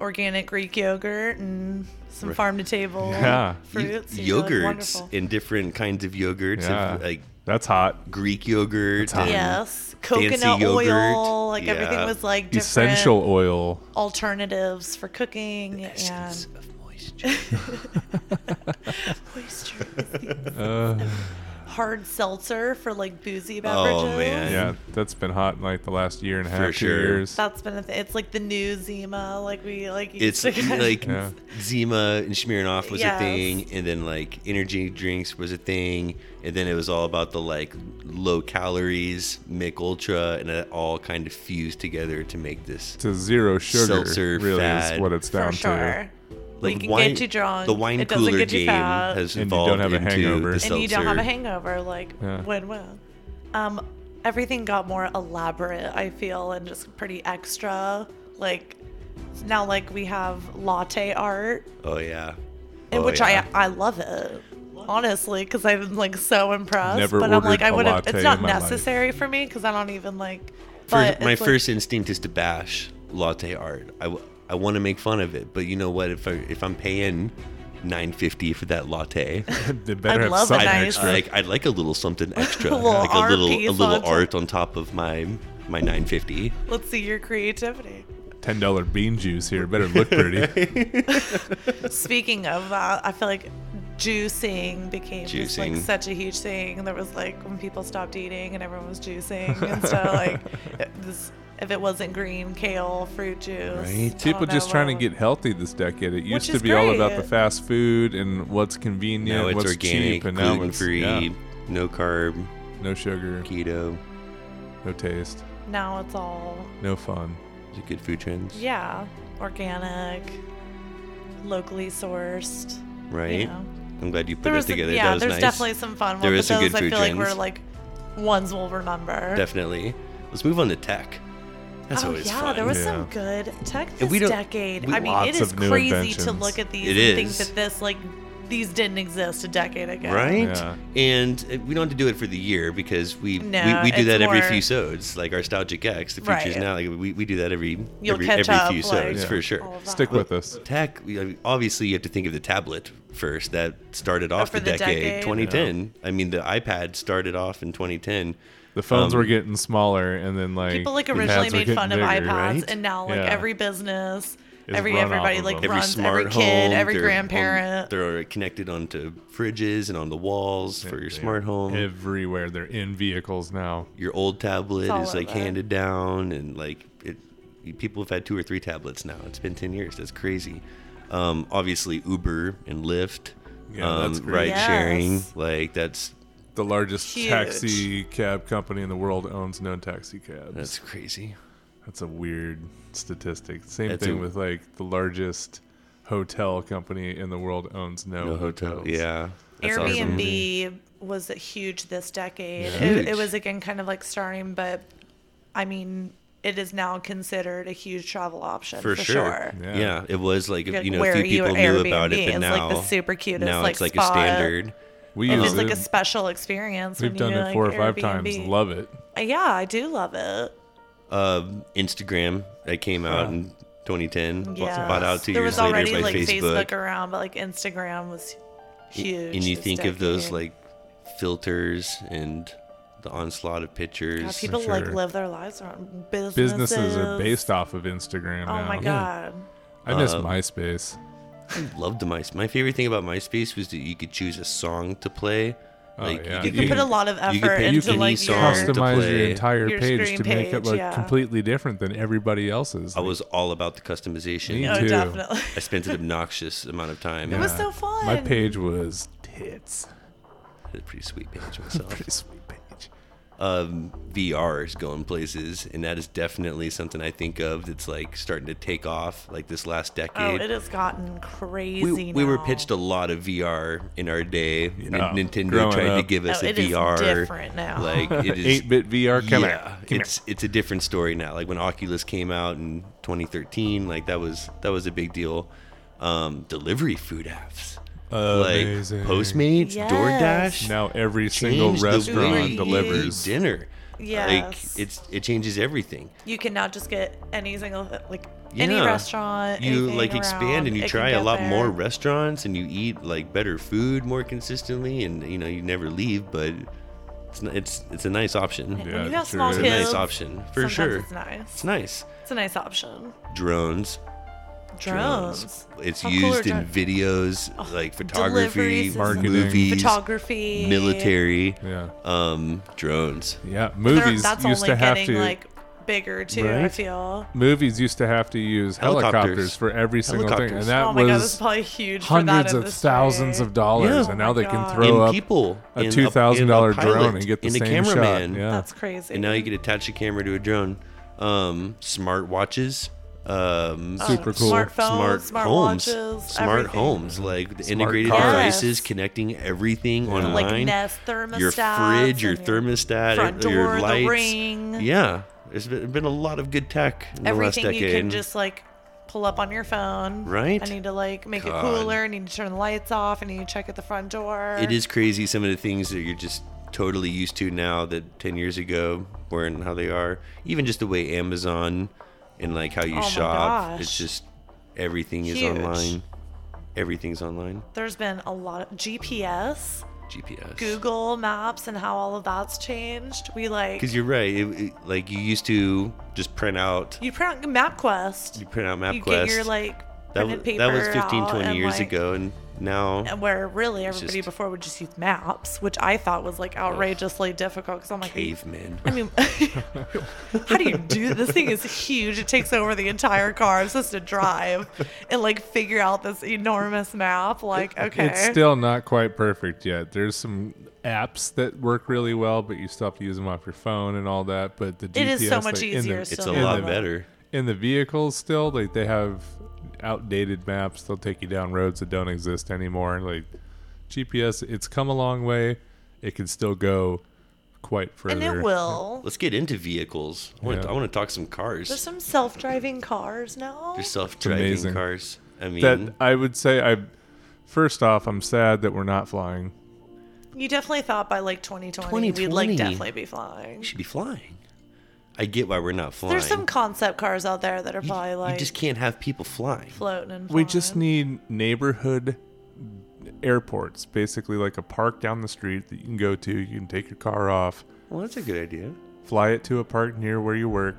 [SPEAKER 5] Organic Greek yogurt and some farm to table
[SPEAKER 4] Yeah.
[SPEAKER 3] Y-
[SPEAKER 5] fruits. usually
[SPEAKER 3] yogurts
[SPEAKER 5] wonderful.
[SPEAKER 3] and different kinds of yogurts,
[SPEAKER 4] yeah,
[SPEAKER 3] of, like
[SPEAKER 4] that's hot.
[SPEAKER 3] Greek yogurt.
[SPEAKER 4] hot.
[SPEAKER 3] and-
[SPEAKER 5] Yes.
[SPEAKER 3] fancy
[SPEAKER 5] Coconut
[SPEAKER 3] yogurt.
[SPEAKER 5] oil. Like everything
[SPEAKER 3] Yeah.
[SPEAKER 5] was like different
[SPEAKER 4] Essential oil.
[SPEAKER 5] alternatives for cooking and
[SPEAKER 3] Essence of moisture.
[SPEAKER 5] moisture.
[SPEAKER 4] Uh,
[SPEAKER 5] hard seltzer for like boozy beverages.
[SPEAKER 3] Oh, man.
[SPEAKER 4] Yeah, that's been hot in like the last year and a half, two
[SPEAKER 3] sure.
[SPEAKER 4] years.
[SPEAKER 5] That's been a th- it's like the new Zima, like we like used
[SPEAKER 3] It's
[SPEAKER 5] to get.
[SPEAKER 3] like
[SPEAKER 4] Yeah.
[SPEAKER 3] Zima and Smirnoff was
[SPEAKER 5] Yes.
[SPEAKER 3] a thing, and then like energy drinks was a thing, and then it was all about the like low calories, Mick Ultra, and it all kind of fused together to make this
[SPEAKER 4] to zero sugar
[SPEAKER 3] Seltzer
[SPEAKER 4] really is
[SPEAKER 3] fad.
[SPEAKER 4] what it's
[SPEAKER 5] for
[SPEAKER 4] down to.
[SPEAKER 5] sure.
[SPEAKER 3] like
[SPEAKER 5] we can get you drunk.
[SPEAKER 3] The wine
[SPEAKER 5] it doesn't
[SPEAKER 3] cooler
[SPEAKER 5] get you
[SPEAKER 3] game
[SPEAKER 5] fat.
[SPEAKER 3] has
[SPEAKER 4] And you
[SPEAKER 3] evolved
[SPEAKER 4] don't have a
[SPEAKER 3] into
[SPEAKER 4] hangover.
[SPEAKER 3] the
[SPEAKER 4] And
[SPEAKER 5] and you don't have
[SPEAKER 3] seltzer.
[SPEAKER 5] a hangover like
[SPEAKER 4] Yeah.
[SPEAKER 5] win win um everything got more elaborate i feel and just pretty extra like now like we have latte art
[SPEAKER 3] Oh yeah.
[SPEAKER 5] in
[SPEAKER 3] Oh,
[SPEAKER 5] which
[SPEAKER 3] yeah.
[SPEAKER 5] I I love it honestly because I'm like so impressed.
[SPEAKER 4] Never
[SPEAKER 5] but I'm
[SPEAKER 4] ordered
[SPEAKER 5] like I
[SPEAKER 4] a
[SPEAKER 5] would have.
[SPEAKER 4] latte
[SPEAKER 5] It's not
[SPEAKER 4] in my life.
[SPEAKER 5] necessary for me because I don't even like.
[SPEAKER 3] First,
[SPEAKER 5] But
[SPEAKER 3] my
[SPEAKER 5] it's, like-
[SPEAKER 3] first instinct is to bash latte art. I, w- I want to make fun of it, but you know what? If I if I'm paying nine fifty for that latte,
[SPEAKER 4] They better have
[SPEAKER 5] love a
[SPEAKER 4] something
[SPEAKER 5] nice-
[SPEAKER 4] extra.
[SPEAKER 3] like I'd like a little something extra,
[SPEAKER 5] little
[SPEAKER 3] like a
[SPEAKER 5] art
[SPEAKER 3] little
[SPEAKER 5] piece
[SPEAKER 3] a
[SPEAKER 5] on
[SPEAKER 3] little
[SPEAKER 5] top.
[SPEAKER 3] art on top of my my nine fifty.
[SPEAKER 5] Let's see your creativity.
[SPEAKER 4] Ten dollar bean juice here better look pretty.
[SPEAKER 5] Speaking of that, I feel like juicing became Just, like
[SPEAKER 3] Juicing.
[SPEAKER 5] such a huge thing. There was like when people stopped eating and everyone was juicing, and so like it- this, if it wasn't green kale fruit juice,
[SPEAKER 3] Right.
[SPEAKER 5] I
[SPEAKER 4] People
[SPEAKER 5] don't
[SPEAKER 4] just
[SPEAKER 5] know
[SPEAKER 4] trying to
[SPEAKER 5] what-
[SPEAKER 4] get healthy this decade. It used to
[SPEAKER 5] is
[SPEAKER 4] be all about the
[SPEAKER 5] great.
[SPEAKER 4] fast food and what's convenient,
[SPEAKER 3] now it's
[SPEAKER 4] what's
[SPEAKER 3] organic,
[SPEAKER 4] cheap, and now
[SPEAKER 3] gluten
[SPEAKER 4] it's
[SPEAKER 3] free,
[SPEAKER 4] yeah,
[SPEAKER 3] no carb,
[SPEAKER 4] no sugar,
[SPEAKER 3] keto.
[SPEAKER 4] no taste,
[SPEAKER 5] now it's all
[SPEAKER 4] no fun.
[SPEAKER 3] These are good food trends,
[SPEAKER 5] yeah organic, locally sourced.
[SPEAKER 3] right?
[SPEAKER 5] You know.
[SPEAKER 3] I'm glad you put
[SPEAKER 5] There
[SPEAKER 3] it
[SPEAKER 5] was
[SPEAKER 3] together.
[SPEAKER 5] yeah,
[SPEAKER 3] that was
[SPEAKER 5] there's
[SPEAKER 3] nice.
[SPEAKER 5] definitely some fun ones.
[SPEAKER 3] There
[SPEAKER 5] but
[SPEAKER 3] is some
[SPEAKER 5] those
[SPEAKER 3] good
[SPEAKER 5] I
[SPEAKER 3] food
[SPEAKER 5] feel like were
[SPEAKER 3] trends.
[SPEAKER 5] like ones we'll remember.
[SPEAKER 3] Definitely. Let's move on to tech. That's
[SPEAKER 5] oh
[SPEAKER 3] always
[SPEAKER 5] yeah,
[SPEAKER 3] fun.
[SPEAKER 5] there was
[SPEAKER 4] Yeah.
[SPEAKER 5] some good tech
[SPEAKER 3] And
[SPEAKER 5] this
[SPEAKER 3] we don't-
[SPEAKER 5] decade.
[SPEAKER 3] we-
[SPEAKER 5] I mean, it
[SPEAKER 4] Lots
[SPEAKER 5] is
[SPEAKER 4] of new
[SPEAKER 5] crazy to
[SPEAKER 4] inventions.
[SPEAKER 5] look at these
[SPEAKER 3] It
[SPEAKER 5] and think
[SPEAKER 3] is.
[SPEAKER 5] that this like these didn't exist a decade ago.
[SPEAKER 3] Right?
[SPEAKER 4] Yeah.
[SPEAKER 3] And uh, we don't have to do it for the year because we
[SPEAKER 5] No,
[SPEAKER 3] we, we do
[SPEAKER 5] it's
[SPEAKER 3] that every
[SPEAKER 5] more-
[SPEAKER 3] few sods, like our Nostalgic X, the
[SPEAKER 5] Right.
[SPEAKER 3] futures now. Like we, we do that every
[SPEAKER 5] You'll
[SPEAKER 3] every,
[SPEAKER 5] catch
[SPEAKER 3] every
[SPEAKER 5] up,
[SPEAKER 3] few
[SPEAKER 5] like,
[SPEAKER 3] sods
[SPEAKER 4] Yeah.
[SPEAKER 3] for sure.
[SPEAKER 5] all of that.
[SPEAKER 4] Stick with us.
[SPEAKER 3] Tech, we- I mean, obviously, you have to think of the tablet first. That started off
[SPEAKER 5] for
[SPEAKER 3] the,
[SPEAKER 5] the
[SPEAKER 3] decade,
[SPEAKER 5] decade.
[SPEAKER 3] 2010. I mean, the iPad started off in 2010.
[SPEAKER 4] The phones
[SPEAKER 3] Um,
[SPEAKER 4] were getting smaller, and then like
[SPEAKER 5] People like
[SPEAKER 4] the
[SPEAKER 5] originally
[SPEAKER 4] pads were
[SPEAKER 5] made
[SPEAKER 4] getting
[SPEAKER 5] fun of
[SPEAKER 4] bigger.
[SPEAKER 5] iPads,
[SPEAKER 3] right?
[SPEAKER 5] and now like
[SPEAKER 4] Yeah.
[SPEAKER 5] every business,
[SPEAKER 4] Is
[SPEAKER 5] every
[SPEAKER 4] run off
[SPEAKER 5] everybody
[SPEAKER 4] of
[SPEAKER 5] like
[SPEAKER 4] them.
[SPEAKER 3] Every
[SPEAKER 5] runs
[SPEAKER 3] smart
[SPEAKER 5] every kid,
[SPEAKER 3] home,
[SPEAKER 5] every
[SPEAKER 3] they're on-
[SPEAKER 5] grandparent.
[SPEAKER 3] they're connected onto fridges and on the walls for your
[SPEAKER 4] They are
[SPEAKER 3] smart home.
[SPEAKER 4] everywhere. They're in vehicles now.
[SPEAKER 3] your old tablet
[SPEAKER 5] all
[SPEAKER 3] is like
[SPEAKER 5] over.
[SPEAKER 3] handed down and like it people have had two or three tablets now it's been 10 years that's crazy um obviously uber and lyft
[SPEAKER 4] Yeah,
[SPEAKER 3] um
[SPEAKER 4] that's crazy.
[SPEAKER 3] ride sharing
[SPEAKER 5] Yes.
[SPEAKER 3] like that's
[SPEAKER 4] The largest
[SPEAKER 5] Huge.
[SPEAKER 4] taxi cab company in the world owns no taxi cabs.
[SPEAKER 3] that's crazy
[SPEAKER 4] That's a weird statistic. Same
[SPEAKER 3] That's
[SPEAKER 4] thing
[SPEAKER 3] a-
[SPEAKER 4] with like the largest hotel company in the world owns no,
[SPEAKER 3] no
[SPEAKER 4] hotels.
[SPEAKER 3] hotel yeah that's awesome.
[SPEAKER 5] Airbnb was huge this decade. It, it
[SPEAKER 3] Huge.
[SPEAKER 5] was again kind of like starting, but I mean, it is now considered a huge travel option for,
[SPEAKER 3] for, sure,
[SPEAKER 4] Yeah.
[SPEAKER 3] Yeah. it was like,
[SPEAKER 5] Like,
[SPEAKER 3] you know
[SPEAKER 5] where
[SPEAKER 3] a few
[SPEAKER 5] are you
[SPEAKER 3] people
[SPEAKER 5] at
[SPEAKER 3] knew about it but
[SPEAKER 5] Airbnb? It's, like,
[SPEAKER 3] now
[SPEAKER 5] the super cutest,
[SPEAKER 3] now
[SPEAKER 5] like,
[SPEAKER 3] it's like
[SPEAKER 5] spot.
[SPEAKER 3] a standard
[SPEAKER 4] We
[SPEAKER 5] It
[SPEAKER 4] use
[SPEAKER 5] is like a
[SPEAKER 4] it.
[SPEAKER 5] special experience.
[SPEAKER 4] We've
[SPEAKER 5] when
[SPEAKER 4] done
[SPEAKER 5] you,
[SPEAKER 4] it
[SPEAKER 5] like,
[SPEAKER 4] four or five
[SPEAKER 5] Airbnb. Uh,
[SPEAKER 4] times. Love it.
[SPEAKER 5] Yeah, I do love it.
[SPEAKER 3] um instagram that came out in 2010 bought-
[SPEAKER 5] Yeah,
[SPEAKER 3] bought out two
[SPEAKER 5] there
[SPEAKER 3] years
[SPEAKER 5] was already
[SPEAKER 3] later by
[SPEAKER 5] like
[SPEAKER 3] facebook
[SPEAKER 5] around, but like Instagram was huge.
[SPEAKER 3] and you
[SPEAKER 5] this
[SPEAKER 3] think of those
[SPEAKER 5] decade.
[SPEAKER 3] like filters and the onslaught of pictures.
[SPEAKER 5] God, people like
[SPEAKER 4] sure.
[SPEAKER 5] live their lives around businesses.
[SPEAKER 4] Businesses are based off of Instagram
[SPEAKER 5] Oh
[SPEAKER 4] now.
[SPEAKER 5] my god.
[SPEAKER 4] I miss
[SPEAKER 3] Um,
[SPEAKER 4] MySpace.
[SPEAKER 3] Loved the mice. My favorite thing about MySpace was that you could choose a song to play. Like
[SPEAKER 4] Oh, yeah.
[SPEAKER 5] You
[SPEAKER 4] You
[SPEAKER 5] can put a lot of
[SPEAKER 3] you could
[SPEAKER 5] effort
[SPEAKER 3] pay- you
[SPEAKER 5] into
[SPEAKER 3] can
[SPEAKER 5] like
[SPEAKER 3] use
[SPEAKER 5] your
[SPEAKER 3] songs to
[SPEAKER 4] Customize your
[SPEAKER 3] play
[SPEAKER 4] entire
[SPEAKER 5] your
[SPEAKER 4] page
[SPEAKER 5] screen
[SPEAKER 4] to make
[SPEAKER 5] page,
[SPEAKER 4] it look
[SPEAKER 5] yeah.
[SPEAKER 4] completely different than everybody else's.
[SPEAKER 3] I was all about the customization.
[SPEAKER 4] Me
[SPEAKER 5] Oh,
[SPEAKER 4] too.
[SPEAKER 5] definitely.
[SPEAKER 3] I spent an obnoxious amount of time.
[SPEAKER 5] It was
[SPEAKER 4] Yeah.
[SPEAKER 5] so fun.
[SPEAKER 4] My page was tits.
[SPEAKER 3] I had a pretty sweet page myself.
[SPEAKER 4] Pretty sweet page.
[SPEAKER 3] um, VR is going places, and that is definitely something I think of that's like starting to take off. Like this last
[SPEAKER 5] Oh,
[SPEAKER 3] decade,
[SPEAKER 5] it has gotten
[SPEAKER 3] we,
[SPEAKER 5] crazy.
[SPEAKER 3] we were
[SPEAKER 5] now.
[SPEAKER 3] pitched a lot of VR in our day. Nin-
[SPEAKER 4] Yeah.
[SPEAKER 3] Nintendo
[SPEAKER 4] Growing
[SPEAKER 3] tried to
[SPEAKER 4] up.
[SPEAKER 3] give us
[SPEAKER 5] Oh,
[SPEAKER 3] a
[SPEAKER 5] it is
[SPEAKER 3] VR.
[SPEAKER 5] different now.
[SPEAKER 3] Like it is
[SPEAKER 4] 8-bit VR come
[SPEAKER 3] yeah,
[SPEAKER 4] here, come
[SPEAKER 3] it's it's a different story now. Like when Oculus came out in 2013, like that was that was a big deal. Um, delivery food apps.
[SPEAKER 4] Amazing.
[SPEAKER 3] Like Postmates,
[SPEAKER 5] Yes.
[SPEAKER 3] DoorDash,
[SPEAKER 4] Now every single
[SPEAKER 3] change the way
[SPEAKER 4] restaurant
[SPEAKER 3] you
[SPEAKER 4] delivers.
[SPEAKER 3] eat dinner.
[SPEAKER 5] Yes.
[SPEAKER 3] Like it's it changes everything.
[SPEAKER 5] You can now just get any single like any
[SPEAKER 3] Yeah.
[SPEAKER 5] restaurant.
[SPEAKER 3] You
[SPEAKER 5] anything
[SPEAKER 3] like
[SPEAKER 5] around,
[SPEAKER 3] expand and
[SPEAKER 5] it
[SPEAKER 3] you
[SPEAKER 5] can
[SPEAKER 3] try
[SPEAKER 5] go
[SPEAKER 3] a lot
[SPEAKER 5] there.
[SPEAKER 3] more restaurants and you eat like better food more consistently and you know you never leave but it's n- it's it's a nice option.
[SPEAKER 5] When
[SPEAKER 4] Yeah,
[SPEAKER 5] you have
[SPEAKER 4] sure
[SPEAKER 5] small
[SPEAKER 4] is.
[SPEAKER 3] It's a
[SPEAKER 5] kids,
[SPEAKER 3] nice option for
[SPEAKER 5] sometimes
[SPEAKER 3] sure.
[SPEAKER 5] It's nice.
[SPEAKER 3] It's nice.
[SPEAKER 5] It's a nice option.
[SPEAKER 3] Drones.
[SPEAKER 5] drones.
[SPEAKER 3] It's
[SPEAKER 5] How cool
[SPEAKER 3] used
[SPEAKER 5] are
[SPEAKER 3] in
[SPEAKER 5] dro- oh,
[SPEAKER 3] videos like photography,
[SPEAKER 5] deliveries,
[SPEAKER 4] Marketing.
[SPEAKER 3] movies,
[SPEAKER 5] photography,
[SPEAKER 3] military,
[SPEAKER 4] Yeah.
[SPEAKER 3] um, drones.
[SPEAKER 4] Yeah.
[SPEAKER 5] They're-
[SPEAKER 4] Movies
[SPEAKER 5] That's
[SPEAKER 4] used
[SPEAKER 5] only
[SPEAKER 4] to have
[SPEAKER 5] getting
[SPEAKER 4] to
[SPEAKER 5] like bigger too. I
[SPEAKER 4] Right?
[SPEAKER 5] feel.
[SPEAKER 4] movies used to have to use
[SPEAKER 3] Helicopters.
[SPEAKER 4] helicopters, for every single thing, and
[SPEAKER 3] Helicopters.
[SPEAKER 4] that
[SPEAKER 5] oh my god, this is
[SPEAKER 4] was
[SPEAKER 5] probably huge.
[SPEAKER 4] hundreds
[SPEAKER 5] for that
[SPEAKER 4] of thousands of
[SPEAKER 3] Yeah.
[SPEAKER 4] dollars,
[SPEAKER 3] Oh
[SPEAKER 4] and now
[SPEAKER 5] my
[SPEAKER 4] they can
[SPEAKER 5] God.
[SPEAKER 4] throw
[SPEAKER 3] and
[SPEAKER 4] up
[SPEAKER 3] people,
[SPEAKER 4] a
[SPEAKER 3] and and
[SPEAKER 4] $2,000 drone
[SPEAKER 3] pilot,
[SPEAKER 4] and get the
[SPEAKER 3] a
[SPEAKER 4] same shot,
[SPEAKER 3] cameraman.
[SPEAKER 4] yeah.
[SPEAKER 5] That's crazy.
[SPEAKER 3] And now you could attach a camera to a drone. Um, smart watches. Um,
[SPEAKER 4] Oh, Super cool.
[SPEAKER 5] Smartphones, smart,
[SPEAKER 3] homes,
[SPEAKER 5] watches,
[SPEAKER 3] smart
[SPEAKER 5] everything.
[SPEAKER 3] homes, like the integrated
[SPEAKER 4] cars.
[SPEAKER 3] devices
[SPEAKER 5] Yes.
[SPEAKER 3] connecting everything
[SPEAKER 5] like
[SPEAKER 3] online.
[SPEAKER 5] Nest thermostat,
[SPEAKER 3] your fridge, your thermostat, your-
[SPEAKER 5] front door,
[SPEAKER 3] your
[SPEAKER 5] the
[SPEAKER 3] lights.
[SPEAKER 5] ring.
[SPEAKER 3] Yeah, there's been been a lot of good tech in
[SPEAKER 5] everything
[SPEAKER 3] the last
[SPEAKER 5] you
[SPEAKER 3] decade.
[SPEAKER 5] can just like pull up on your phone.
[SPEAKER 3] Right?
[SPEAKER 5] I need to like make
[SPEAKER 3] God.
[SPEAKER 5] it cooler. I need to turn the lights off. I need to check at the front door.
[SPEAKER 3] it is crazy some of the things that you're just totally used to now that 10 years ago weren't how they are even just the way amazon and like how you
[SPEAKER 5] Oh my
[SPEAKER 3] shop it's
[SPEAKER 5] gosh.
[SPEAKER 3] just everything is
[SPEAKER 5] Huge.
[SPEAKER 3] online everything's online
[SPEAKER 5] There's been a lot of GPS,
[SPEAKER 3] gps
[SPEAKER 5] Google Maps, and how all of that's changed. We like
[SPEAKER 3] because you're right it, it- like you used to just print out
[SPEAKER 5] you print MapQuest.
[SPEAKER 3] you print out mapquest
[SPEAKER 5] You get your like
[SPEAKER 3] that,
[SPEAKER 5] printed
[SPEAKER 3] wa-
[SPEAKER 5] paper
[SPEAKER 3] that was 15
[SPEAKER 5] out
[SPEAKER 3] 20
[SPEAKER 5] and,
[SPEAKER 3] years
[SPEAKER 5] like,
[SPEAKER 3] ago and now
[SPEAKER 5] and where really everybody
[SPEAKER 3] just-
[SPEAKER 5] before would just use maps, which I thought was like outrageously difficult because I'm like,
[SPEAKER 3] cavemen
[SPEAKER 5] I mean, how do you do this thing? Is huge. It takes over the entire car. I'm supposed to drive and like figure out this enormous map. Like, okay,
[SPEAKER 4] It's still not quite perfect yet. There's some apps that work really well, but you still have to use them off your phone and all that. But the GPS
[SPEAKER 5] It is so much
[SPEAKER 4] like,
[SPEAKER 5] easier
[SPEAKER 4] In the,
[SPEAKER 5] still
[SPEAKER 3] it's a
[SPEAKER 5] in
[SPEAKER 3] lot
[SPEAKER 5] the-
[SPEAKER 3] better
[SPEAKER 4] in the vehicles, still like they have outdated maps. They'll take you down roads that don't exist anymore. And like GPS, it's come a long way. It can still go quite further.
[SPEAKER 5] and it will.
[SPEAKER 3] let's get into vehicles i want
[SPEAKER 4] Yeah.
[SPEAKER 3] to talk some cars
[SPEAKER 5] There's some self-driving cars now.
[SPEAKER 3] They're self-driving
[SPEAKER 4] amazing.
[SPEAKER 3] cars. I mean,
[SPEAKER 4] That I would say I. First off, I'm sad that we're not flying.
[SPEAKER 5] You definitely thought by like 2020, we'd like
[SPEAKER 3] 2020.
[SPEAKER 5] definitely be flying.
[SPEAKER 3] we should be flying. I get why we're not flying.
[SPEAKER 5] There's some concept cars out there that are
[SPEAKER 3] You-
[SPEAKER 5] probably like
[SPEAKER 3] you just can't have people flying.
[SPEAKER 5] floating and
[SPEAKER 4] We just
[SPEAKER 5] flying.
[SPEAKER 4] need neighborhood airports, basically like a park down the street that you can go to. You can take your car off,
[SPEAKER 3] Well, that's a good idea.
[SPEAKER 4] fly it to a park near where you work.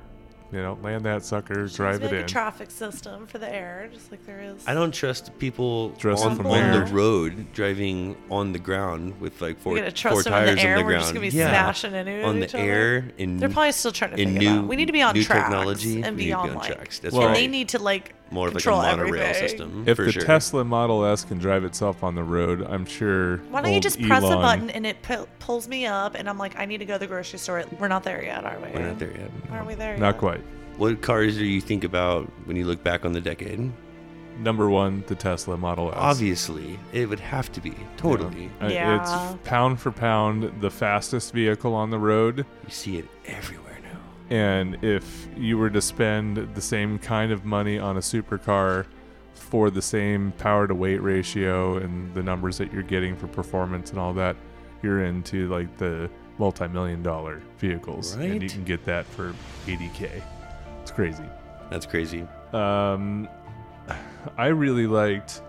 [SPEAKER 4] You know, land that sucker,
[SPEAKER 5] There's
[SPEAKER 4] drive it
[SPEAKER 5] like
[SPEAKER 4] in.
[SPEAKER 5] a traffic system for the air, just like there is.
[SPEAKER 3] I don't trust people
[SPEAKER 4] Dress
[SPEAKER 3] on,
[SPEAKER 4] from
[SPEAKER 3] on the
[SPEAKER 5] there.
[SPEAKER 3] road driving on the ground with like four,
[SPEAKER 5] We're gonna
[SPEAKER 3] four
[SPEAKER 5] trust them in
[SPEAKER 3] tires
[SPEAKER 5] the air.
[SPEAKER 3] on the
[SPEAKER 5] We're
[SPEAKER 3] ground.
[SPEAKER 5] just gonna be
[SPEAKER 3] yeah.
[SPEAKER 5] smashing into
[SPEAKER 3] on
[SPEAKER 5] each
[SPEAKER 3] the
[SPEAKER 5] other.
[SPEAKER 3] air in
[SPEAKER 5] They're probably still trying to
[SPEAKER 3] in
[SPEAKER 5] figure
[SPEAKER 3] new,
[SPEAKER 5] it out. We need to be on
[SPEAKER 3] new
[SPEAKER 5] tracks
[SPEAKER 3] technology
[SPEAKER 5] and
[SPEAKER 3] we
[SPEAKER 5] be
[SPEAKER 3] need to
[SPEAKER 5] on
[SPEAKER 3] be on
[SPEAKER 5] like.
[SPEAKER 3] tracks. That's
[SPEAKER 4] Well-
[SPEAKER 5] and
[SPEAKER 3] right.
[SPEAKER 5] they need to like
[SPEAKER 3] more of like a
[SPEAKER 5] control
[SPEAKER 3] monorail
[SPEAKER 5] everything.
[SPEAKER 3] system.
[SPEAKER 4] if
[SPEAKER 3] for
[SPEAKER 4] the
[SPEAKER 3] sure.
[SPEAKER 4] Tesla Model S can drive itself on the road, I'm sure.
[SPEAKER 5] Why don't you
[SPEAKER 4] old
[SPEAKER 5] just press a
[SPEAKER 4] Elon-
[SPEAKER 5] button and it pu- pulls me up and I'm like, I need to go to the grocery store. We're not there yet, are we?
[SPEAKER 3] we're not there yet.
[SPEAKER 5] Aren't we there?
[SPEAKER 4] Not
[SPEAKER 5] yet?
[SPEAKER 4] quite.
[SPEAKER 3] What cars do you think about when you look back on the decade?
[SPEAKER 4] Number one, the Tesla Model S.
[SPEAKER 3] Obviously, it would have to be totally.
[SPEAKER 4] Uh,
[SPEAKER 5] Yeah.
[SPEAKER 4] It's pound for pound the fastest vehicle on the road.
[SPEAKER 3] You see it everywhere now.
[SPEAKER 4] And if you were to spend the same kind of money on a supercar for the same power to weight ratio and the numbers that you're getting for performance and all that, you're into like the multi million dollar vehicles. And you
[SPEAKER 3] Right.
[SPEAKER 4] can get that for 80K. It's crazy.
[SPEAKER 3] That's crazy.
[SPEAKER 4] Um, I really liked,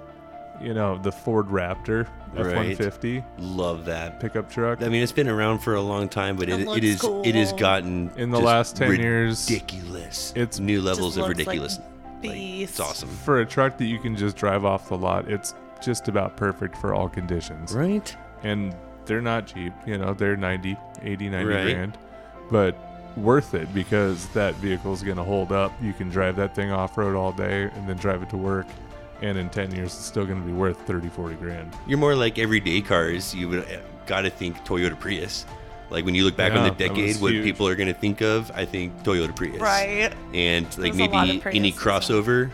[SPEAKER 4] you know, the Ford Raptor F
[SPEAKER 3] Right.
[SPEAKER 4] 150
[SPEAKER 3] Love that.
[SPEAKER 4] pickup truck.
[SPEAKER 3] I mean, it's been around for a long time, but it,
[SPEAKER 5] It
[SPEAKER 3] it
[SPEAKER 5] looks
[SPEAKER 3] is it has
[SPEAKER 5] cool.
[SPEAKER 3] gotten
[SPEAKER 4] In the
[SPEAKER 3] just
[SPEAKER 4] last 10 years,
[SPEAKER 3] ridiculous. It's
[SPEAKER 4] it's-
[SPEAKER 3] new
[SPEAKER 5] Just
[SPEAKER 3] levels of
[SPEAKER 5] looks like
[SPEAKER 3] ridiculous. Like,
[SPEAKER 5] beast.
[SPEAKER 3] it's awesome,
[SPEAKER 4] for a truck that you can just drive off the lot, it's just about perfect for all conditions.
[SPEAKER 3] right?
[SPEAKER 4] And they're not cheap, you know, they're 90, 80, 90
[SPEAKER 3] Right.
[SPEAKER 4] grand, but worth it because that vehicle is going to hold up. You can drive that thing off road all day and then drive it to work. And in 10 years, it's still going to be worth 30, 40 grand.
[SPEAKER 3] You're more like everyday cars. You would got to think Toyota Prius. Like when you look back on the
[SPEAKER 4] Yeah, that
[SPEAKER 3] decade,
[SPEAKER 4] was
[SPEAKER 3] what
[SPEAKER 4] huge.
[SPEAKER 3] people are going to think of, I think Toyota Prius.
[SPEAKER 5] Right.
[SPEAKER 3] And like
[SPEAKER 5] There's a lot
[SPEAKER 3] maybe
[SPEAKER 5] of
[SPEAKER 3] any
[SPEAKER 5] Priuses.
[SPEAKER 3] crossover,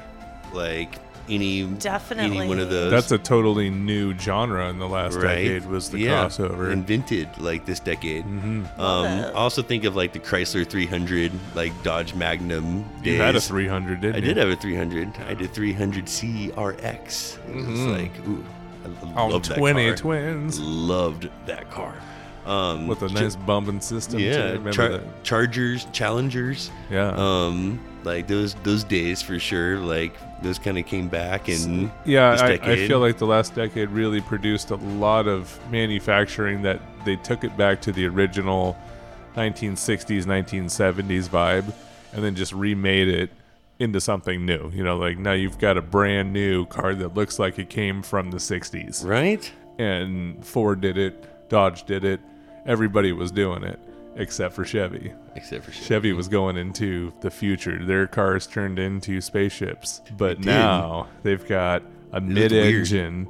[SPEAKER 3] like any any one
[SPEAKER 5] Definitely.
[SPEAKER 3] of those.
[SPEAKER 4] That's a totally new genre in the last
[SPEAKER 3] right?
[SPEAKER 4] decade was the
[SPEAKER 3] Yeah,
[SPEAKER 4] crossover. Mm-hmm.
[SPEAKER 3] invented like this decade. Um,
[SPEAKER 5] Love it.
[SPEAKER 3] I also think of like the Chrysler 300, like Dodge Magnum days.
[SPEAKER 4] you had a 300, didn't
[SPEAKER 3] I
[SPEAKER 4] you?
[SPEAKER 3] did have a 300. I did 300 CRX. It was like, ooh, I lo-
[SPEAKER 4] on
[SPEAKER 3] loved that
[SPEAKER 4] 20
[SPEAKER 3] car.
[SPEAKER 4] Mm-hmm. twins
[SPEAKER 3] Loved that car. Um,
[SPEAKER 4] with a
[SPEAKER 3] ch-
[SPEAKER 4] nice bumping system. too.
[SPEAKER 3] yeah,
[SPEAKER 4] Remember
[SPEAKER 3] char-
[SPEAKER 4] that? Uh-huh.
[SPEAKER 3] Chargers, Challengers.
[SPEAKER 4] Yeah.
[SPEAKER 3] Um, like those those days for sure. Like those kind of came back and
[SPEAKER 4] Yeah,
[SPEAKER 3] this
[SPEAKER 4] I,
[SPEAKER 3] decade.
[SPEAKER 4] I feel like the last decade really produced a lot of manufacturing that they took it back to the original 1960s, 1970s vibe, and then just remade it into something new. You know, like now you've got a brand new card that looks like it came from the 60s.
[SPEAKER 3] Right?
[SPEAKER 4] And Ford did it, Dodge did it, everybody was doing it except for Chevy.
[SPEAKER 3] Except for shit.
[SPEAKER 4] Chevy was going into the future. Their cars turned into spaceships. But now they've got a
[SPEAKER 3] weird.
[SPEAKER 4] mid engine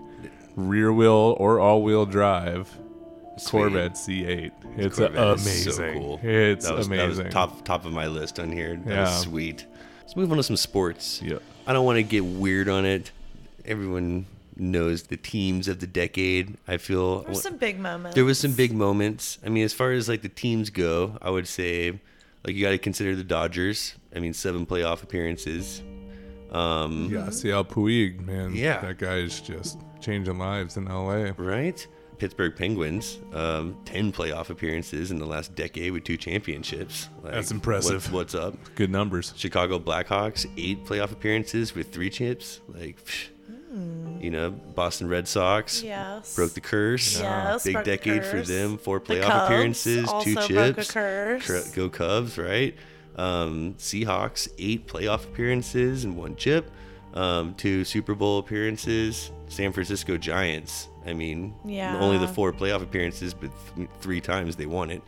[SPEAKER 4] rear wheel or all wheel drive Corvette C8. It's
[SPEAKER 3] Corvette is
[SPEAKER 4] amazing.
[SPEAKER 3] so cool.
[SPEAKER 4] It's
[SPEAKER 3] that was,
[SPEAKER 4] amazing.
[SPEAKER 3] That was top top of my list on here. That
[SPEAKER 4] Yeah.
[SPEAKER 3] was sweet. Let's move on to some sports.
[SPEAKER 4] Yep.
[SPEAKER 3] I don't want to get weird on it. Everyone knows the teams of the decade. I feel
[SPEAKER 5] There were some big moments.
[SPEAKER 3] there was some big moments. I mean, as far as like the teams go, I would say like you got to consider the Dodgers. I mean, seven playoff appearances. Um,
[SPEAKER 4] Yeah, Ciel Puig, man.
[SPEAKER 3] Yeah.
[SPEAKER 4] That guy is just changing lives in LA.
[SPEAKER 3] right? Pittsburgh Penguins, um, ten playoff appearances in the last decade with two championships. Like,
[SPEAKER 4] That's impressive.
[SPEAKER 3] What's, what's up?
[SPEAKER 4] Good numbers.
[SPEAKER 3] Chicago Blackhawks, eight playoff appearances with three chips. Like, psh. you know, Boston Red Sox
[SPEAKER 5] Hmm. Yes.
[SPEAKER 3] broke the curse.
[SPEAKER 5] Yes,
[SPEAKER 3] big
[SPEAKER 5] broke the
[SPEAKER 3] decade for
[SPEAKER 5] curse.
[SPEAKER 3] them. Four
[SPEAKER 5] The
[SPEAKER 3] playoff
[SPEAKER 5] Cubs
[SPEAKER 3] appearances, two
[SPEAKER 5] also broke the
[SPEAKER 3] chips.
[SPEAKER 5] curse.
[SPEAKER 3] Cor- Go Cubs, right? Um, Seahawks, eight playoff appearances and one chip. Um, two Super Bowl appearances. San Francisco Giants. I mean,
[SPEAKER 5] Yeah.
[SPEAKER 3] only the four playoff appearances, but th- three times they won it.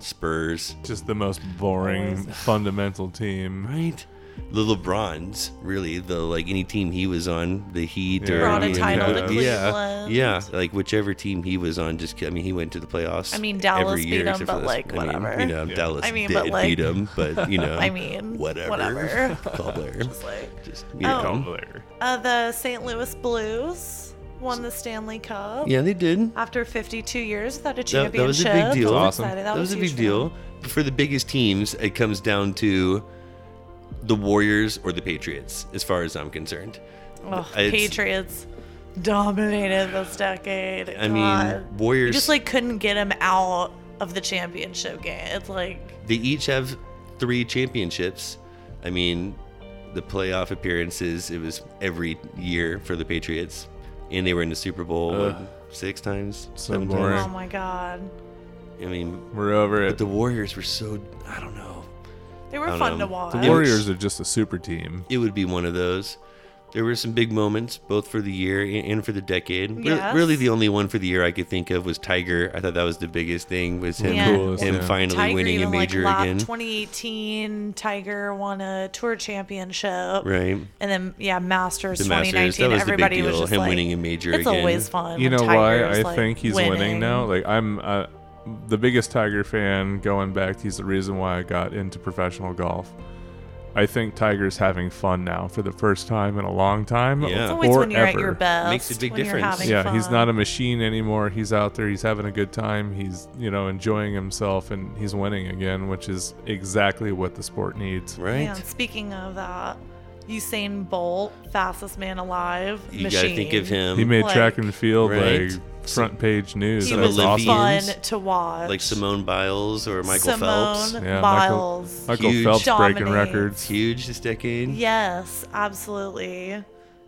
[SPEAKER 3] Spurs,
[SPEAKER 4] Just the most boring fundamental team.
[SPEAKER 3] Right. The LeBrons, really, the like any team he was on, the Heat or
[SPEAKER 4] Brought a
[SPEAKER 3] you know,
[SPEAKER 4] title to
[SPEAKER 3] yeah,
[SPEAKER 5] Cleveland.
[SPEAKER 3] yeah, like whichever team he was on. Just I mean, he went to the playoffs.
[SPEAKER 5] I mean, Dallas
[SPEAKER 3] every
[SPEAKER 5] beat
[SPEAKER 3] year
[SPEAKER 5] him,
[SPEAKER 3] except for
[SPEAKER 5] but,
[SPEAKER 3] this-
[SPEAKER 5] like,
[SPEAKER 3] I mean,
[SPEAKER 5] whatever.
[SPEAKER 3] you know, Dallas
[SPEAKER 5] I mean,
[SPEAKER 3] did
[SPEAKER 5] but, like-
[SPEAKER 3] beat him, but you know,
[SPEAKER 5] I mean,
[SPEAKER 3] whatever,
[SPEAKER 5] whatever.
[SPEAKER 3] Football player.
[SPEAKER 5] Like,
[SPEAKER 3] just you know,
[SPEAKER 5] uh, the St. Louis Blues won the Stanley Cup.
[SPEAKER 3] yeah, they did.
[SPEAKER 5] After 52 years without a
[SPEAKER 3] That,
[SPEAKER 5] championship,
[SPEAKER 3] that was a big deal.
[SPEAKER 5] That was,
[SPEAKER 4] Awesome.
[SPEAKER 5] exciting.
[SPEAKER 3] That was a
[SPEAKER 5] huge
[SPEAKER 3] big
[SPEAKER 5] for
[SPEAKER 3] deal.
[SPEAKER 5] them.
[SPEAKER 3] For the biggest teams, it comes down to the Warriors or the Patriots, as far as I'm concerned.
[SPEAKER 5] Ugh,
[SPEAKER 3] It's-
[SPEAKER 5] Patriots dominated this decade.
[SPEAKER 3] I
[SPEAKER 5] God.
[SPEAKER 3] mean, Warriors.
[SPEAKER 5] you just like couldn't get him out of the championship game. It's like
[SPEAKER 3] they each have three championships. I mean, the playoff appearances, it was every year for the Patriots. And they were in the Super Bowl
[SPEAKER 4] Uh,
[SPEAKER 3] what, six times,
[SPEAKER 4] so
[SPEAKER 3] seven
[SPEAKER 4] boring.
[SPEAKER 5] oh
[SPEAKER 3] times.
[SPEAKER 5] my god,
[SPEAKER 3] I mean,
[SPEAKER 4] We're over
[SPEAKER 3] but
[SPEAKER 4] it.
[SPEAKER 3] the Warriors were so, I don't know.
[SPEAKER 5] they were
[SPEAKER 3] I don't
[SPEAKER 5] fun
[SPEAKER 3] know.
[SPEAKER 5] to watch.
[SPEAKER 4] The Warriors are just a super team.
[SPEAKER 3] It would be one of those. There were some big moments, both for the year a- and for the decade. Re-
[SPEAKER 5] Yes.
[SPEAKER 3] Really, the only one for the year I could think of was Tiger. I thought that was the biggest thing was him,
[SPEAKER 5] Yeah.
[SPEAKER 4] Coolest,
[SPEAKER 3] him
[SPEAKER 4] yeah.
[SPEAKER 3] finally
[SPEAKER 5] Tiger
[SPEAKER 3] winning a
[SPEAKER 5] even
[SPEAKER 3] major
[SPEAKER 5] like lapped
[SPEAKER 3] again.
[SPEAKER 5] 2018. Tiger won a tour championship.
[SPEAKER 3] right?
[SPEAKER 5] And then yeah, Masters
[SPEAKER 3] The Masters,
[SPEAKER 5] 2019.
[SPEAKER 3] that was the big
[SPEAKER 5] Everybody was
[SPEAKER 3] deal,
[SPEAKER 5] just
[SPEAKER 3] him
[SPEAKER 5] like,
[SPEAKER 3] winning a major
[SPEAKER 5] It's
[SPEAKER 3] again.
[SPEAKER 5] always fun.
[SPEAKER 4] You
[SPEAKER 5] when
[SPEAKER 4] know why
[SPEAKER 5] Tiger's,
[SPEAKER 4] I
[SPEAKER 5] like,
[SPEAKER 4] think he's winning. now? Like I'm uh, the biggest Tiger fan going back. He's the reason why I got into professional golf. I think Tiger's having fun now for the first time in a long time.
[SPEAKER 3] Yeah.
[SPEAKER 5] It's
[SPEAKER 3] It's
[SPEAKER 5] always
[SPEAKER 4] or
[SPEAKER 5] when you're at
[SPEAKER 4] ever.
[SPEAKER 5] your best.
[SPEAKER 3] Makes a big
[SPEAKER 5] when you're
[SPEAKER 3] difference.
[SPEAKER 5] having
[SPEAKER 4] Yeah, he's
[SPEAKER 5] fun.
[SPEAKER 4] not a machine anymore. He's out there. He's having a good time. He's you know enjoying himself and he's winning again, which is exactly what the sport needs.
[SPEAKER 3] Right?
[SPEAKER 5] Man, speaking of that, Usain Bolt, fastest man alive.
[SPEAKER 3] You got
[SPEAKER 5] machine.
[SPEAKER 3] to think of him.
[SPEAKER 4] He made
[SPEAKER 5] Like-
[SPEAKER 4] track and field
[SPEAKER 3] Right.
[SPEAKER 4] like front page news.
[SPEAKER 5] He
[SPEAKER 3] Some
[SPEAKER 5] was
[SPEAKER 4] That's awesome.
[SPEAKER 3] Olympian.
[SPEAKER 5] fun
[SPEAKER 3] Olympians,
[SPEAKER 5] to watch.
[SPEAKER 3] like Simone Biles or Michael
[SPEAKER 5] Simone
[SPEAKER 3] Phelps.
[SPEAKER 4] Yeah, Michael-
[SPEAKER 5] Biles.
[SPEAKER 4] Michael
[SPEAKER 3] Huge.
[SPEAKER 4] Phelps breaking
[SPEAKER 5] Dominates.
[SPEAKER 4] records.
[SPEAKER 3] Huge this decade.
[SPEAKER 5] Yes, absolutely.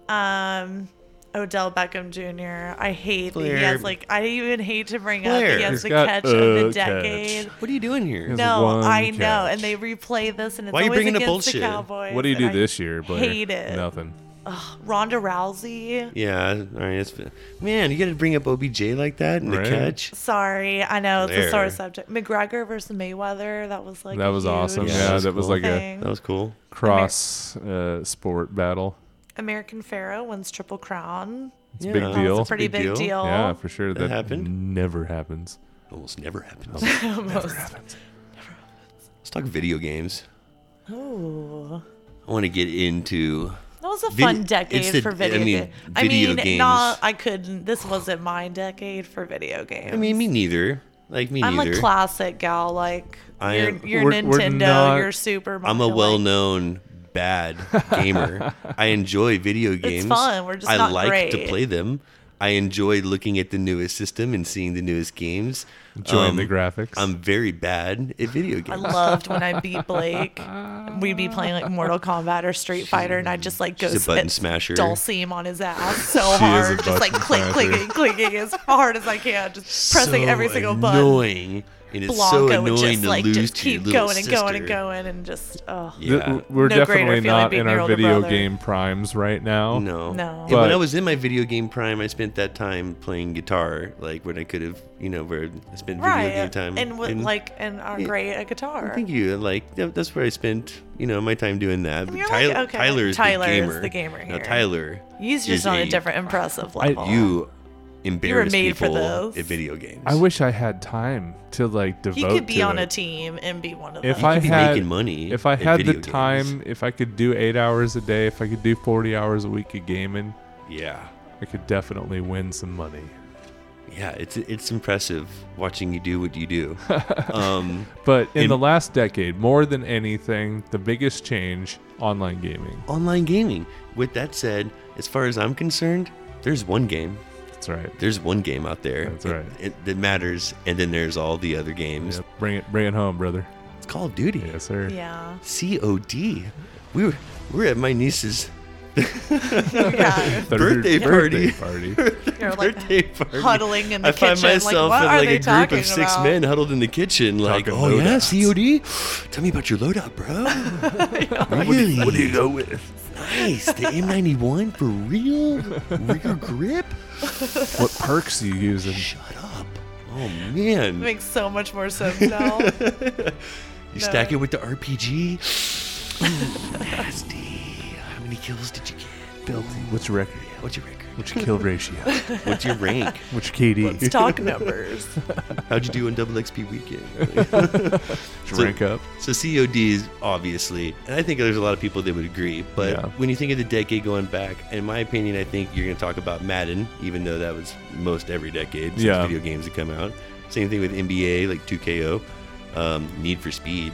[SPEAKER 5] Um, Odell Beckham Jr. I hate that he
[SPEAKER 3] Blair.
[SPEAKER 5] has like I even hate to bring up
[SPEAKER 3] Blair.
[SPEAKER 5] he has
[SPEAKER 4] He's
[SPEAKER 5] the
[SPEAKER 4] got
[SPEAKER 5] catch
[SPEAKER 4] a
[SPEAKER 5] of the
[SPEAKER 4] catch.
[SPEAKER 5] decade.
[SPEAKER 3] What are you doing here?
[SPEAKER 4] Yes.
[SPEAKER 5] No,
[SPEAKER 4] One
[SPEAKER 5] I know,
[SPEAKER 4] catch.
[SPEAKER 5] and they replay this, and it's
[SPEAKER 3] Why are you
[SPEAKER 5] always
[SPEAKER 3] bringing up
[SPEAKER 5] against the
[SPEAKER 3] bullshit?
[SPEAKER 5] Cowboys.
[SPEAKER 4] What do you
[SPEAKER 5] and
[SPEAKER 4] do
[SPEAKER 5] I
[SPEAKER 4] this year, Blair?
[SPEAKER 5] Hate it.
[SPEAKER 4] Nothing.
[SPEAKER 5] Ronda Rousey.
[SPEAKER 3] Yeah, all right. That's, man, you got to bring up OBJ like that and
[SPEAKER 4] Right.
[SPEAKER 3] the catch.
[SPEAKER 5] Sorry, I know it's a
[SPEAKER 3] Blair.
[SPEAKER 5] sore subject. McGregor versus Mayweather. That was like
[SPEAKER 4] that was
[SPEAKER 5] huge
[SPEAKER 4] awesome.
[SPEAKER 3] Yeah,
[SPEAKER 4] Yeah,
[SPEAKER 3] that's
[SPEAKER 4] that was
[SPEAKER 3] cool.
[SPEAKER 4] like a
[SPEAKER 5] thing.
[SPEAKER 3] That was cool.
[SPEAKER 4] cross uh, sport battle.
[SPEAKER 5] American Pharaoh wins triple crown.
[SPEAKER 3] It's
[SPEAKER 4] a big
[SPEAKER 5] That was
[SPEAKER 4] Deal.
[SPEAKER 5] a pretty big, deal.
[SPEAKER 4] Yeah, for sure. That,
[SPEAKER 3] happened?
[SPEAKER 4] Never happens.
[SPEAKER 3] Almost never happens. Let's
[SPEAKER 5] Almost.
[SPEAKER 3] talk video games.
[SPEAKER 5] Ooh.
[SPEAKER 3] I want to get into.
[SPEAKER 5] That was a
[SPEAKER 3] Vid-
[SPEAKER 5] fun decade
[SPEAKER 3] it's the-
[SPEAKER 5] for video
[SPEAKER 3] I mean,
[SPEAKER 5] games. I
[SPEAKER 3] video
[SPEAKER 5] mean,
[SPEAKER 3] games.
[SPEAKER 5] not I couldn't. This wasn't my decade for video games.
[SPEAKER 3] I mean, me neither. Like me
[SPEAKER 5] I'm
[SPEAKER 3] neither.
[SPEAKER 5] a classic gal. Like
[SPEAKER 3] I
[SPEAKER 5] your,
[SPEAKER 3] am-
[SPEAKER 5] your
[SPEAKER 4] We're- we're
[SPEAKER 5] Nintendo,
[SPEAKER 4] not-
[SPEAKER 5] your Super. Mario,
[SPEAKER 3] I'm a
[SPEAKER 5] like,
[SPEAKER 3] well-known bad gamer. I enjoy video games.
[SPEAKER 5] fun, we're just
[SPEAKER 3] I
[SPEAKER 5] not
[SPEAKER 3] like to
[SPEAKER 5] great.
[SPEAKER 3] play them. I enjoy looking at the newest system and seeing the newest games.
[SPEAKER 4] Join
[SPEAKER 3] Um,
[SPEAKER 4] the graphics.
[SPEAKER 3] I'm very bad at video
[SPEAKER 5] I
[SPEAKER 3] games.
[SPEAKER 5] loved when I beat Blake. We'd be playing like Mortal Kombat or Street Fighter, and I'd just like go
[SPEAKER 3] She's a
[SPEAKER 5] sit-
[SPEAKER 3] button smasher.
[SPEAKER 5] Dulcim on his ass so
[SPEAKER 4] is a
[SPEAKER 5] hard, just like
[SPEAKER 4] button
[SPEAKER 5] click,
[SPEAKER 4] smasher.
[SPEAKER 5] clicking, clicking as hard as I can, just pressing
[SPEAKER 3] So
[SPEAKER 5] every single button.
[SPEAKER 3] annoying. And it's so
[SPEAKER 5] Blanca would
[SPEAKER 3] annoying
[SPEAKER 5] just
[SPEAKER 3] to
[SPEAKER 5] like
[SPEAKER 3] lose
[SPEAKER 5] just
[SPEAKER 3] to
[SPEAKER 5] keep
[SPEAKER 3] your little
[SPEAKER 5] going and going and
[SPEAKER 3] sister.
[SPEAKER 5] going and just oh
[SPEAKER 4] Th-
[SPEAKER 3] Yeah.
[SPEAKER 4] We're
[SPEAKER 5] No greater
[SPEAKER 4] definitely
[SPEAKER 5] feeling
[SPEAKER 4] not
[SPEAKER 5] being
[SPEAKER 4] in
[SPEAKER 5] your
[SPEAKER 4] our
[SPEAKER 5] older
[SPEAKER 4] video
[SPEAKER 5] brother.
[SPEAKER 4] game primes right now.
[SPEAKER 3] No.
[SPEAKER 5] No.
[SPEAKER 3] And when
[SPEAKER 4] But-
[SPEAKER 3] I was in my video game prime, I spent that time playing guitar, like when I could have, you know, where I spent
[SPEAKER 5] right
[SPEAKER 3] video game time.
[SPEAKER 5] and with like and are
[SPEAKER 3] Yeah.
[SPEAKER 5] great at guitar.
[SPEAKER 3] Thank you. and, Like that- that's where I spent, you know, my time doing that.
[SPEAKER 5] you're
[SPEAKER 3] Tyler,
[SPEAKER 5] like, okay,
[SPEAKER 3] Tyler is
[SPEAKER 5] Tyler
[SPEAKER 3] the
[SPEAKER 5] is
[SPEAKER 3] gamer.
[SPEAKER 5] the gamer
[SPEAKER 3] Now
[SPEAKER 5] here.
[SPEAKER 3] Tyler,
[SPEAKER 5] He's
[SPEAKER 3] is
[SPEAKER 5] just on a,
[SPEAKER 3] a-
[SPEAKER 5] different impressive level.
[SPEAKER 3] you embarrass
[SPEAKER 5] made for
[SPEAKER 3] people
[SPEAKER 5] those.
[SPEAKER 3] at video games.
[SPEAKER 4] I wish I had time to like devote.
[SPEAKER 5] he could be
[SPEAKER 4] to
[SPEAKER 5] on
[SPEAKER 4] it.
[SPEAKER 5] a team and be one of
[SPEAKER 4] If
[SPEAKER 5] them.
[SPEAKER 4] I
[SPEAKER 3] be
[SPEAKER 4] had
[SPEAKER 3] making money
[SPEAKER 4] if I
[SPEAKER 3] at
[SPEAKER 4] had the
[SPEAKER 3] video games.
[SPEAKER 4] time, if I could do eight hours a day, if I could do forty hours a week of gaming,
[SPEAKER 3] Yeah.
[SPEAKER 4] I could definitely win some money.
[SPEAKER 3] Yeah, it's it's impressive watching you do what you do. um,
[SPEAKER 4] But in
[SPEAKER 3] In-
[SPEAKER 4] the last decade, more than anything, the biggest change online gaming.
[SPEAKER 3] online gaming. With that said, as far as I'm concerned, there's one game.
[SPEAKER 4] That's right.
[SPEAKER 3] There's one game out there
[SPEAKER 4] That's
[SPEAKER 3] that-
[SPEAKER 4] right.
[SPEAKER 3] it- that matters, and then there's all the other games.
[SPEAKER 4] Yeah, bring it bring it home, brother.
[SPEAKER 3] It's Call of Duty.
[SPEAKER 4] Yes, sir.
[SPEAKER 5] yeah.
[SPEAKER 3] COD. We were we were at my niece's
[SPEAKER 5] Yeah.
[SPEAKER 4] Third
[SPEAKER 3] Birthday
[SPEAKER 4] birthday party.
[SPEAKER 5] You're like
[SPEAKER 3] birthday party.
[SPEAKER 5] huddling in the
[SPEAKER 3] I find
[SPEAKER 5] kitchen, like,
[SPEAKER 3] myself
[SPEAKER 5] what
[SPEAKER 3] in
[SPEAKER 5] are
[SPEAKER 3] like
[SPEAKER 5] they
[SPEAKER 3] a group
[SPEAKER 5] talking
[SPEAKER 3] of six
[SPEAKER 5] about?
[SPEAKER 3] men huddled in the kitchen, like,
[SPEAKER 4] Talking
[SPEAKER 3] oh yeah,
[SPEAKER 4] loadouts."
[SPEAKER 3] COD. Tell me about your loadout, bro. really? What do you go with? Nice, the M91 for real, rear grip.
[SPEAKER 4] what perks you using?
[SPEAKER 3] Shut up. Oh man,
[SPEAKER 5] makes so much more sense now.
[SPEAKER 3] you stack it with the RPG. Ooh, nasty. How many kills did you get? Built.
[SPEAKER 4] What's your record?
[SPEAKER 3] What's your record?
[SPEAKER 4] What's your kill ratio?
[SPEAKER 3] What's your rank?
[SPEAKER 4] What's your KD?
[SPEAKER 5] Let's talk numbers.
[SPEAKER 3] How'd you do on double XP weekend?
[SPEAKER 4] What's your rank up?
[SPEAKER 3] So COD is obviously, and I think there's a lot of people that would agree. But
[SPEAKER 4] Yeah.
[SPEAKER 3] when you think of the decade going back, in my opinion, I think you're going to talk about Madden, even though that was most every decade since
[SPEAKER 4] Yeah.
[SPEAKER 3] video games have come out. Same thing with NBA, like 2KO, um, Need for Speed.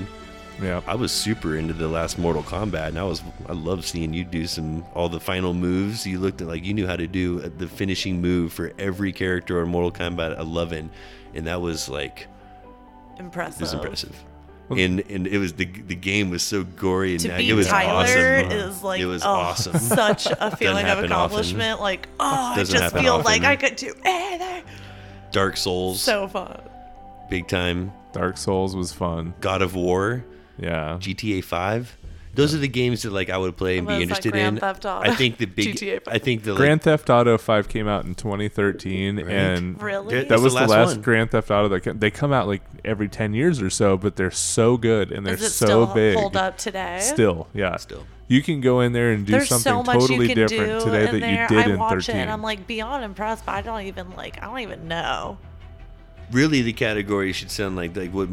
[SPEAKER 4] Yeah.
[SPEAKER 3] I was super into the last Mortal Kombat, and I was I love seeing you do some all the final moves. You looked at like you knew how to do uh, the finishing move for every character in Mortal Kombat 11, and that was like
[SPEAKER 5] Impressive.
[SPEAKER 3] it was impressive. And and it was the the game was so gory and
[SPEAKER 5] To
[SPEAKER 3] nag-
[SPEAKER 5] beat
[SPEAKER 3] it was
[SPEAKER 5] Tyler
[SPEAKER 3] awesome.
[SPEAKER 5] is like
[SPEAKER 3] it was
[SPEAKER 5] oh,
[SPEAKER 3] awesome.
[SPEAKER 5] such a feeling of
[SPEAKER 3] happen often.
[SPEAKER 5] accomplishment. Like oh,
[SPEAKER 3] Doesn't
[SPEAKER 5] I just
[SPEAKER 3] happen
[SPEAKER 5] feel like
[SPEAKER 3] often.
[SPEAKER 5] I could do anything.
[SPEAKER 3] Dark Souls,
[SPEAKER 5] So fun.
[SPEAKER 3] big time.
[SPEAKER 4] Dark Souls was fun.
[SPEAKER 3] God of War,
[SPEAKER 4] Yeah.
[SPEAKER 3] GTA Five. Those are the games that like I would play and
[SPEAKER 5] Well,
[SPEAKER 3] be
[SPEAKER 5] it's like
[SPEAKER 3] interested
[SPEAKER 5] Grand
[SPEAKER 3] in.
[SPEAKER 5] Theft Auto.
[SPEAKER 3] I think the big.
[SPEAKER 5] GTA five.
[SPEAKER 3] I think the like,
[SPEAKER 4] Grand Theft Auto 5 came out in 2013 and
[SPEAKER 5] Really?
[SPEAKER 3] There-
[SPEAKER 4] that was the last,
[SPEAKER 3] one.
[SPEAKER 4] Grand Theft Auto that came, they come out like every 10 years or so, but they're so good and they're
[SPEAKER 5] Does it
[SPEAKER 4] so
[SPEAKER 5] still
[SPEAKER 4] big.
[SPEAKER 5] hold up today?
[SPEAKER 4] Still, yeah.
[SPEAKER 3] Still.
[SPEAKER 4] You can go in there and do
[SPEAKER 5] There's
[SPEAKER 4] something
[SPEAKER 5] so much
[SPEAKER 4] totally
[SPEAKER 5] you can
[SPEAKER 4] different
[SPEAKER 5] do
[SPEAKER 4] today
[SPEAKER 5] in
[SPEAKER 4] that
[SPEAKER 5] there.
[SPEAKER 4] you did
[SPEAKER 5] I
[SPEAKER 4] in
[SPEAKER 5] watch
[SPEAKER 4] 13.
[SPEAKER 5] it and I'm like beyond impressed, but I don't even like I don't even know.
[SPEAKER 3] really the category should sound like like what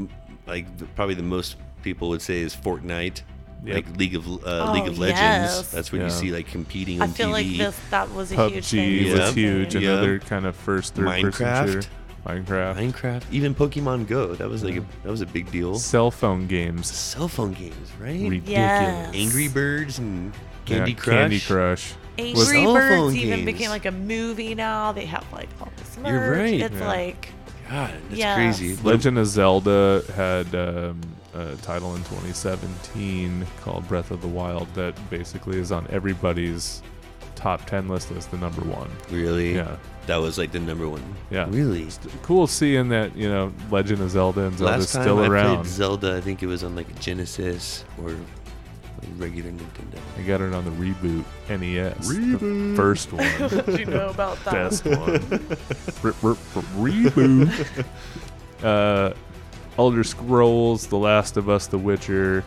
[SPEAKER 3] like the- probably the most people would say is Fortnite.
[SPEAKER 4] Yep.
[SPEAKER 3] Like League of uh,
[SPEAKER 5] Oh,
[SPEAKER 3] League of
[SPEAKER 5] yes.
[SPEAKER 3] Legends, that's what
[SPEAKER 4] Yeah.
[SPEAKER 3] you see like competing
[SPEAKER 5] I
[SPEAKER 3] on
[SPEAKER 5] feel
[SPEAKER 3] TV.
[SPEAKER 5] like this that was a huge
[SPEAKER 4] PUBG
[SPEAKER 5] thing.
[SPEAKER 3] Yeah.
[SPEAKER 4] was huge.
[SPEAKER 3] Yeah.
[SPEAKER 4] Another kind of first third
[SPEAKER 3] Minecraft.
[SPEAKER 4] person shooter. Minecraft.
[SPEAKER 3] Minecraft, even Pokemon Go, that was like a, that was a big deal.
[SPEAKER 4] Cell phone games.
[SPEAKER 3] Cell phone games, right?
[SPEAKER 4] Ridiculous.
[SPEAKER 5] Yes.
[SPEAKER 3] Angry Birds and
[SPEAKER 4] Yeah,
[SPEAKER 3] Candy Crush.
[SPEAKER 4] Candy Crush. was-
[SPEAKER 5] Angry
[SPEAKER 3] Cell
[SPEAKER 5] Birds
[SPEAKER 3] phone
[SPEAKER 5] even
[SPEAKER 3] games.
[SPEAKER 5] became like a movie now. They have like all this merch.
[SPEAKER 3] You're right.
[SPEAKER 5] It's
[SPEAKER 4] Yeah.
[SPEAKER 5] like
[SPEAKER 3] God, that's
[SPEAKER 5] Yes.
[SPEAKER 3] crazy. But
[SPEAKER 4] Legend of Zelda had um, a title in 2017 called Breath of the Wild that basically is on everybody's top 10 list as the number one.
[SPEAKER 3] really,
[SPEAKER 4] Yeah.
[SPEAKER 3] that was like the number one.
[SPEAKER 4] Yeah.
[SPEAKER 3] really.
[SPEAKER 4] Cool seeing that, you know, Legend of Zelda and Zelda's
[SPEAKER 3] Last time
[SPEAKER 4] still
[SPEAKER 3] I
[SPEAKER 4] around.
[SPEAKER 3] played Zelda, I think it was on like a Genesis or like regular Nintendo.
[SPEAKER 4] I got it on the reboot NES. the
[SPEAKER 3] Reboot.
[SPEAKER 4] first one.
[SPEAKER 5] you know about that.
[SPEAKER 4] best one. R- r- r- reboot. Uh, Elder Scrolls, The Last of Us, The Witcher,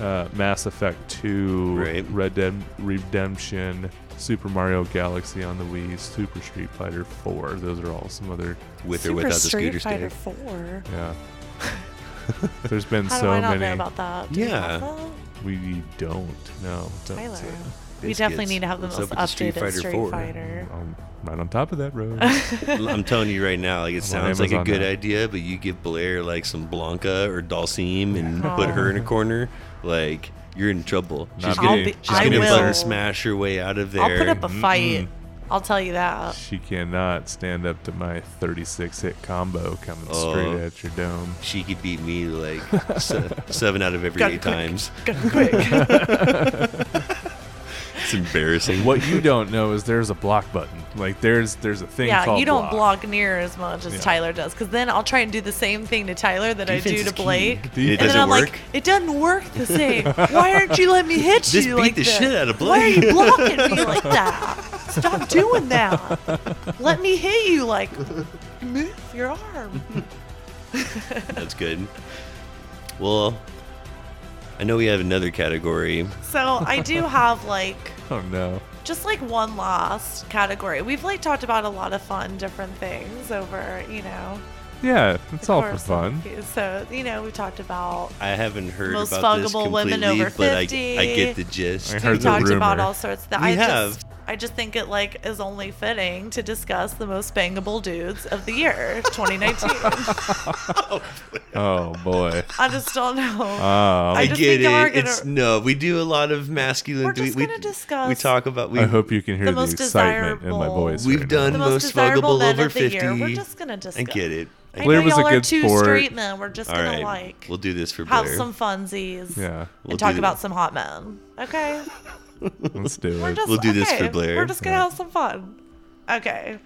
[SPEAKER 4] uh, Mass Effect 2,
[SPEAKER 3] Right.
[SPEAKER 4] Red Dead Redemption, Super Mario Galaxy on the Wii, Super Street Fighter 4. Those are all some other.
[SPEAKER 3] With
[SPEAKER 5] Super
[SPEAKER 3] or without the
[SPEAKER 5] Street
[SPEAKER 3] scooter
[SPEAKER 5] Fighter
[SPEAKER 3] stick.
[SPEAKER 5] Four.
[SPEAKER 4] Yeah. There's been
[SPEAKER 5] How
[SPEAKER 4] so
[SPEAKER 5] do I not
[SPEAKER 4] many.
[SPEAKER 5] know about that? Do we
[SPEAKER 3] Yeah.
[SPEAKER 5] have that?
[SPEAKER 4] We don't know. Don't-
[SPEAKER 5] Tyler. We
[SPEAKER 3] Biscuits.
[SPEAKER 5] definitely need to have the
[SPEAKER 3] What's
[SPEAKER 5] most
[SPEAKER 3] up with the Street
[SPEAKER 5] updated
[SPEAKER 3] Fighter
[SPEAKER 5] Street
[SPEAKER 3] 4?
[SPEAKER 5] Fighter.
[SPEAKER 4] I'm Um, right on top of that road.
[SPEAKER 3] I'm telling you right now, like it sounds like a
[SPEAKER 4] Amazon
[SPEAKER 3] good
[SPEAKER 4] now.
[SPEAKER 3] idea, but you give Blair like some Blanca or Dalsim and put her in
[SPEAKER 5] Oh.
[SPEAKER 3] a corner, like you're in trouble. She's
[SPEAKER 4] Not
[SPEAKER 3] gonna,
[SPEAKER 4] me.
[SPEAKER 5] I'll be-
[SPEAKER 3] she's
[SPEAKER 5] I
[SPEAKER 3] gonna
[SPEAKER 5] will.
[SPEAKER 3] butter smash her way out of there.
[SPEAKER 5] I'll put up a fight. I'll tell you that.
[SPEAKER 4] She cannot stand up to my 36 hit combo coming
[SPEAKER 3] Oh.
[SPEAKER 4] straight at your dome.
[SPEAKER 3] she could beat me like se- seven out of every
[SPEAKER 5] Got
[SPEAKER 3] eight
[SPEAKER 5] quick.
[SPEAKER 3] times.
[SPEAKER 5] Quick.
[SPEAKER 3] It's embarrassing.
[SPEAKER 4] What you don't know is there's a block button. Like there's there's a thing
[SPEAKER 5] Yeah,
[SPEAKER 4] called
[SPEAKER 5] you don't blog near as much as Tyler does, because then I'll try and do the same thing to Tyler that I do
[SPEAKER 3] Defense
[SPEAKER 5] to
[SPEAKER 3] is key.
[SPEAKER 5] Blake.
[SPEAKER 3] It
[SPEAKER 5] and then
[SPEAKER 3] doesn't
[SPEAKER 5] I'm
[SPEAKER 3] work?
[SPEAKER 5] like, it doesn't work the same. Why aren't you letting me hit
[SPEAKER 3] Just
[SPEAKER 5] you
[SPEAKER 3] beat
[SPEAKER 5] like
[SPEAKER 3] the
[SPEAKER 5] this?
[SPEAKER 3] shit out of
[SPEAKER 5] Why are you
[SPEAKER 3] Blake."
[SPEAKER 5] blocking me like that? Stop doing that. Let me hit you like move your arm.
[SPEAKER 3] That's good. Well, I know we have another category.
[SPEAKER 5] So I do have like
[SPEAKER 4] Oh no.
[SPEAKER 5] just like one last category. We've like talked about a lot of fun different things over, you know.
[SPEAKER 4] Yeah, it's
[SPEAKER 5] the
[SPEAKER 4] all for
[SPEAKER 5] course of
[SPEAKER 4] fun.
[SPEAKER 5] the- So, you know, we talked about
[SPEAKER 3] I haven't heard
[SPEAKER 5] Most
[SPEAKER 3] about this
[SPEAKER 5] fuckable
[SPEAKER 3] completely,
[SPEAKER 5] women over
[SPEAKER 3] but I, I
[SPEAKER 5] 50.
[SPEAKER 3] get the gist.
[SPEAKER 4] I
[SPEAKER 5] we
[SPEAKER 4] heard the
[SPEAKER 5] talked about
[SPEAKER 4] rumor.
[SPEAKER 5] all sorts that
[SPEAKER 3] We
[SPEAKER 5] I
[SPEAKER 3] have.
[SPEAKER 5] just I just think it like is only fitting to discuss the most bangable dudes of the year 2019.
[SPEAKER 4] Oh boy.
[SPEAKER 5] I just don't know.
[SPEAKER 4] Um,
[SPEAKER 5] I
[SPEAKER 3] I
[SPEAKER 5] just
[SPEAKER 3] get
[SPEAKER 5] think
[SPEAKER 3] it.
[SPEAKER 5] y'all are gonna-
[SPEAKER 3] It's no. We do a lot of masculine.
[SPEAKER 5] We're just
[SPEAKER 3] we,
[SPEAKER 5] gonna
[SPEAKER 3] we,
[SPEAKER 5] discuss
[SPEAKER 3] We talk about. We,
[SPEAKER 4] I hope you can hear
[SPEAKER 5] the
[SPEAKER 4] the,
[SPEAKER 5] most
[SPEAKER 4] excitement in my
[SPEAKER 5] desirable-
[SPEAKER 4] voice.
[SPEAKER 3] We've
[SPEAKER 4] right
[SPEAKER 3] done
[SPEAKER 5] the
[SPEAKER 4] now.
[SPEAKER 5] most,
[SPEAKER 3] most
[SPEAKER 5] desirable
[SPEAKER 3] fuggable
[SPEAKER 5] men
[SPEAKER 3] over
[SPEAKER 5] of the year. We're
[SPEAKER 3] 50.
[SPEAKER 5] just gonna discuss.
[SPEAKER 3] I get it. I
[SPEAKER 5] I
[SPEAKER 4] Blair
[SPEAKER 5] know
[SPEAKER 4] was a
[SPEAKER 5] y'all are
[SPEAKER 4] good
[SPEAKER 5] two
[SPEAKER 4] sport.
[SPEAKER 5] straight men. We're just
[SPEAKER 3] All
[SPEAKER 5] gonna
[SPEAKER 3] right,
[SPEAKER 5] like
[SPEAKER 3] we'll do this for
[SPEAKER 5] have
[SPEAKER 3] Blair.
[SPEAKER 5] some funsies.
[SPEAKER 4] Yeah,
[SPEAKER 3] We'll
[SPEAKER 5] and talk
[SPEAKER 3] do-
[SPEAKER 5] about some hot men. Okay.
[SPEAKER 4] let's do
[SPEAKER 5] We're
[SPEAKER 4] it.
[SPEAKER 5] just,
[SPEAKER 3] We'll do this for
[SPEAKER 5] okay,
[SPEAKER 3] Blair.
[SPEAKER 5] We're just gonna have some fun. Okay.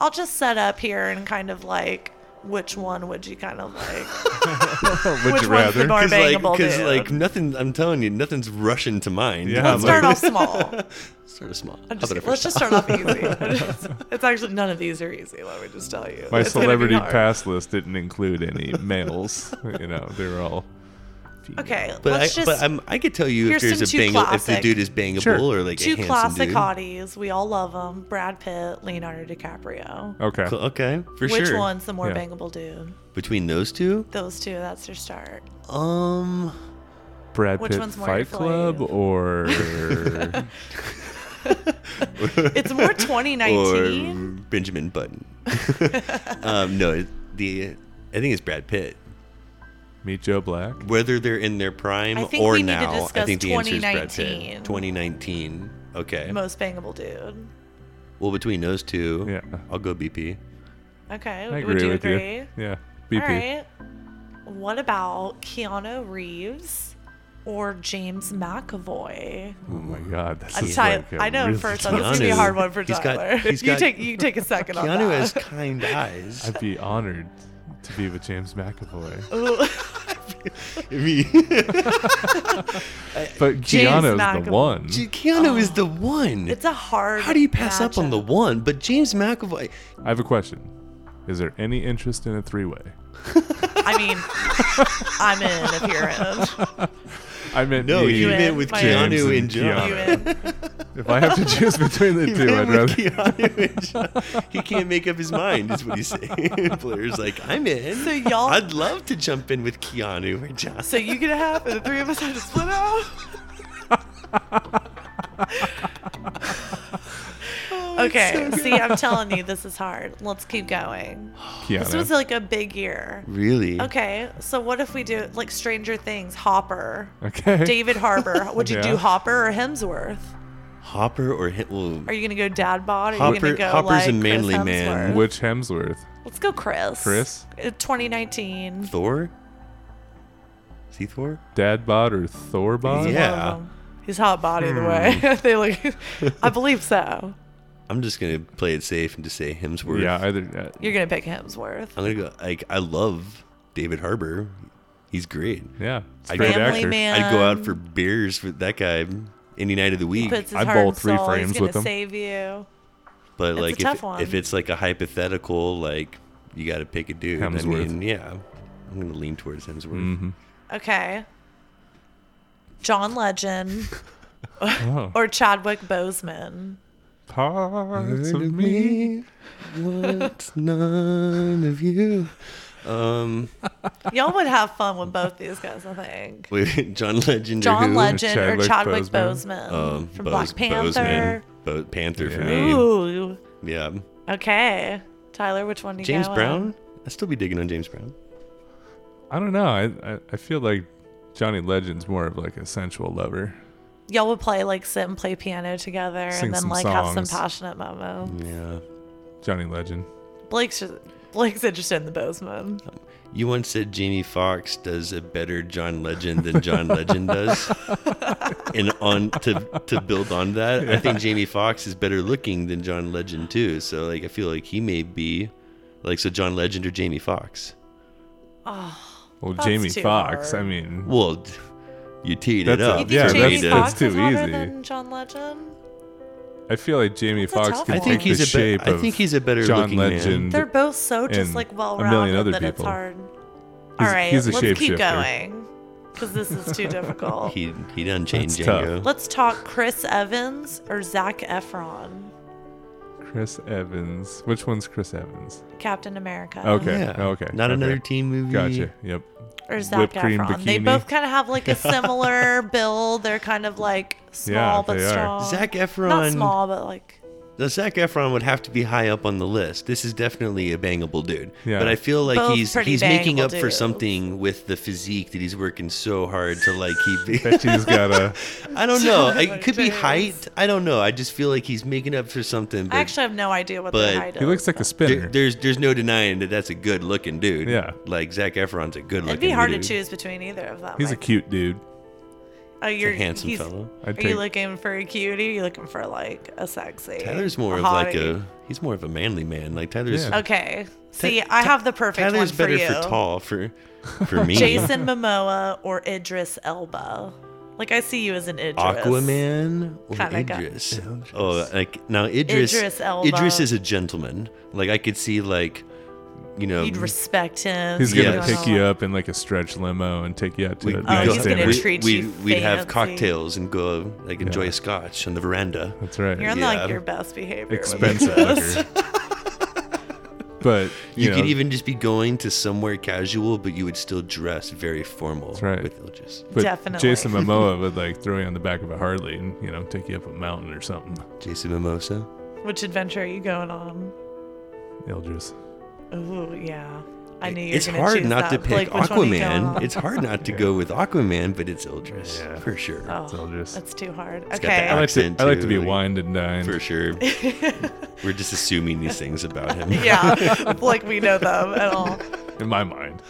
[SPEAKER 5] I'll just set up here and kind of like which one would you kind of like?
[SPEAKER 4] Would
[SPEAKER 5] which
[SPEAKER 4] you
[SPEAKER 5] one's the
[SPEAKER 4] rather?
[SPEAKER 5] more
[SPEAKER 3] Because like,
[SPEAKER 5] bangable
[SPEAKER 3] cause
[SPEAKER 5] dude?
[SPEAKER 3] like nothing. I'm telling you, nothing's rushing to mind.
[SPEAKER 4] Yeah,
[SPEAKER 5] Let's
[SPEAKER 4] like-
[SPEAKER 5] start off small.
[SPEAKER 3] Sort of small. How
[SPEAKER 5] I'm
[SPEAKER 3] Um, about
[SPEAKER 5] Just,
[SPEAKER 3] if we
[SPEAKER 5] let's just start off easy. it's actually none of these are easy. Let me just tell you.
[SPEAKER 4] My
[SPEAKER 5] It's gonna be
[SPEAKER 4] celebrity
[SPEAKER 5] hard.
[SPEAKER 4] pass list didn't include any males. you know, they were all. female.
[SPEAKER 5] Okay,
[SPEAKER 3] But
[SPEAKER 5] let's
[SPEAKER 3] I,
[SPEAKER 5] just
[SPEAKER 3] but I'm, I could tell you if
[SPEAKER 5] here's
[SPEAKER 3] there's a
[SPEAKER 5] some two
[SPEAKER 3] bangle, if the
[SPEAKER 5] classic-
[SPEAKER 3] dude is bangable
[SPEAKER 4] Sure.
[SPEAKER 3] or like
[SPEAKER 5] two
[SPEAKER 3] a handsome
[SPEAKER 5] classic
[SPEAKER 3] dude.
[SPEAKER 5] hotties. We all love them: Brad Pitt, Leonardo DiCaprio.
[SPEAKER 4] Okay.
[SPEAKER 3] Cl- Okay, for
[SPEAKER 5] Which
[SPEAKER 3] sure.
[SPEAKER 5] one's the more
[SPEAKER 4] Yeah.
[SPEAKER 5] bangable dude?
[SPEAKER 3] Between those two,
[SPEAKER 5] Those two. That's your start.
[SPEAKER 3] um,
[SPEAKER 4] Brad
[SPEAKER 5] Which
[SPEAKER 4] Pitt
[SPEAKER 5] one's more your
[SPEAKER 4] Fight Club
[SPEAKER 5] fave?
[SPEAKER 4] or
[SPEAKER 5] It's more
[SPEAKER 3] or
[SPEAKER 5] 2019.
[SPEAKER 3] Benjamin Button. um, no, it- the I think it's Brad Pitt.
[SPEAKER 4] Meet Joe Black?
[SPEAKER 3] Whether they're in their prime
[SPEAKER 5] I think
[SPEAKER 3] or
[SPEAKER 5] we need to
[SPEAKER 3] now, I
[SPEAKER 5] discuss
[SPEAKER 3] think the answer is Brad
[SPEAKER 5] 2019.
[SPEAKER 3] Pitt. 2019. Okay.
[SPEAKER 5] Most bangable dude.
[SPEAKER 3] Well, between those two,
[SPEAKER 4] Yeah.
[SPEAKER 3] I'll go BP.
[SPEAKER 5] Okay,
[SPEAKER 4] I agree
[SPEAKER 5] would you
[SPEAKER 4] with
[SPEAKER 5] agree?
[SPEAKER 4] you. Yeah.
[SPEAKER 5] All
[SPEAKER 4] BP.
[SPEAKER 5] right. What about Keanu Reeves or James McAvoy?
[SPEAKER 4] Oh my God, this
[SPEAKER 5] I'm
[SPEAKER 4] is
[SPEAKER 5] Ty-
[SPEAKER 4] like a
[SPEAKER 5] I know
[SPEAKER 4] really
[SPEAKER 5] first
[SPEAKER 4] tough-
[SPEAKER 5] off, this is gonna be a
[SPEAKER 3] Keanu,
[SPEAKER 5] hard one for
[SPEAKER 3] he's got-
[SPEAKER 5] Tyler.
[SPEAKER 3] he's
[SPEAKER 5] you
[SPEAKER 3] got-
[SPEAKER 5] take you take a second on
[SPEAKER 3] Keanu
[SPEAKER 5] that.
[SPEAKER 3] has kind eyes.
[SPEAKER 4] I'd be honored to be with James McAvoy,
[SPEAKER 3] I mean,
[SPEAKER 4] but
[SPEAKER 5] James
[SPEAKER 4] Keanu's
[SPEAKER 5] McAvoy.
[SPEAKER 4] the one.
[SPEAKER 3] Keanu is the one.
[SPEAKER 5] It's a hard.
[SPEAKER 3] How do you pass up on the
[SPEAKER 5] matchup.
[SPEAKER 3] one? But James McAvoy,
[SPEAKER 4] I have a question. Is there any interest in a three-way?
[SPEAKER 5] I mean, I'm in if you're
[SPEAKER 4] I meant
[SPEAKER 3] no,
[SPEAKER 4] me.
[SPEAKER 3] you
[SPEAKER 5] in,
[SPEAKER 3] meant with
[SPEAKER 5] my
[SPEAKER 3] Keanu
[SPEAKER 4] James
[SPEAKER 3] and,
[SPEAKER 4] and
[SPEAKER 3] John.
[SPEAKER 5] in.
[SPEAKER 4] Keanu.
[SPEAKER 5] You in.
[SPEAKER 4] If I have to choose between the
[SPEAKER 3] He
[SPEAKER 4] two, I'd
[SPEAKER 3] went with
[SPEAKER 4] rather.
[SPEAKER 3] Keanu and John. He can't make up his mind, is what he's saying. Blair's like, I'm in.
[SPEAKER 5] So y'all-
[SPEAKER 3] I'd love to jump in with Keanu and John.
[SPEAKER 5] So you can have, and the three of us have to split up.
[SPEAKER 3] Oh,
[SPEAKER 5] okay, see, I'm telling you, this is hard. Let's keep going. This
[SPEAKER 4] Keanu.
[SPEAKER 5] was like a big year.
[SPEAKER 3] Really?
[SPEAKER 5] Okay, so what if we do like Stranger Things, Hopper,
[SPEAKER 4] okay.
[SPEAKER 5] David Harbor? Would you
[SPEAKER 4] Yeah.
[SPEAKER 5] do Hopper or Hemsworth?
[SPEAKER 3] Hopper or him? Well,
[SPEAKER 5] Are you gonna go dad bod? Are you
[SPEAKER 3] Hopper-
[SPEAKER 5] gonna go
[SPEAKER 3] Hopper's
[SPEAKER 5] like
[SPEAKER 3] a manly
[SPEAKER 5] Chris
[SPEAKER 3] man.
[SPEAKER 5] Hemsworth?
[SPEAKER 4] Which Hemsworth?
[SPEAKER 5] Let's go Chris.
[SPEAKER 4] Chris?
[SPEAKER 5] Uh, 2019.
[SPEAKER 3] Thor? Is he Thor?
[SPEAKER 4] Dad bod or Thor bod?
[SPEAKER 3] Yeah.
[SPEAKER 5] Love him. Um, He's hot body the way they look. I believe so.
[SPEAKER 3] I'm just going to play it safe and just say Hemsworth.
[SPEAKER 4] Yeah, either. Uh,
[SPEAKER 5] You're gonna pick Hemsworth.
[SPEAKER 3] I'm going to go, like, I love David Harbour. He's great.
[SPEAKER 4] yeah. it's a
[SPEAKER 3] I'd-
[SPEAKER 4] Great
[SPEAKER 5] Family
[SPEAKER 4] actor.
[SPEAKER 5] man.
[SPEAKER 3] I'd go out for beers with that guy any night of the week.
[SPEAKER 5] Puts his
[SPEAKER 4] I
[SPEAKER 5] heart and
[SPEAKER 4] bowled three
[SPEAKER 5] soul.
[SPEAKER 4] frames
[SPEAKER 5] He's gonna
[SPEAKER 4] with him.
[SPEAKER 5] save you.
[SPEAKER 3] But
[SPEAKER 5] It's a
[SPEAKER 3] like, if,
[SPEAKER 5] tough one.
[SPEAKER 3] if it's like a hypothetical, like you got to pick a dude. I
[SPEAKER 4] Hemsworth.
[SPEAKER 3] mean, yeah, I'm gonna lean towards Hemsworth.
[SPEAKER 5] Okay. John Legend
[SPEAKER 4] Oh.
[SPEAKER 5] or Chadwick Boseman.
[SPEAKER 4] Parts of me.
[SPEAKER 3] what's none of you? Um,
[SPEAKER 5] Y'all would have fun with both these guys, I think.
[SPEAKER 3] wait, John Legend. or
[SPEAKER 5] John
[SPEAKER 3] who?
[SPEAKER 5] Legend or
[SPEAKER 4] Chadwick
[SPEAKER 5] Chadwick Boseman,
[SPEAKER 4] Boseman?
[SPEAKER 3] Um,
[SPEAKER 5] from
[SPEAKER 3] Bos-
[SPEAKER 5] Black Panther.
[SPEAKER 3] Boseman. Bo- Panther for
[SPEAKER 4] Yeah.
[SPEAKER 3] me.
[SPEAKER 5] Ooh.
[SPEAKER 3] Yeah.
[SPEAKER 5] Okay. Tyler, which one do you
[SPEAKER 3] James
[SPEAKER 5] go with?
[SPEAKER 3] Brown. I still be digging on James Brown.
[SPEAKER 4] I don't know. I, I, I feel like Johnny Legend's more of like a sensual lover.
[SPEAKER 5] Y'all would play like sit and play piano together
[SPEAKER 4] Sing
[SPEAKER 5] and then
[SPEAKER 4] some
[SPEAKER 5] like have
[SPEAKER 4] songs.
[SPEAKER 5] some passionate moments.
[SPEAKER 3] Yeah.
[SPEAKER 4] Johnny Legend.
[SPEAKER 5] Blake's just, Blake's interested in the Bozeman.
[SPEAKER 3] You once said Jamie Foxx does a better John Legend than John Legend does. and on to to build on that, I think Jamie Foxx is better looking than John Legend too. So like I feel like he may be like so John Legend or Jamie Foxx.
[SPEAKER 4] Well,
[SPEAKER 5] That's
[SPEAKER 4] Jamie
[SPEAKER 5] too
[SPEAKER 4] Fox.
[SPEAKER 5] hard.
[SPEAKER 4] I mean,
[SPEAKER 3] Well, d- you teed
[SPEAKER 4] That's
[SPEAKER 3] it
[SPEAKER 4] a-
[SPEAKER 3] up.
[SPEAKER 5] You think
[SPEAKER 4] yeah,
[SPEAKER 3] for me
[SPEAKER 5] Jamie
[SPEAKER 4] that's-
[SPEAKER 3] to-
[SPEAKER 5] Foxx
[SPEAKER 4] too
[SPEAKER 5] is hotter
[SPEAKER 4] easy.
[SPEAKER 5] than John Legend?
[SPEAKER 4] I feel like Jamie
[SPEAKER 5] That's a
[SPEAKER 4] Fox
[SPEAKER 5] tough
[SPEAKER 4] can
[SPEAKER 5] one.
[SPEAKER 4] take
[SPEAKER 5] I think
[SPEAKER 4] the
[SPEAKER 3] he's a be-
[SPEAKER 4] shape
[SPEAKER 3] I
[SPEAKER 4] of
[SPEAKER 3] think he's a better
[SPEAKER 4] John
[SPEAKER 3] looking man.
[SPEAKER 4] Legend.
[SPEAKER 5] They're both so just
[SPEAKER 4] and
[SPEAKER 5] like
[SPEAKER 4] a
[SPEAKER 5] well
[SPEAKER 4] million other
[SPEAKER 5] rounded that it's
[SPEAKER 4] people.
[SPEAKER 5] hard. All
[SPEAKER 4] He's-
[SPEAKER 5] right,
[SPEAKER 4] he's a
[SPEAKER 5] let's keep
[SPEAKER 4] shapeshifter.
[SPEAKER 5] going because this is too difficult.
[SPEAKER 3] He he done changed
[SPEAKER 4] That's tough.
[SPEAKER 3] Django.
[SPEAKER 5] Let's talk Chris Evans or Zach Efron,
[SPEAKER 4] Chris Evans. Which one's Chris Evans?
[SPEAKER 5] Captain America.
[SPEAKER 4] Okay.
[SPEAKER 3] Yeah.
[SPEAKER 4] Okay.
[SPEAKER 3] Not
[SPEAKER 4] okay.
[SPEAKER 3] another teen movie.
[SPEAKER 4] Gotcha. Yep.
[SPEAKER 5] Or Zac
[SPEAKER 4] Whipped cream
[SPEAKER 5] Efron. They
[SPEAKER 4] bikini.
[SPEAKER 5] both kind of have like a similar build. They're kind of like small
[SPEAKER 4] Yeah,
[SPEAKER 5] but
[SPEAKER 4] they are.
[SPEAKER 5] strong.
[SPEAKER 3] Zac Efron.
[SPEAKER 5] Not small, but like
[SPEAKER 3] Now, Zac Efron would have to be high up on the list. This is definitely a bangable dude.
[SPEAKER 4] Yeah.
[SPEAKER 3] But I feel like
[SPEAKER 5] Both
[SPEAKER 3] he's
[SPEAKER 5] pretty
[SPEAKER 3] he's making
[SPEAKER 5] bangable
[SPEAKER 3] up for
[SPEAKER 5] dudes.
[SPEAKER 3] something with the physique that he's working so hard to like keep.
[SPEAKER 4] Bet she's got a.
[SPEAKER 3] I don't know.
[SPEAKER 5] what
[SPEAKER 3] It
[SPEAKER 5] it
[SPEAKER 3] could be
[SPEAKER 5] is.
[SPEAKER 3] height. I don't know. I just feel like he's making up for something. But
[SPEAKER 5] I actually have no idea what
[SPEAKER 3] but
[SPEAKER 5] their height is.
[SPEAKER 4] He looks like a
[SPEAKER 3] there-
[SPEAKER 4] spinner.
[SPEAKER 3] there's there's no denying that that's a good looking dude.
[SPEAKER 4] Yeah.
[SPEAKER 3] Like Zac Efron's a good looking.
[SPEAKER 5] It'd be hard
[SPEAKER 3] dude.
[SPEAKER 5] to choose between either of them.
[SPEAKER 4] he's
[SPEAKER 5] I
[SPEAKER 4] a cute dude.
[SPEAKER 5] Oh, you're
[SPEAKER 3] handsome
[SPEAKER 5] he's-
[SPEAKER 3] fellow.
[SPEAKER 4] I'd
[SPEAKER 5] are
[SPEAKER 4] take-
[SPEAKER 5] you looking for a cutie? Are you looking for like a sexy?
[SPEAKER 3] Tyler's more
[SPEAKER 5] a
[SPEAKER 3] of like
[SPEAKER 5] hottie?
[SPEAKER 3] a he's more of a manly man. Like Tyler's
[SPEAKER 4] Yeah.
[SPEAKER 5] Okay. See,
[SPEAKER 3] Ty-
[SPEAKER 5] I have the perfect one
[SPEAKER 3] Tyler's
[SPEAKER 5] for
[SPEAKER 3] better
[SPEAKER 5] you.
[SPEAKER 3] for tall for for me.
[SPEAKER 5] Jason Momoa or Idris Elba. Like I see you as an Idris.
[SPEAKER 3] Aquaman or
[SPEAKER 5] Kinda guy.
[SPEAKER 3] Idris? Oh, like now Idris.
[SPEAKER 5] Idris Elba.
[SPEAKER 3] Idris is a gentleman. Like I could see, like you know,
[SPEAKER 5] You'd respect him.
[SPEAKER 4] He's
[SPEAKER 5] You'd
[SPEAKER 4] gonna
[SPEAKER 5] go
[SPEAKER 3] Yes.
[SPEAKER 4] pick
[SPEAKER 5] on a
[SPEAKER 4] you
[SPEAKER 5] lot.
[SPEAKER 4] up in like a stretch limo and take you out to
[SPEAKER 3] we,
[SPEAKER 4] a
[SPEAKER 3] we'd
[SPEAKER 5] Oh,
[SPEAKER 4] nice
[SPEAKER 5] he's gonna
[SPEAKER 4] dinner.
[SPEAKER 3] we-
[SPEAKER 5] treat
[SPEAKER 3] we'd,
[SPEAKER 5] you
[SPEAKER 3] we'd have
[SPEAKER 5] fancy.
[SPEAKER 3] cocktails and go like enjoy a scotch on the veranda.
[SPEAKER 4] That's right.
[SPEAKER 5] You're on
[SPEAKER 3] Yeah.
[SPEAKER 5] like your best behavior. when
[SPEAKER 4] Expensive
[SPEAKER 5] you do this.
[SPEAKER 4] liquor. But you,
[SPEAKER 3] You,
[SPEAKER 4] know,
[SPEAKER 3] could even just be going to somewhere casual, but you would still dress very formal. That's
[SPEAKER 4] right.
[SPEAKER 3] With Idris.
[SPEAKER 4] but
[SPEAKER 5] Definitely.
[SPEAKER 4] Jason Momoa would like throw you on the back of a Harley and you know take you up a mountain or something.
[SPEAKER 3] Jason Mimosa.
[SPEAKER 5] Which adventure are you going on?
[SPEAKER 4] Eldris.
[SPEAKER 5] Ooh, yeah. I knew you were
[SPEAKER 3] It's
[SPEAKER 5] gonna
[SPEAKER 3] hard
[SPEAKER 5] choose
[SPEAKER 3] not
[SPEAKER 5] that.
[SPEAKER 3] to pick
[SPEAKER 5] Blake, which one are you going
[SPEAKER 3] Aquaman.
[SPEAKER 5] on?
[SPEAKER 3] It's hard not to go with Aquaman, but it's Idris
[SPEAKER 4] Yeah.
[SPEAKER 3] for sure.
[SPEAKER 5] Oh.
[SPEAKER 4] It's Eldris.
[SPEAKER 5] That's too hard.
[SPEAKER 3] got the
[SPEAKER 5] Okay.
[SPEAKER 4] I like to.
[SPEAKER 3] accent
[SPEAKER 4] I like to
[SPEAKER 3] too,
[SPEAKER 4] be
[SPEAKER 3] like-
[SPEAKER 4] wined and dined.
[SPEAKER 3] For sure. We're just assuming these things about him.
[SPEAKER 5] yeah, like we know them at all.
[SPEAKER 4] In my mind.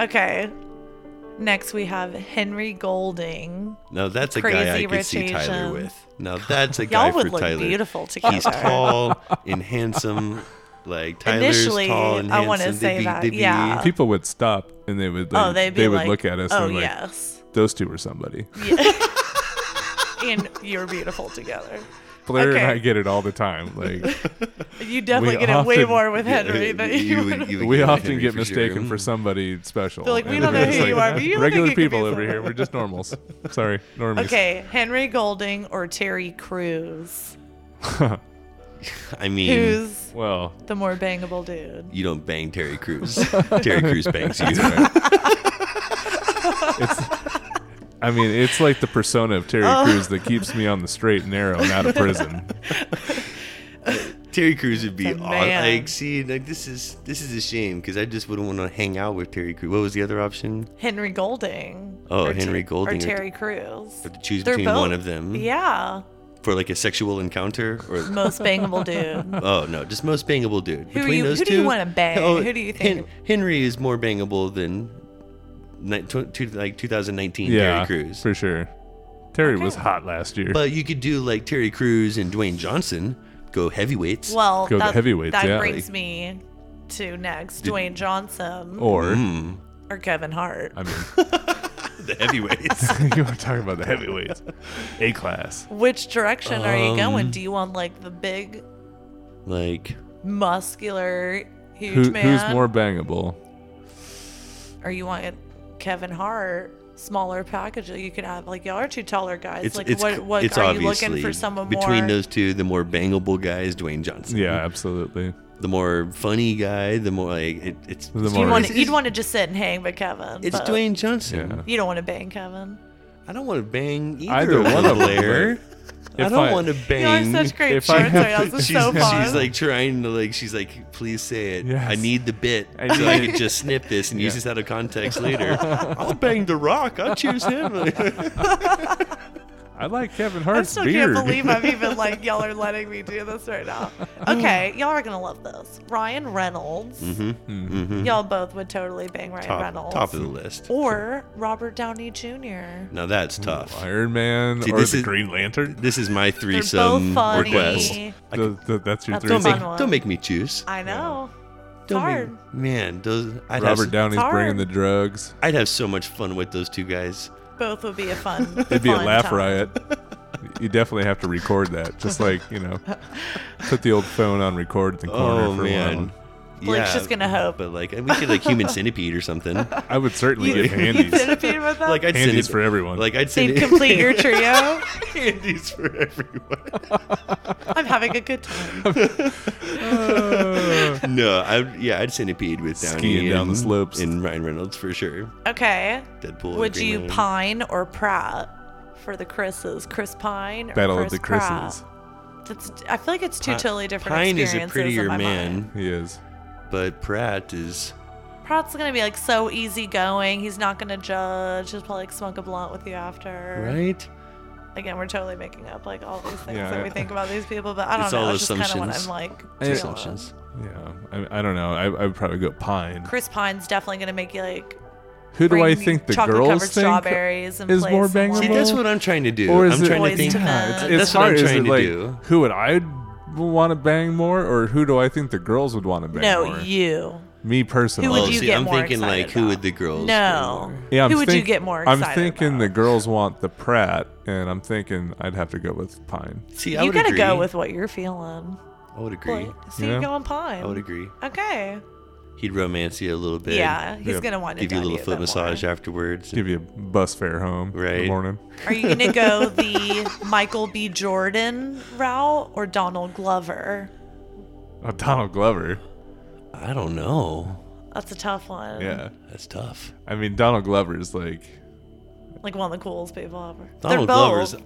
[SPEAKER 5] Okay. Next we have Henry Golding.
[SPEAKER 3] Now that's a guy I
[SPEAKER 5] Crazy
[SPEAKER 3] could
[SPEAKER 5] rich
[SPEAKER 3] see Tyler
[SPEAKER 5] Asian.
[SPEAKER 3] with. Now that's a guy
[SPEAKER 5] Y'all
[SPEAKER 3] for
[SPEAKER 5] would look
[SPEAKER 3] Tyler.
[SPEAKER 5] beautiful
[SPEAKER 3] He's
[SPEAKER 5] together.
[SPEAKER 3] tall and handsome. Like Tyler's
[SPEAKER 5] Initially,
[SPEAKER 3] tall and
[SPEAKER 5] I
[SPEAKER 3] handsome.
[SPEAKER 5] wanna
[SPEAKER 3] They'd
[SPEAKER 5] say
[SPEAKER 3] be-
[SPEAKER 5] that,
[SPEAKER 3] they'd be-
[SPEAKER 5] yeah.
[SPEAKER 4] People would stop and they would. Like,
[SPEAKER 5] oh, they'd be
[SPEAKER 4] they would
[SPEAKER 5] like,
[SPEAKER 4] look at us.
[SPEAKER 5] Oh
[SPEAKER 4] and like,
[SPEAKER 5] yes,
[SPEAKER 4] Those two were somebody.
[SPEAKER 5] and you're beautiful together.
[SPEAKER 4] Blair
[SPEAKER 5] Okay.
[SPEAKER 4] and I get it all the time. Like
[SPEAKER 5] You definitely get it
[SPEAKER 4] often-
[SPEAKER 5] way more with Henry than you.
[SPEAKER 3] Uh, you
[SPEAKER 5] would-
[SPEAKER 3] would- you would
[SPEAKER 4] we
[SPEAKER 3] give
[SPEAKER 4] often
[SPEAKER 3] Henry
[SPEAKER 4] get
[SPEAKER 3] for
[SPEAKER 4] mistaken
[SPEAKER 3] sure.
[SPEAKER 4] for somebody special.
[SPEAKER 5] They're like, we
[SPEAKER 4] And
[SPEAKER 5] don't know
[SPEAKER 4] it's
[SPEAKER 5] who you are, but you look
[SPEAKER 4] regular
[SPEAKER 5] like you could be
[SPEAKER 4] people over here.
[SPEAKER 5] somebody.
[SPEAKER 4] We're just normals. Sorry, normies.
[SPEAKER 5] Okay, Henry Golding or Terry Crews?
[SPEAKER 3] I
[SPEAKER 4] Mm.
[SPEAKER 3] mean,
[SPEAKER 5] Who's
[SPEAKER 4] Well,
[SPEAKER 5] the more bangable dude?
[SPEAKER 3] you don't bang Terry Crews. Terry Crews bangs you.
[SPEAKER 4] it's. I mean, it's like the persona of Terry
[SPEAKER 5] Oh.
[SPEAKER 4] Crews that keeps me on the straight and narrow and out of prison.
[SPEAKER 3] Terry Crews would be
[SPEAKER 5] It's
[SPEAKER 3] on.
[SPEAKER 5] a man.
[SPEAKER 3] Like, see, like this is this is a shame because I just wouldn't want to hang out with Terry Crews. What was the other option?
[SPEAKER 5] Henry Golding.
[SPEAKER 3] Oh,
[SPEAKER 5] or
[SPEAKER 3] Henry Golding
[SPEAKER 5] or
[SPEAKER 3] or-
[SPEAKER 5] Terry Crews.
[SPEAKER 3] Or to choose
[SPEAKER 5] They're
[SPEAKER 3] between
[SPEAKER 5] both-
[SPEAKER 3] one of them
[SPEAKER 5] Yeah,
[SPEAKER 3] for like a sexual encounter or
[SPEAKER 5] most bangable dude.
[SPEAKER 3] Oh no, just most bangable dude.
[SPEAKER 5] Who are
[SPEAKER 3] Between
[SPEAKER 5] you-
[SPEAKER 3] those
[SPEAKER 5] who
[SPEAKER 3] two, oh,
[SPEAKER 5] do you wanna bang? Who do you think-
[SPEAKER 3] Henry is more bangable than ni- tw- two- like 2019
[SPEAKER 4] Yeah,
[SPEAKER 3] Terry Crews?
[SPEAKER 4] for sure. Terry was hot last year.
[SPEAKER 3] But you could do like Terry Crews and Dwayne Johnson, go heavyweights.
[SPEAKER 5] Well,
[SPEAKER 4] Go to
[SPEAKER 5] that,
[SPEAKER 4] heavyweights,
[SPEAKER 5] that
[SPEAKER 4] yeah.
[SPEAKER 5] brings me to next Dwayne Johnson or,
[SPEAKER 4] or
[SPEAKER 3] mm-hmm.
[SPEAKER 5] Kevin Hart.
[SPEAKER 4] I mean,
[SPEAKER 3] the heavyweights.
[SPEAKER 4] you want to talk about the heavyweights, A class.
[SPEAKER 5] Which direction are
[SPEAKER 3] Um,
[SPEAKER 5] you going? Do you want like the big,
[SPEAKER 3] like
[SPEAKER 5] muscular, huge
[SPEAKER 4] Who,
[SPEAKER 5] man?
[SPEAKER 4] who's more bangable?
[SPEAKER 5] Or you want Kevin Hart? Smaller package that you could have. Like y'all are two taller guys.
[SPEAKER 3] it's
[SPEAKER 5] like
[SPEAKER 3] it's
[SPEAKER 5] what? What
[SPEAKER 3] it's
[SPEAKER 5] are you
[SPEAKER 3] obviously
[SPEAKER 5] looking for? Someone
[SPEAKER 3] between
[SPEAKER 5] more
[SPEAKER 3] those two, the more bangable guy is Dwayne Johnson.
[SPEAKER 4] Yeah, absolutely.
[SPEAKER 3] The more funny guy, the more like it, it's
[SPEAKER 4] The
[SPEAKER 5] You'd
[SPEAKER 4] more-
[SPEAKER 5] want to,
[SPEAKER 3] It's-
[SPEAKER 5] you'd want to just sit and hang with Kevin.
[SPEAKER 3] it's
[SPEAKER 5] but
[SPEAKER 3] Dwayne Johnson.
[SPEAKER 4] Yeah.
[SPEAKER 5] You don't want to bang Kevin.
[SPEAKER 3] I don't want to bang
[SPEAKER 4] Either
[SPEAKER 3] either, of
[SPEAKER 4] one
[SPEAKER 3] one
[SPEAKER 4] of
[SPEAKER 3] of
[SPEAKER 4] them,
[SPEAKER 3] Blair. I
[SPEAKER 4] If
[SPEAKER 3] don't
[SPEAKER 4] I-
[SPEAKER 3] want to
[SPEAKER 5] You are
[SPEAKER 3] bang.
[SPEAKER 5] such great
[SPEAKER 4] if I
[SPEAKER 5] shorts
[SPEAKER 4] have
[SPEAKER 5] right now.
[SPEAKER 4] to-
[SPEAKER 5] This is
[SPEAKER 3] she's,
[SPEAKER 5] so fun.
[SPEAKER 3] she's like trying to like she's like please say it i
[SPEAKER 4] Yes.
[SPEAKER 3] need the bit
[SPEAKER 4] I
[SPEAKER 3] so i
[SPEAKER 4] need-
[SPEAKER 3] can just snip this and use
[SPEAKER 4] Yeah.
[SPEAKER 3] this out of context later i'll bang the rock i'll choose him
[SPEAKER 4] I like Kevin
[SPEAKER 5] I
[SPEAKER 4] Hart's
[SPEAKER 5] still
[SPEAKER 4] beard.
[SPEAKER 5] can't believe I'm even like y'all are letting me do this right now. Okay, y'all are gonna love this. Ryan Reynolds. Y'all both would totally bang Ryan
[SPEAKER 3] Mm-hmm. Top,
[SPEAKER 5] Reynolds.
[SPEAKER 3] top of the list.
[SPEAKER 5] Or Robert Downey jr.
[SPEAKER 3] Now that's tough.
[SPEAKER 4] Iron Man
[SPEAKER 3] See,
[SPEAKER 4] or
[SPEAKER 3] this
[SPEAKER 4] the
[SPEAKER 3] is-
[SPEAKER 4] Green Lantern.
[SPEAKER 3] This is my
[SPEAKER 5] both
[SPEAKER 3] threesome
[SPEAKER 5] funny.
[SPEAKER 3] request. I
[SPEAKER 4] Th- th- that's your
[SPEAKER 5] That's
[SPEAKER 4] three.
[SPEAKER 3] Don't make,
[SPEAKER 5] Fun one.
[SPEAKER 3] don't make me choose.
[SPEAKER 5] I know. It's
[SPEAKER 3] Don't make-
[SPEAKER 5] hard.
[SPEAKER 3] man, those I'd have,
[SPEAKER 4] Robert
[SPEAKER 3] s-
[SPEAKER 4] Downey's
[SPEAKER 5] hard.
[SPEAKER 4] bringing the drugs.
[SPEAKER 3] I'd have so much fun with those two guys.
[SPEAKER 5] Both would be a fun.
[SPEAKER 4] It'd be a
[SPEAKER 5] fun
[SPEAKER 4] laugh
[SPEAKER 5] time.
[SPEAKER 4] riot. You definitely have to record that. Just like, you know, put the old phone on record in the corner
[SPEAKER 3] Oh
[SPEAKER 4] for a
[SPEAKER 3] man.
[SPEAKER 4] while.
[SPEAKER 5] Blake's just gonna hope.
[SPEAKER 3] But like we could like human centipede or something. like
[SPEAKER 4] I would certainly
[SPEAKER 5] You,
[SPEAKER 4] get
[SPEAKER 5] you
[SPEAKER 4] handies.
[SPEAKER 5] centipede with them?
[SPEAKER 3] I'd
[SPEAKER 4] Handies
[SPEAKER 3] centip-
[SPEAKER 4] for everyone.
[SPEAKER 3] Like I'd
[SPEAKER 5] They'd
[SPEAKER 3] send
[SPEAKER 5] complete your trio.
[SPEAKER 3] handies for everyone.
[SPEAKER 5] I'm having a good time.
[SPEAKER 3] no, I would- yeah, I'd centipede with Downey
[SPEAKER 4] Skiing down the
[SPEAKER 3] and-
[SPEAKER 4] slopes.
[SPEAKER 3] and Ryan Reynolds for sure.
[SPEAKER 5] Okay.
[SPEAKER 3] Deadpool. and
[SPEAKER 5] Would
[SPEAKER 3] Green
[SPEAKER 5] you
[SPEAKER 3] Lantern.
[SPEAKER 5] Pine or Pratt for the Chris's? Chris Pine or
[SPEAKER 4] Battle
[SPEAKER 5] Chris
[SPEAKER 4] of the
[SPEAKER 5] Pratt?
[SPEAKER 4] Chris's.
[SPEAKER 5] That's, I feel like it's two
[SPEAKER 3] Pi-
[SPEAKER 5] totally different
[SPEAKER 3] Pine is a
[SPEAKER 5] experiences.
[SPEAKER 3] prettier
[SPEAKER 5] in my
[SPEAKER 3] man,
[SPEAKER 5] Mind.
[SPEAKER 4] He is.
[SPEAKER 3] but Pratt is
[SPEAKER 5] Pratt's gonna be like so easygoing. He's not gonna judge. He'll probably like smoke a blunt with you after.
[SPEAKER 3] right.
[SPEAKER 5] Again, we're totally making up like all these things
[SPEAKER 4] Yeah,
[SPEAKER 5] that we
[SPEAKER 4] I-
[SPEAKER 5] think about these people, but I don't
[SPEAKER 3] It's
[SPEAKER 5] know.
[SPEAKER 3] all
[SPEAKER 5] It's just kind of what I'm
[SPEAKER 3] assumptions.
[SPEAKER 5] like.
[SPEAKER 4] It's
[SPEAKER 5] feeling.
[SPEAKER 3] Assumptions.
[SPEAKER 4] Yeah. I, I don't know. I, I would probably go Pine.
[SPEAKER 5] Chris Pine's definitely gonna make you like.
[SPEAKER 4] Who do I
[SPEAKER 5] bring
[SPEAKER 4] think the
[SPEAKER 5] chocolate-covered
[SPEAKER 4] girls think
[SPEAKER 5] strawberries and
[SPEAKER 4] is
[SPEAKER 5] play
[SPEAKER 4] more
[SPEAKER 5] some more-
[SPEAKER 4] bangable?
[SPEAKER 3] See, that's what I'm trying to do.
[SPEAKER 4] or is
[SPEAKER 3] I'm
[SPEAKER 4] it
[SPEAKER 3] trying to
[SPEAKER 5] Boys
[SPEAKER 3] think.
[SPEAKER 5] to men.
[SPEAKER 4] it's,
[SPEAKER 5] Uh,
[SPEAKER 4] it's
[SPEAKER 3] that's what I'm
[SPEAKER 4] hard. Is
[SPEAKER 3] trying
[SPEAKER 4] it
[SPEAKER 3] to
[SPEAKER 4] like
[SPEAKER 3] do.
[SPEAKER 4] who would I want to bang more, or who do I think the girls would want to bang
[SPEAKER 5] No,
[SPEAKER 4] more?
[SPEAKER 5] you.
[SPEAKER 4] Me personally,
[SPEAKER 5] Who would
[SPEAKER 3] Oh,
[SPEAKER 5] you
[SPEAKER 3] see,
[SPEAKER 5] get
[SPEAKER 3] I'm
[SPEAKER 5] more
[SPEAKER 3] thinking,
[SPEAKER 5] excited
[SPEAKER 3] like, who
[SPEAKER 5] about?
[SPEAKER 3] would the girls
[SPEAKER 5] No.
[SPEAKER 4] Yeah, I'm
[SPEAKER 5] who would you
[SPEAKER 4] think-
[SPEAKER 5] get more
[SPEAKER 4] I'm
[SPEAKER 5] excited?
[SPEAKER 4] thinking the
[SPEAKER 5] about?
[SPEAKER 4] girls want the Pratt, and I'm thinking I'd have to go with Pine.
[SPEAKER 3] See, I
[SPEAKER 5] you
[SPEAKER 3] would
[SPEAKER 5] gotta
[SPEAKER 3] agree.
[SPEAKER 5] go with what you're feeling.
[SPEAKER 3] I would agree.
[SPEAKER 5] Like, so you
[SPEAKER 4] Yeah.
[SPEAKER 5] go on Pine.
[SPEAKER 3] I would agree.
[SPEAKER 5] Okay.
[SPEAKER 3] He'd romance you a little bit.
[SPEAKER 5] Yeah, he's
[SPEAKER 4] Yeah.
[SPEAKER 5] gonna want to
[SPEAKER 3] Give you a
[SPEAKER 5] done
[SPEAKER 3] little
[SPEAKER 5] bit
[SPEAKER 3] foot massage
[SPEAKER 5] more.
[SPEAKER 3] afterwards.
[SPEAKER 4] Give you a bus fare home in
[SPEAKER 3] Right.
[SPEAKER 4] the morning.
[SPEAKER 5] Are you gonna go the Michael B. Jordan route or Donald Glover?
[SPEAKER 4] Oh, Donald Glover.
[SPEAKER 3] I don't know.
[SPEAKER 5] That's a tough one.
[SPEAKER 4] Yeah,
[SPEAKER 3] That's tough.
[SPEAKER 4] I mean Donald Glover's like
[SPEAKER 5] like one of the coolest people ever.
[SPEAKER 3] Donald
[SPEAKER 5] They're both.
[SPEAKER 3] Glover's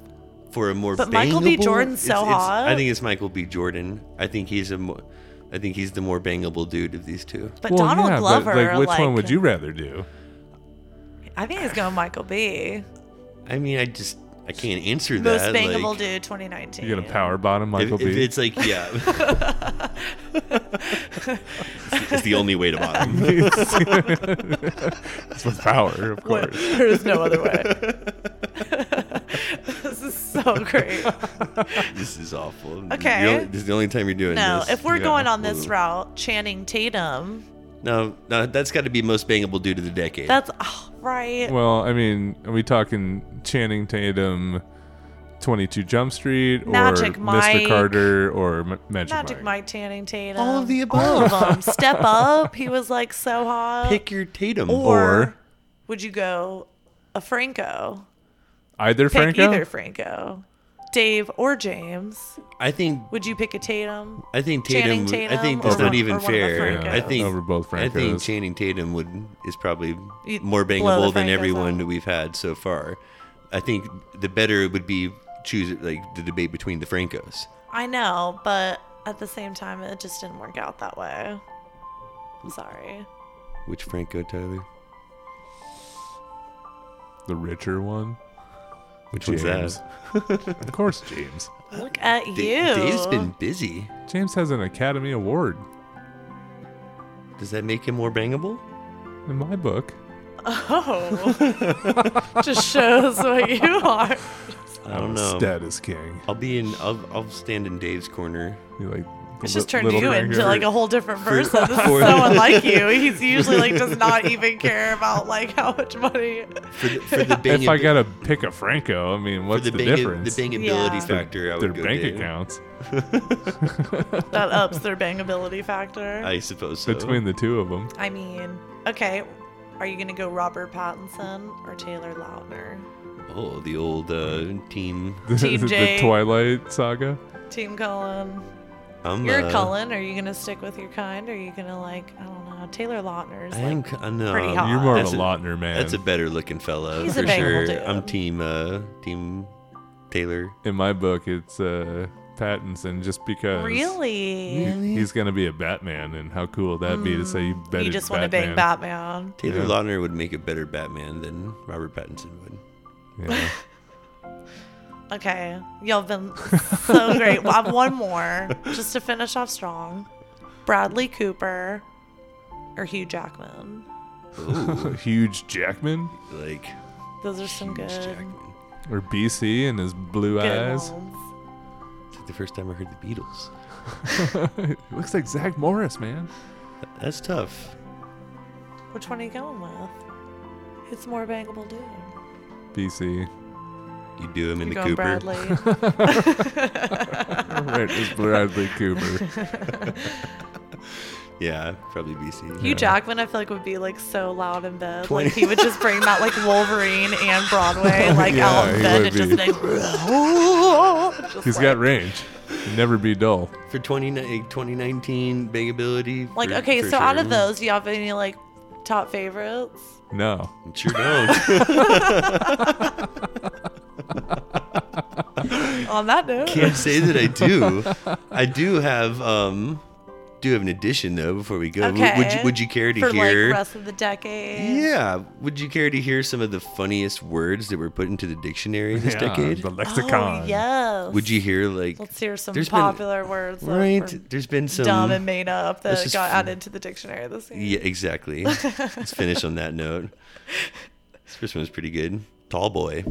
[SPEAKER 3] for a more.
[SPEAKER 5] But Michael B.
[SPEAKER 3] bangable-
[SPEAKER 5] Jordan's so
[SPEAKER 3] it's- it's-
[SPEAKER 5] hot.
[SPEAKER 3] I think it's Michael B. Jordan. I think he's a more. I think he's the more bangable dude of these two.
[SPEAKER 5] But
[SPEAKER 4] well,
[SPEAKER 5] Donald
[SPEAKER 4] yeah,
[SPEAKER 5] Glover,
[SPEAKER 4] But, like, which one would you rather do?
[SPEAKER 5] I think he's going Michael B.
[SPEAKER 3] I mean, I just I can't answer
[SPEAKER 5] Most
[SPEAKER 3] that.
[SPEAKER 5] bangable
[SPEAKER 3] like,
[SPEAKER 5] dude 2019.
[SPEAKER 4] You gonna power bottom
[SPEAKER 3] If,
[SPEAKER 4] Michael
[SPEAKER 3] if
[SPEAKER 4] B?
[SPEAKER 3] it's like yeah, it's the only way to bottom.
[SPEAKER 4] It's with power, of
[SPEAKER 5] What-
[SPEAKER 4] course.
[SPEAKER 5] There is no other way. this is so great.
[SPEAKER 3] This is awful.
[SPEAKER 5] Okay.
[SPEAKER 3] You don't- this is the only time you're doing
[SPEAKER 5] No,
[SPEAKER 3] this.
[SPEAKER 5] if we're
[SPEAKER 4] yeah.
[SPEAKER 5] going on this route, Channing Tatum.
[SPEAKER 3] no, no, that's got to be most bangable dude of the decade.
[SPEAKER 5] That's oh, right.
[SPEAKER 4] Well, I mean, are we talking Channing Tatum, 22 Jump Street, or
[SPEAKER 5] Magic Mike.
[SPEAKER 4] Mr. Carter, or M- Magic,
[SPEAKER 5] Magic
[SPEAKER 4] Mike?
[SPEAKER 5] Mike. Channing Tatum.
[SPEAKER 3] All of the
[SPEAKER 5] All of
[SPEAKER 3] above.
[SPEAKER 5] them. Step up. He was like so hot.
[SPEAKER 3] Pick your Tatum.
[SPEAKER 5] or,
[SPEAKER 4] Or-
[SPEAKER 5] would you go a Franco?
[SPEAKER 4] Either
[SPEAKER 5] Pick
[SPEAKER 4] Franco?
[SPEAKER 5] either Franco, Dave or James.
[SPEAKER 3] I think
[SPEAKER 5] Would you pick a Tatum?
[SPEAKER 3] I think
[SPEAKER 5] Channing
[SPEAKER 3] Tatum.
[SPEAKER 5] Tatum
[SPEAKER 3] I think
[SPEAKER 5] or
[SPEAKER 3] that's
[SPEAKER 5] one-
[SPEAKER 3] not
[SPEAKER 5] or
[SPEAKER 3] even
[SPEAKER 5] one of the
[SPEAKER 3] fair.
[SPEAKER 5] Francos.
[SPEAKER 3] I think
[SPEAKER 4] Over both
[SPEAKER 3] I think
[SPEAKER 4] Francos.
[SPEAKER 3] Channing Tatum would is probably
[SPEAKER 5] You'd
[SPEAKER 3] more
[SPEAKER 5] blow the
[SPEAKER 3] bangable than
[SPEAKER 5] Francos
[SPEAKER 3] everyone
[SPEAKER 5] out.
[SPEAKER 3] that we've had so far. I think the better it would be choose like the debate between the Francos.
[SPEAKER 5] I know, but at the same time, it just didn't work out that way. I'm sorry.
[SPEAKER 3] Which Franco, Tyler?
[SPEAKER 4] The richer one?
[SPEAKER 3] Which one's
[SPEAKER 4] James.
[SPEAKER 3] that?
[SPEAKER 4] of course, James.
[SPEAKER 5] Look at you.
[SPEAKER 3] Da- Dave's been busy.
[SPEAKER 4] James has an Academy Award
[SPEAKER 3] Does that make him more bangable?
[SPEAKER 4] in my book.
[SPEAKER 5] Oh. just shows what you are.
[SPEAKER 3] I
[SPEAKER 4] Oh,
[SPEAKER 3] don't know.
[SPEAKER 4] Status King.
[SPEAKER 3] I'll be in. I'll, I'll stand in Dave's corner.
[SPEAKER 4] You like
[SPEAKER 5] It's
[SPEAKER 4] li-
[SPEAKER 5] just turned
[SPEAKER 4] little
[SPEAKER 5] you
[SPEAKER 4] finger.
[SPEAKER 5] into like a whole different person. This is
[SPEAKER 3] for-
[SPEAKER 5] so unlike you. He's usually like does not even care about like how much money.
[SPEAKER 3] For the, for the bang
[SPEAKER 4] If I gotta pick a Franco, I mean, what's
[SPEAKER 3] the,
[SPEAKER 4] the,
[SPEAKER 3] bang,
[SPEAKER 4] difference?
[SPEAKER 3] the bangability
[SPEAKER 5] Yeah.
[SPEAKER 3] factor, I would
[SPEAKER 4] Their
[SPEAKER 3] go
[SPEAKER 4] bank
[SPEAKER 3] Dave.
[SPEAKER 4] accounts
[SPEAKER 5] That ups their bangability factor.
[SPEAKER 3] I suppose so.
[SPEAKER 4] between the two of them.
[SPEAKER 5] I mean, okay, are you gonna go Robert Pattinson or Taylor Lautner?
[SPEAKER 3] oh, the old uh, team.
[SPEAKER 5] Team
[SPEAKER 4] the
[SPEAKER 5] Jake.
[SPEAKER 4] Twilight saga.
[SPEAKER 5] Team Cullen.
[SPEAKER 3] I'm,
[SPEAKER 5] You're
[SPEAKER 3] uh,
[SPEAKER 5] Cullen. Are you gonna stick with your kind? Or are you gonna like I don't know? Taylor Lautner's
[SPEAKER 3] I
[SPEAKER 5] like
[SPEAKER 3] am. I know.
[SPEAKER 5] pretty hot.
[SPEAKER 4] You're more
[SPEAKER 3] That's a-
[SPEAKER 4] of a Lautner man.
[SPEAKER 3] That's a better looking fella
[SPEAKER 5] He's a
[SPEAKER 3] for
[SPEAKER 5] bangable
[SPEAKER 3] sure.
[SPEAKER 5] dude.
[SPEAKER 3] I'm team uh team Taylor.
[SPEAKER 4] in my book, it's uh, Pattinson just because
[SPEAKER 5] really.
[SPEAKER 4] he's going to be a Batman, and how cool would that be to say you
[SPEAKER 5] Mm.
[SPEAKER 4] bet
[SPEAKER 5] You
[SPEAKER 4] it's
[SPEAKER 5] just want to
[SPEAKER 4] Batman.
[SPEAKER 5] bang Batman.
[SPEAKER 3] Taylor
[SPEAKER 4] Yeah.
[SPEAKER 3] Lautner would make a better Batman than Robert Pattinson would.
[SPEAKER 4] Yeah.
[SPEAKER 5] Okay, y'all been so great. Well, I have one more just to finish off strong. Bradley Cooper or Hugh Jackman.
[SPEAKER 4] Huge Jackman
[SPEAKER 3] Like
[SPEAKER 5] Those are some good,
[SPEAKER 3] Jackman.
[SPEAKER 4] or BC and his blue
[SPEAKER 5] good
[SPEAKER 4] eyes.
[SPEAKER 5] ones.
[SPEAKER 3] It's like the first time I heard the Beatles.
[SPEAKER 4] He looks like Zach Morris, man.
[SPEAKER 3] That's tough.
[SPEAKER 5] Which one are you going with? It's more bangable, dude.
[SPEAKER 4] BC.
[SPEAKER 3] You do him in
[SPEAKER 5] You're
[SPEAKER 3] the
[SPEAKER 5] going
[SPEAKER 3] Cooper.
[SPEAKER 5] Bradley.
[SPEAKER 4] Right, it's Bradley Cooper.
[SPEAKER 3] Yeah, probably BC.
[SPEAKER 5] Hugh Jackman, I feel like would be like so loud in bed. Like he would just bring that like Wolverine and Broadway like
[SPEAKER 4] Yeah,
[SPEAKER 5] out in
[SPEAKER 4] he
[SPEAKER 5] bed
[SPEAKER 4] would
[SPEAKER 5] and just
[SPEAKER 4] be.
[SPEAKER 5] like. just
[SPEAKER 4] He's
[SPEAKER 5] like,
[SPEAKER 4] got range. Never be dull.
[SPEAKER 3] For 20, 2019 bangability.
[SPEAKER 5] Like
[SPEAKER 3] for-
[SPEAKER 5] okay,
[SPEAKER 3] for
[SPEAKER 5] so out of
[SPEAKER 3] sure.
[SPEAKER 5] those, do you have any like top favorites?
[SPEAKER 4] No.
[SPEAKER 3] Sure don't.
[SPEAKER 5] On that note,
[SPEAKER 3] Can't say that I do. I do have um do have an addition though before we go. Would-
[SPEAKER 5] okay.
[SPEAKER 3] Would you would you care to
[SPEAKER 5] for
[SPEAKER 3] hear
[SPEAKER 5] like rest of the decade?
[SPEAKER 3] Yeah. Would you care to hear some of the funniest words that were put into the dictionary this
[SPEAKER 4] Yeah,
[SPEAKER 3] decade?
[SPEAKER 4] Ah, The
[SPEAKER 5] Oh,
[SPEAKER 4] lexicon.
[SPEAKER 5] yes.
[SPEAKER 3] Would you hear like
[SPEAKER 5] Let's hear some
[SPEAKER 3] There's been-
[SPEAKER 5] popular words. that
[SPEAKER 3] right?
[SPEAKER 5] were
[SPEAKER 3] There's been some
[SPEAKER 5] Dumb and made up
[SPEAKER 3] This
[SPEAKER 5] that
[SPEAKER 3] is
[SPEAKER 5] got
[SPEAKER 3] fun.
[SPEAKER 5] added to the dictionary this year.
[SPEAKER 3] Yeah, exactly. Let's finish on that note. This first one's pretty good. Tall boy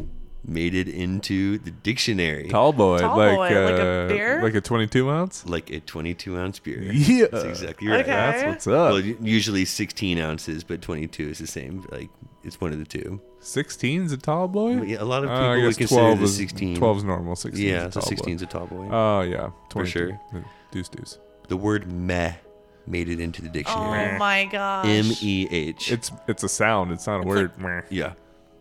[SPEAKER 3] made it into the dictionary
[SPEAKER 4] Tall boy.
[SPEAKER 5] Tall
[SPEAKER 4] like,
[SPEAKER 5] boy,
[SPEAKER 4] uh,
[SPEAKER 5] like a beer?
[SPEAKER 4] Like a 22 ounce?
[SPEAKER 3] like a 22 ounce beer.
[SPEAKER 4] Yeah.
[SPEAKER 3] That's exactly right.
[SPEAKER 5] Okay.
[SPEAKER 4] That's what's up.
[SPEAKER 3] Well, u- usually 16 ounces, but 22 is the same. Like it's one of the two.
[SPEAKER 4] 16's a tall boy?
[SPEAKER 3] But yeah, a lot of
[SPEAKER 4] Uh,
[SPEAKER 3] people
[SPEAKER 4] I
[SPEAKER 3] would
[SPEAKER 4] guess
[SPEAKER 3] consider
[SPEAKER 4] 12
[SPEAKER 3] the
[SPEAKER 4] is
[SPEAKER 3] 16.
[SPEAKER 4] 12's normal. 16's
[SPEAKER 3] yeah,
[SPEAKER 4] a
[SPEAKER 3] so
[SPEAKER 4] tall
[SPEAKER 3] 16 is
[SPEAKER 4] boy.
[SPEAKER 3] a tall boy.
[SPEAKER 4] Oh, yeah. 22.
[SPEAKER 3] sure.
[SPEAKER 4] Uh, Deuce, deuce.
[SPEAKER 3] the word meh made it into the dictionary.
[SPEAKER 5] Oh my gosh.
[SPEAKER 3] M E H.
[SPEAKER 4] It's it's a sound. It's not a word. Meh.
[SPEAKER 3] Yeah.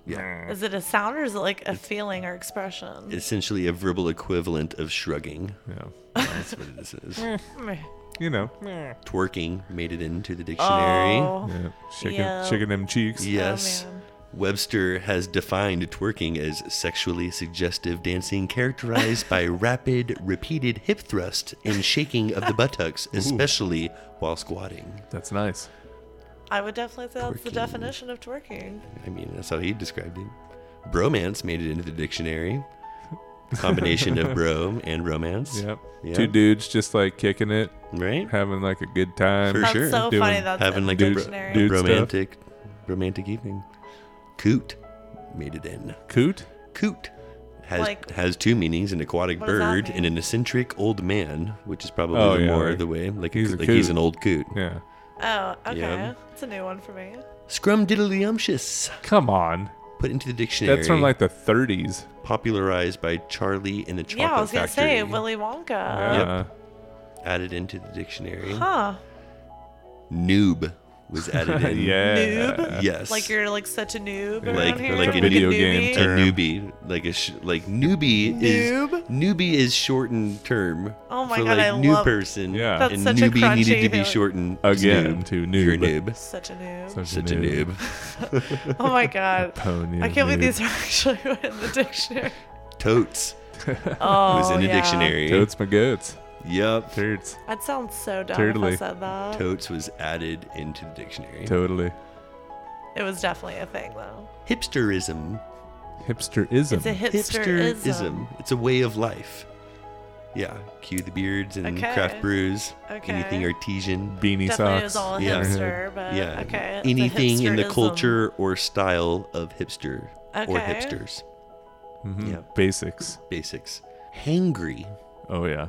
[SPEAKER 3] Yeah.
[SPEAKER 5] Is it a sound or is it like a feeling or expression?
[SPEAKER 3] Essentially a verbal equivalent of shrugging.
[SPEAKER 4] yeah.
[SPEAKER 3] That's what this is.
[SPEAKER 5] Mm.
[SPEAKER 4] You know.
[SPEAKER 3] Twerking made it into the dictionary.
[SPEAKER 5] Oh,
[SPEAKER 4] Yeah. Shaking,
[SPEAKER 5] Yeah.
[SPEAKER 4] shaking them cheeks.
[SPEAKER 3] Yes.
[SPEAKER 5] man.
[SPEAKER 3] Webster has defined twerking as sexually suggestive dancing characterized by rapid, repeated hip thrust and shaking of the buttocks, especially while squatting.
[SPEAKER 4] That's nice.
[SPEAKER 5] I would definitely say that's the
[SPEAKER 3] Twerking.
[SPEAKER 5] definition of twerking.
[SPEAKER 3] I mean, that's how he described it. Bromance made it into the dictionary. Combination of bro and romance.
[SPEAKER 4] Yep.
[SPEAKER 3] Yeah.
[SPEAKER 4] Two dudes just like kicking it,
[SPEAKER 3] Right?
[SPEAKER 4] having like a good time.
[SPEAKER 3] For
[SPEAKER 5] That's
[SPEAKER 3] sure.
[SPEAKER 5] so
[SPEAKER 4] Doing-
[SPEAKER 5] funny. That's
[SPEAKER 3] Having
[SPEAKER 5] in
[SPEAKER 3] like
[SPEAKER 5] the
[SPEAKER 3] a,
[SPEAKER 4] dude-
[SPEAKER 5] dictionary.
[SPEAKER 4] dude- stuff.
[SPEAKER 3] romantic, romantic evening. Coot made it in.
[SPEAKER 4] Coot.
[SPEAKER 3] Coot has
[SPEAKER 5] Like-
[SPEAKER 3] has two meanings: an aquatic
[SPEAKER 5] What does that
[SPEAKER 3] bird
[SPEAKER 5] mean?
[SPEAKER 3] and an eccentric old man, which is probably
[SPEAKER 4] Oh,
[SPEAKER 3] the
[SPEAKER 4] yeah,
[SPEAKER 3] more
[SPEAKER 4] like,
[SPEAKER 3] the way. Like
[SPEAKER 4] he's
[SPEAKER 3] he's,
[SPEAKER 4] a
[SPEAKER 3] like he's
[SPEAKER 4] coot.
[SPEAKER 3] an old coot.
[SPEAKER 4] Yeah.
[SPEAKER 5] Oh, okay.
[SPEAKER 3] Yeah.
[SPEAKER 5] It's a new one for me.
[SPEAKER 3] Scrum diddlyumptious,
[SPEAKER 4] Come on.
[SPEAKER 3] put into the dictionary.
[SPEAKER 4] That's from like the 30s.
[SPEAKER 3] popularized by Charlie and the Chocolate
[SPEAKER 5] yeah, I was gonna
[SPEAKER 3] Factory.
[SPEAKER 5] say Willy Wonka. Uh,
[SPEAKER 4] Yeah.
[SPEAKER 3] added into the dictionary.
[SPEAKER 5] Huh?
[SPEAKER 3] Noob was added in.
[SPEAKER 4] yeah.
[SPEAKER 5] Noob?
[SPEAKER 3] Yes.
[SPEAKER 5] Like you're like such a noob
[SPEAKER 3] uh, Like-
[SPEAKER 5] around here.
[SPEAKER 3] like a
[SPEAKER 4] video
[SPEAKER 5] newbie?
[SPEAKER 4] game
[SPEAKER 3] a
[SPEAKER 4] term.
[SPEAKER 3] newbie, like a sh- like newbie
[SPEAKER 5] Noob?
[SPEAKER 3] is newbie is shortened term.
[SPEAKER 5] Oh my
[SPEAKER 3] for
[SPEAKER 5] God,
[SPEAKER 3] like
[SPEAKER 5] I
[SPEAKER 3] new
[SPEAKER 5] love-
[SPEAKER 3] person.
[SPEAKER 4] Yeah. That's
[SPEAKER 3] and
[SPEAKER 5] such a
[SPEAKER 3] newbie needed to
[SPEAKER 5] crunchy-
[SPEAKER 3] be shortened to
[SPEAKER 4] Again
[SPEAKER 3] noob.
[SPEAKER 4] to
[SPEAKER 3] You're a
[SPEAKER 4] noob.
[SPEAKER 3] noob.
[SPEAKER 5] Such a noob.
[SPEAKER 3] Such a noob.
[SPEAKER 5] oh my god.
[SPEAKER 4] Pony
[SPEAKER 5] I can't believe
[SPEAKER 4] noob.
[SPEAKER 5] these are actually in the dictionary.
[SPEAKER 3] Totes
[SPEAKER 5] Oh,
[SPEAKER 3] was in a
[SPEAKER 5] yeah.
[SPEAKER 3] dictionary.
[SPEAKER 4] Totes my goats.
[SPEAKER 3] Yep.
[SPEAKER 4] Turds.
[SPEAKER 5] That sounds so dumb. If I
[SPEAKER 4] Totally.
[SPEAKER 5] said that.
[SPEAKER 3] Totes was added into the dictionary.
[SPEAKER 4] Totally.
[SPEAKER 5] It was definitely a thing though.
[SPEAKER 3] Hipsterism.
[SPEAKER 4] Hipsterism.
[SPEAKER 5] It's a hipsterism.
[SPEAKER 3] Hipsterism. It's a way of life. Yeah. Cue the beards and
[SPEAKER 5] Okay.
[SPEAKER 3] craft brews. Anything
[SPEAKER 5] Okay.
[SPEAKER 3] artesian.
[SPEAKER 4] Beanie
[SPEAKER 5] Definitely it was
[SPEAKER 4] socks.
[SPEAKER 5] all a
[SPEAKER 3] Yeah.
[SPEAKER 5] hipster, but
[SPEAKER 3] yeah.
[SPEAKER 5] okay. it's a
[SPEAKER 3] Anything in the
[SPEAKER 5] hipsterism.
[SPEAKER 3] culture or style of hipster or
[SPEAKER 5] Okay.
[SPEAKER 3] hipsters.
[SPEAKER 4] Mhm.
[SPEAKER 3] Yeah.
[SPEAKER 4] Basics.
[SPEAKER 3] Basics. Hangry.
[SPEAKER 4] Oh yeah.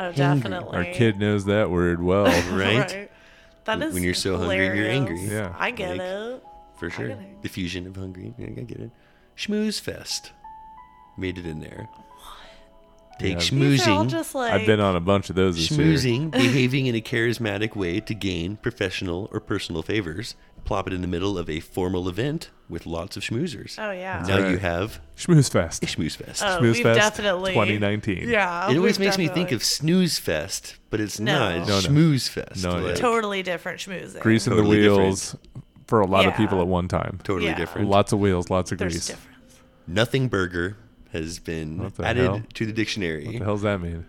[SPEAKER 5] Oh, definitely.
[SPEAKER 4] Our kid knows that word well.
[SPEAKER 3] Right?
[SPEAKER 5] That
[SPEAKER 3] When
[SPEAKER 5] is
[SPEAKER 3] you're so hungry, you're
[SPEAKER 5] hilarious.
[SPEAKER 3] angry.
[SPEAKER 4] Yeah.
[SPEAKER 5] I get
[SPEAKER 3] Like-
[SPEAKER 5] it.
[SPEAKER 3] For sure.
[SPEAKER 5] get it.
[SPEAKER 3] The fusion of hungry. Yeah, I get it. Schmooze fest. Made it in there. Take
[SPEAKER 4] Yeah.
[SPEAKER 5] These are all
[SPEAKER 3] schmoozing.
[SPEAKER 5] just like
[SPEAKER 4] I've been on a bunch of those this year.
[SPEAKER 3] Schmoozing, behaving in a charismatic way to gain professional or personal favors. Plop it in the middle of a formal event with lots of schmoozers.
[SPEAKER 5] Oh yeah.
[SPEAKER 3] now
[SPEAKER 4] right.
[SPEAKER 3] you have
[SPEAKER 4] Schmooze
[SPEAKER 3] a
[SPEAKER 4] fest.
[SPEAKER 3] schmooze fest.
[SPEAKER 5] Oh,
[SPEAKER 4] Schmooze
[SPEAKER 5] we've
[SPEAKER 4] Fest
[SPEAKER 5] definitely
[SPEAKER 4] 2019.
[SPEAKER 5] Yeah.
[SPEAKER 3] it always
[SPEAKER 5] we've
[SPEAKER 3] makes me think
[SPEAKER 5] definitely-
[SPEAKER 3] of snooze fest, but it's
[SPEAKER 5] No.
[SPEAKER 3] not. It's
[SPEAKER 4] No, no.
[SPEAKER 3] schmooze fest.
[SPEAKER 4] No, no.
[SPEAKER 3] like,
[SPEAKER 5] totally different schmoozing.
[SPEAKER 4] Greasing
[SPEAKER 3] Totally
[SPEAKER 4] the
[SPEAKER 3] different.
[SPEAKER 4] wheels for a lot of
[SPEAKER 5] Yeah.
[SPEAKER 4] people at one time.
[SPEAKER 3] totally
[SPEAKER 5] Yeah.
[SPEAKER 3] different.
[SPEAKER 4] Lots of wheels, lots of
[SPEAKER 5] There's
[SPEAKER 4] grease.
[SPEAKER 5] difference.
[SPEAKER 3] Nothing burger has been
[SPEAKER 4] What the
[SPEAKER 3] added
[SPEAKER 4] hell?
[SPEAKER 3] to the dictionary.
[SPEAKER 4] The hell's that mean?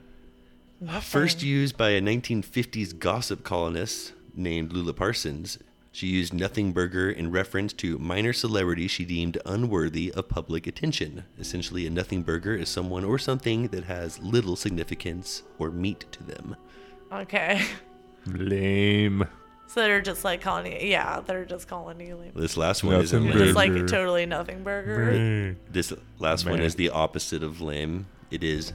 [SPEAKER 3] First used by a 1950s gossip columnist named Lula Parsons, She used Nothing Burger in reference to minor celebrities she deemed unworthy of public attention. Essentially, a Nothing Burger is someone or something that has little significance or meat to them.
[SPEAKER 5] Okay.
[SPEAKER 4] Lame.
[SPEAKER 5] So they're just like calling you, yeah, they're just calling you like,
[SPEAKER 3] This last one is
[SPEAKER 4] Nothing
[SPEAKER 5] it's
[SPEAKER 4] Burger.
[SPEAKER 5] like totally nothing burger.
[SPEAKER 3] This last one
[SPEAKER 4] Man.
[SPEAKER 3] is the opposite of lame. It is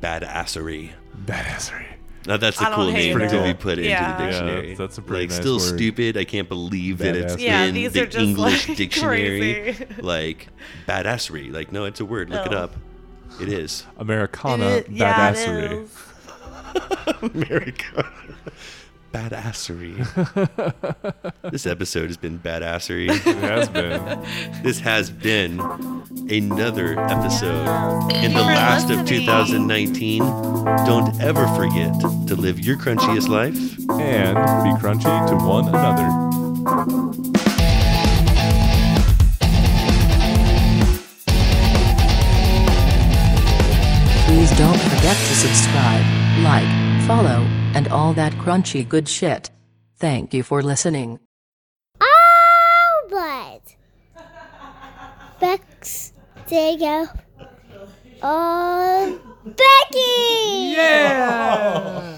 [SPEAKER 3] badassery.
[SPEAKER 4] Badassery.
[SPEAKER 3] Now that's
[SPEAKER 5] I
[SPEAKER 3] a
[SPEAKER 5] don't
[SPEAKER 3] cool
[SPEAKER 5] hate
[SPEAKER 3] name
[SPEAKER 5] Pretty
[SPEAKER 3] to be
[SPEAKER 5] cool.
[SPEAKER 3] put
[SPEAKER 5] Yeah.
[SPEAKER 3] into
[SPEAKER 5] Yeah,
[SPEAKER 3] the dictionary.
[SPEAKER 4] that's- that's a pretty
[SPEAKER 3] like
[SPEAKER 4] nice
[SPEAKER 3] still
[SPEAKER 4] word.
[SPEAKER 3] stupid. I can't believe that it's
[SPEAKER 4] Badassery.
[SPEAKER 5] Yeah,
[SPEAKER 3] in
[SPEAKER 5] these
[SPEAKER 3] the
[SPEAKER 5] are just,
[SPEAKER 3] English
[SPEAKER 5] like,
[SPEAKER 3] dictionary.
[SPEAKER 5] crazy.
[SPEAKER 3] like badassery. Like no, it's a word. Look it
[SPEAKER 5] Oh.
[SPEAKER 3] up. It is
[SPEAKER 4] Americana.
[SPEAKER 5] It- yeah, it
[SPEAKER 4] badassery.
[SPEAKER 5] is.
[SPEAKER 3] America. badassery. this episode has been badassery.
[SPEAKER 4] It has been.
[SPEAKER 3] this has been another episode.
[SPEAKER 5] Thank
[SPEAKER 3] in
[SPEAKER 5] you
[SPEAKER 3] the
[SPEAKER 5] for
[SPEAKER 3] last of
[SPEAKER 5] listening.
[SPEAKER 3] 2019. Don't ever forget to live your crunchiest life.
[SPEAKER 4] And be crunchy to one another.
[SPEAKER 6] Please don't forget to subscribe, like, follow, and all that crunchy good shit. Thank you for listening.
[SPEAKER 7] Albert. Bex, dig up. Oh, Becky!
[SPEAKER 4] Yeah.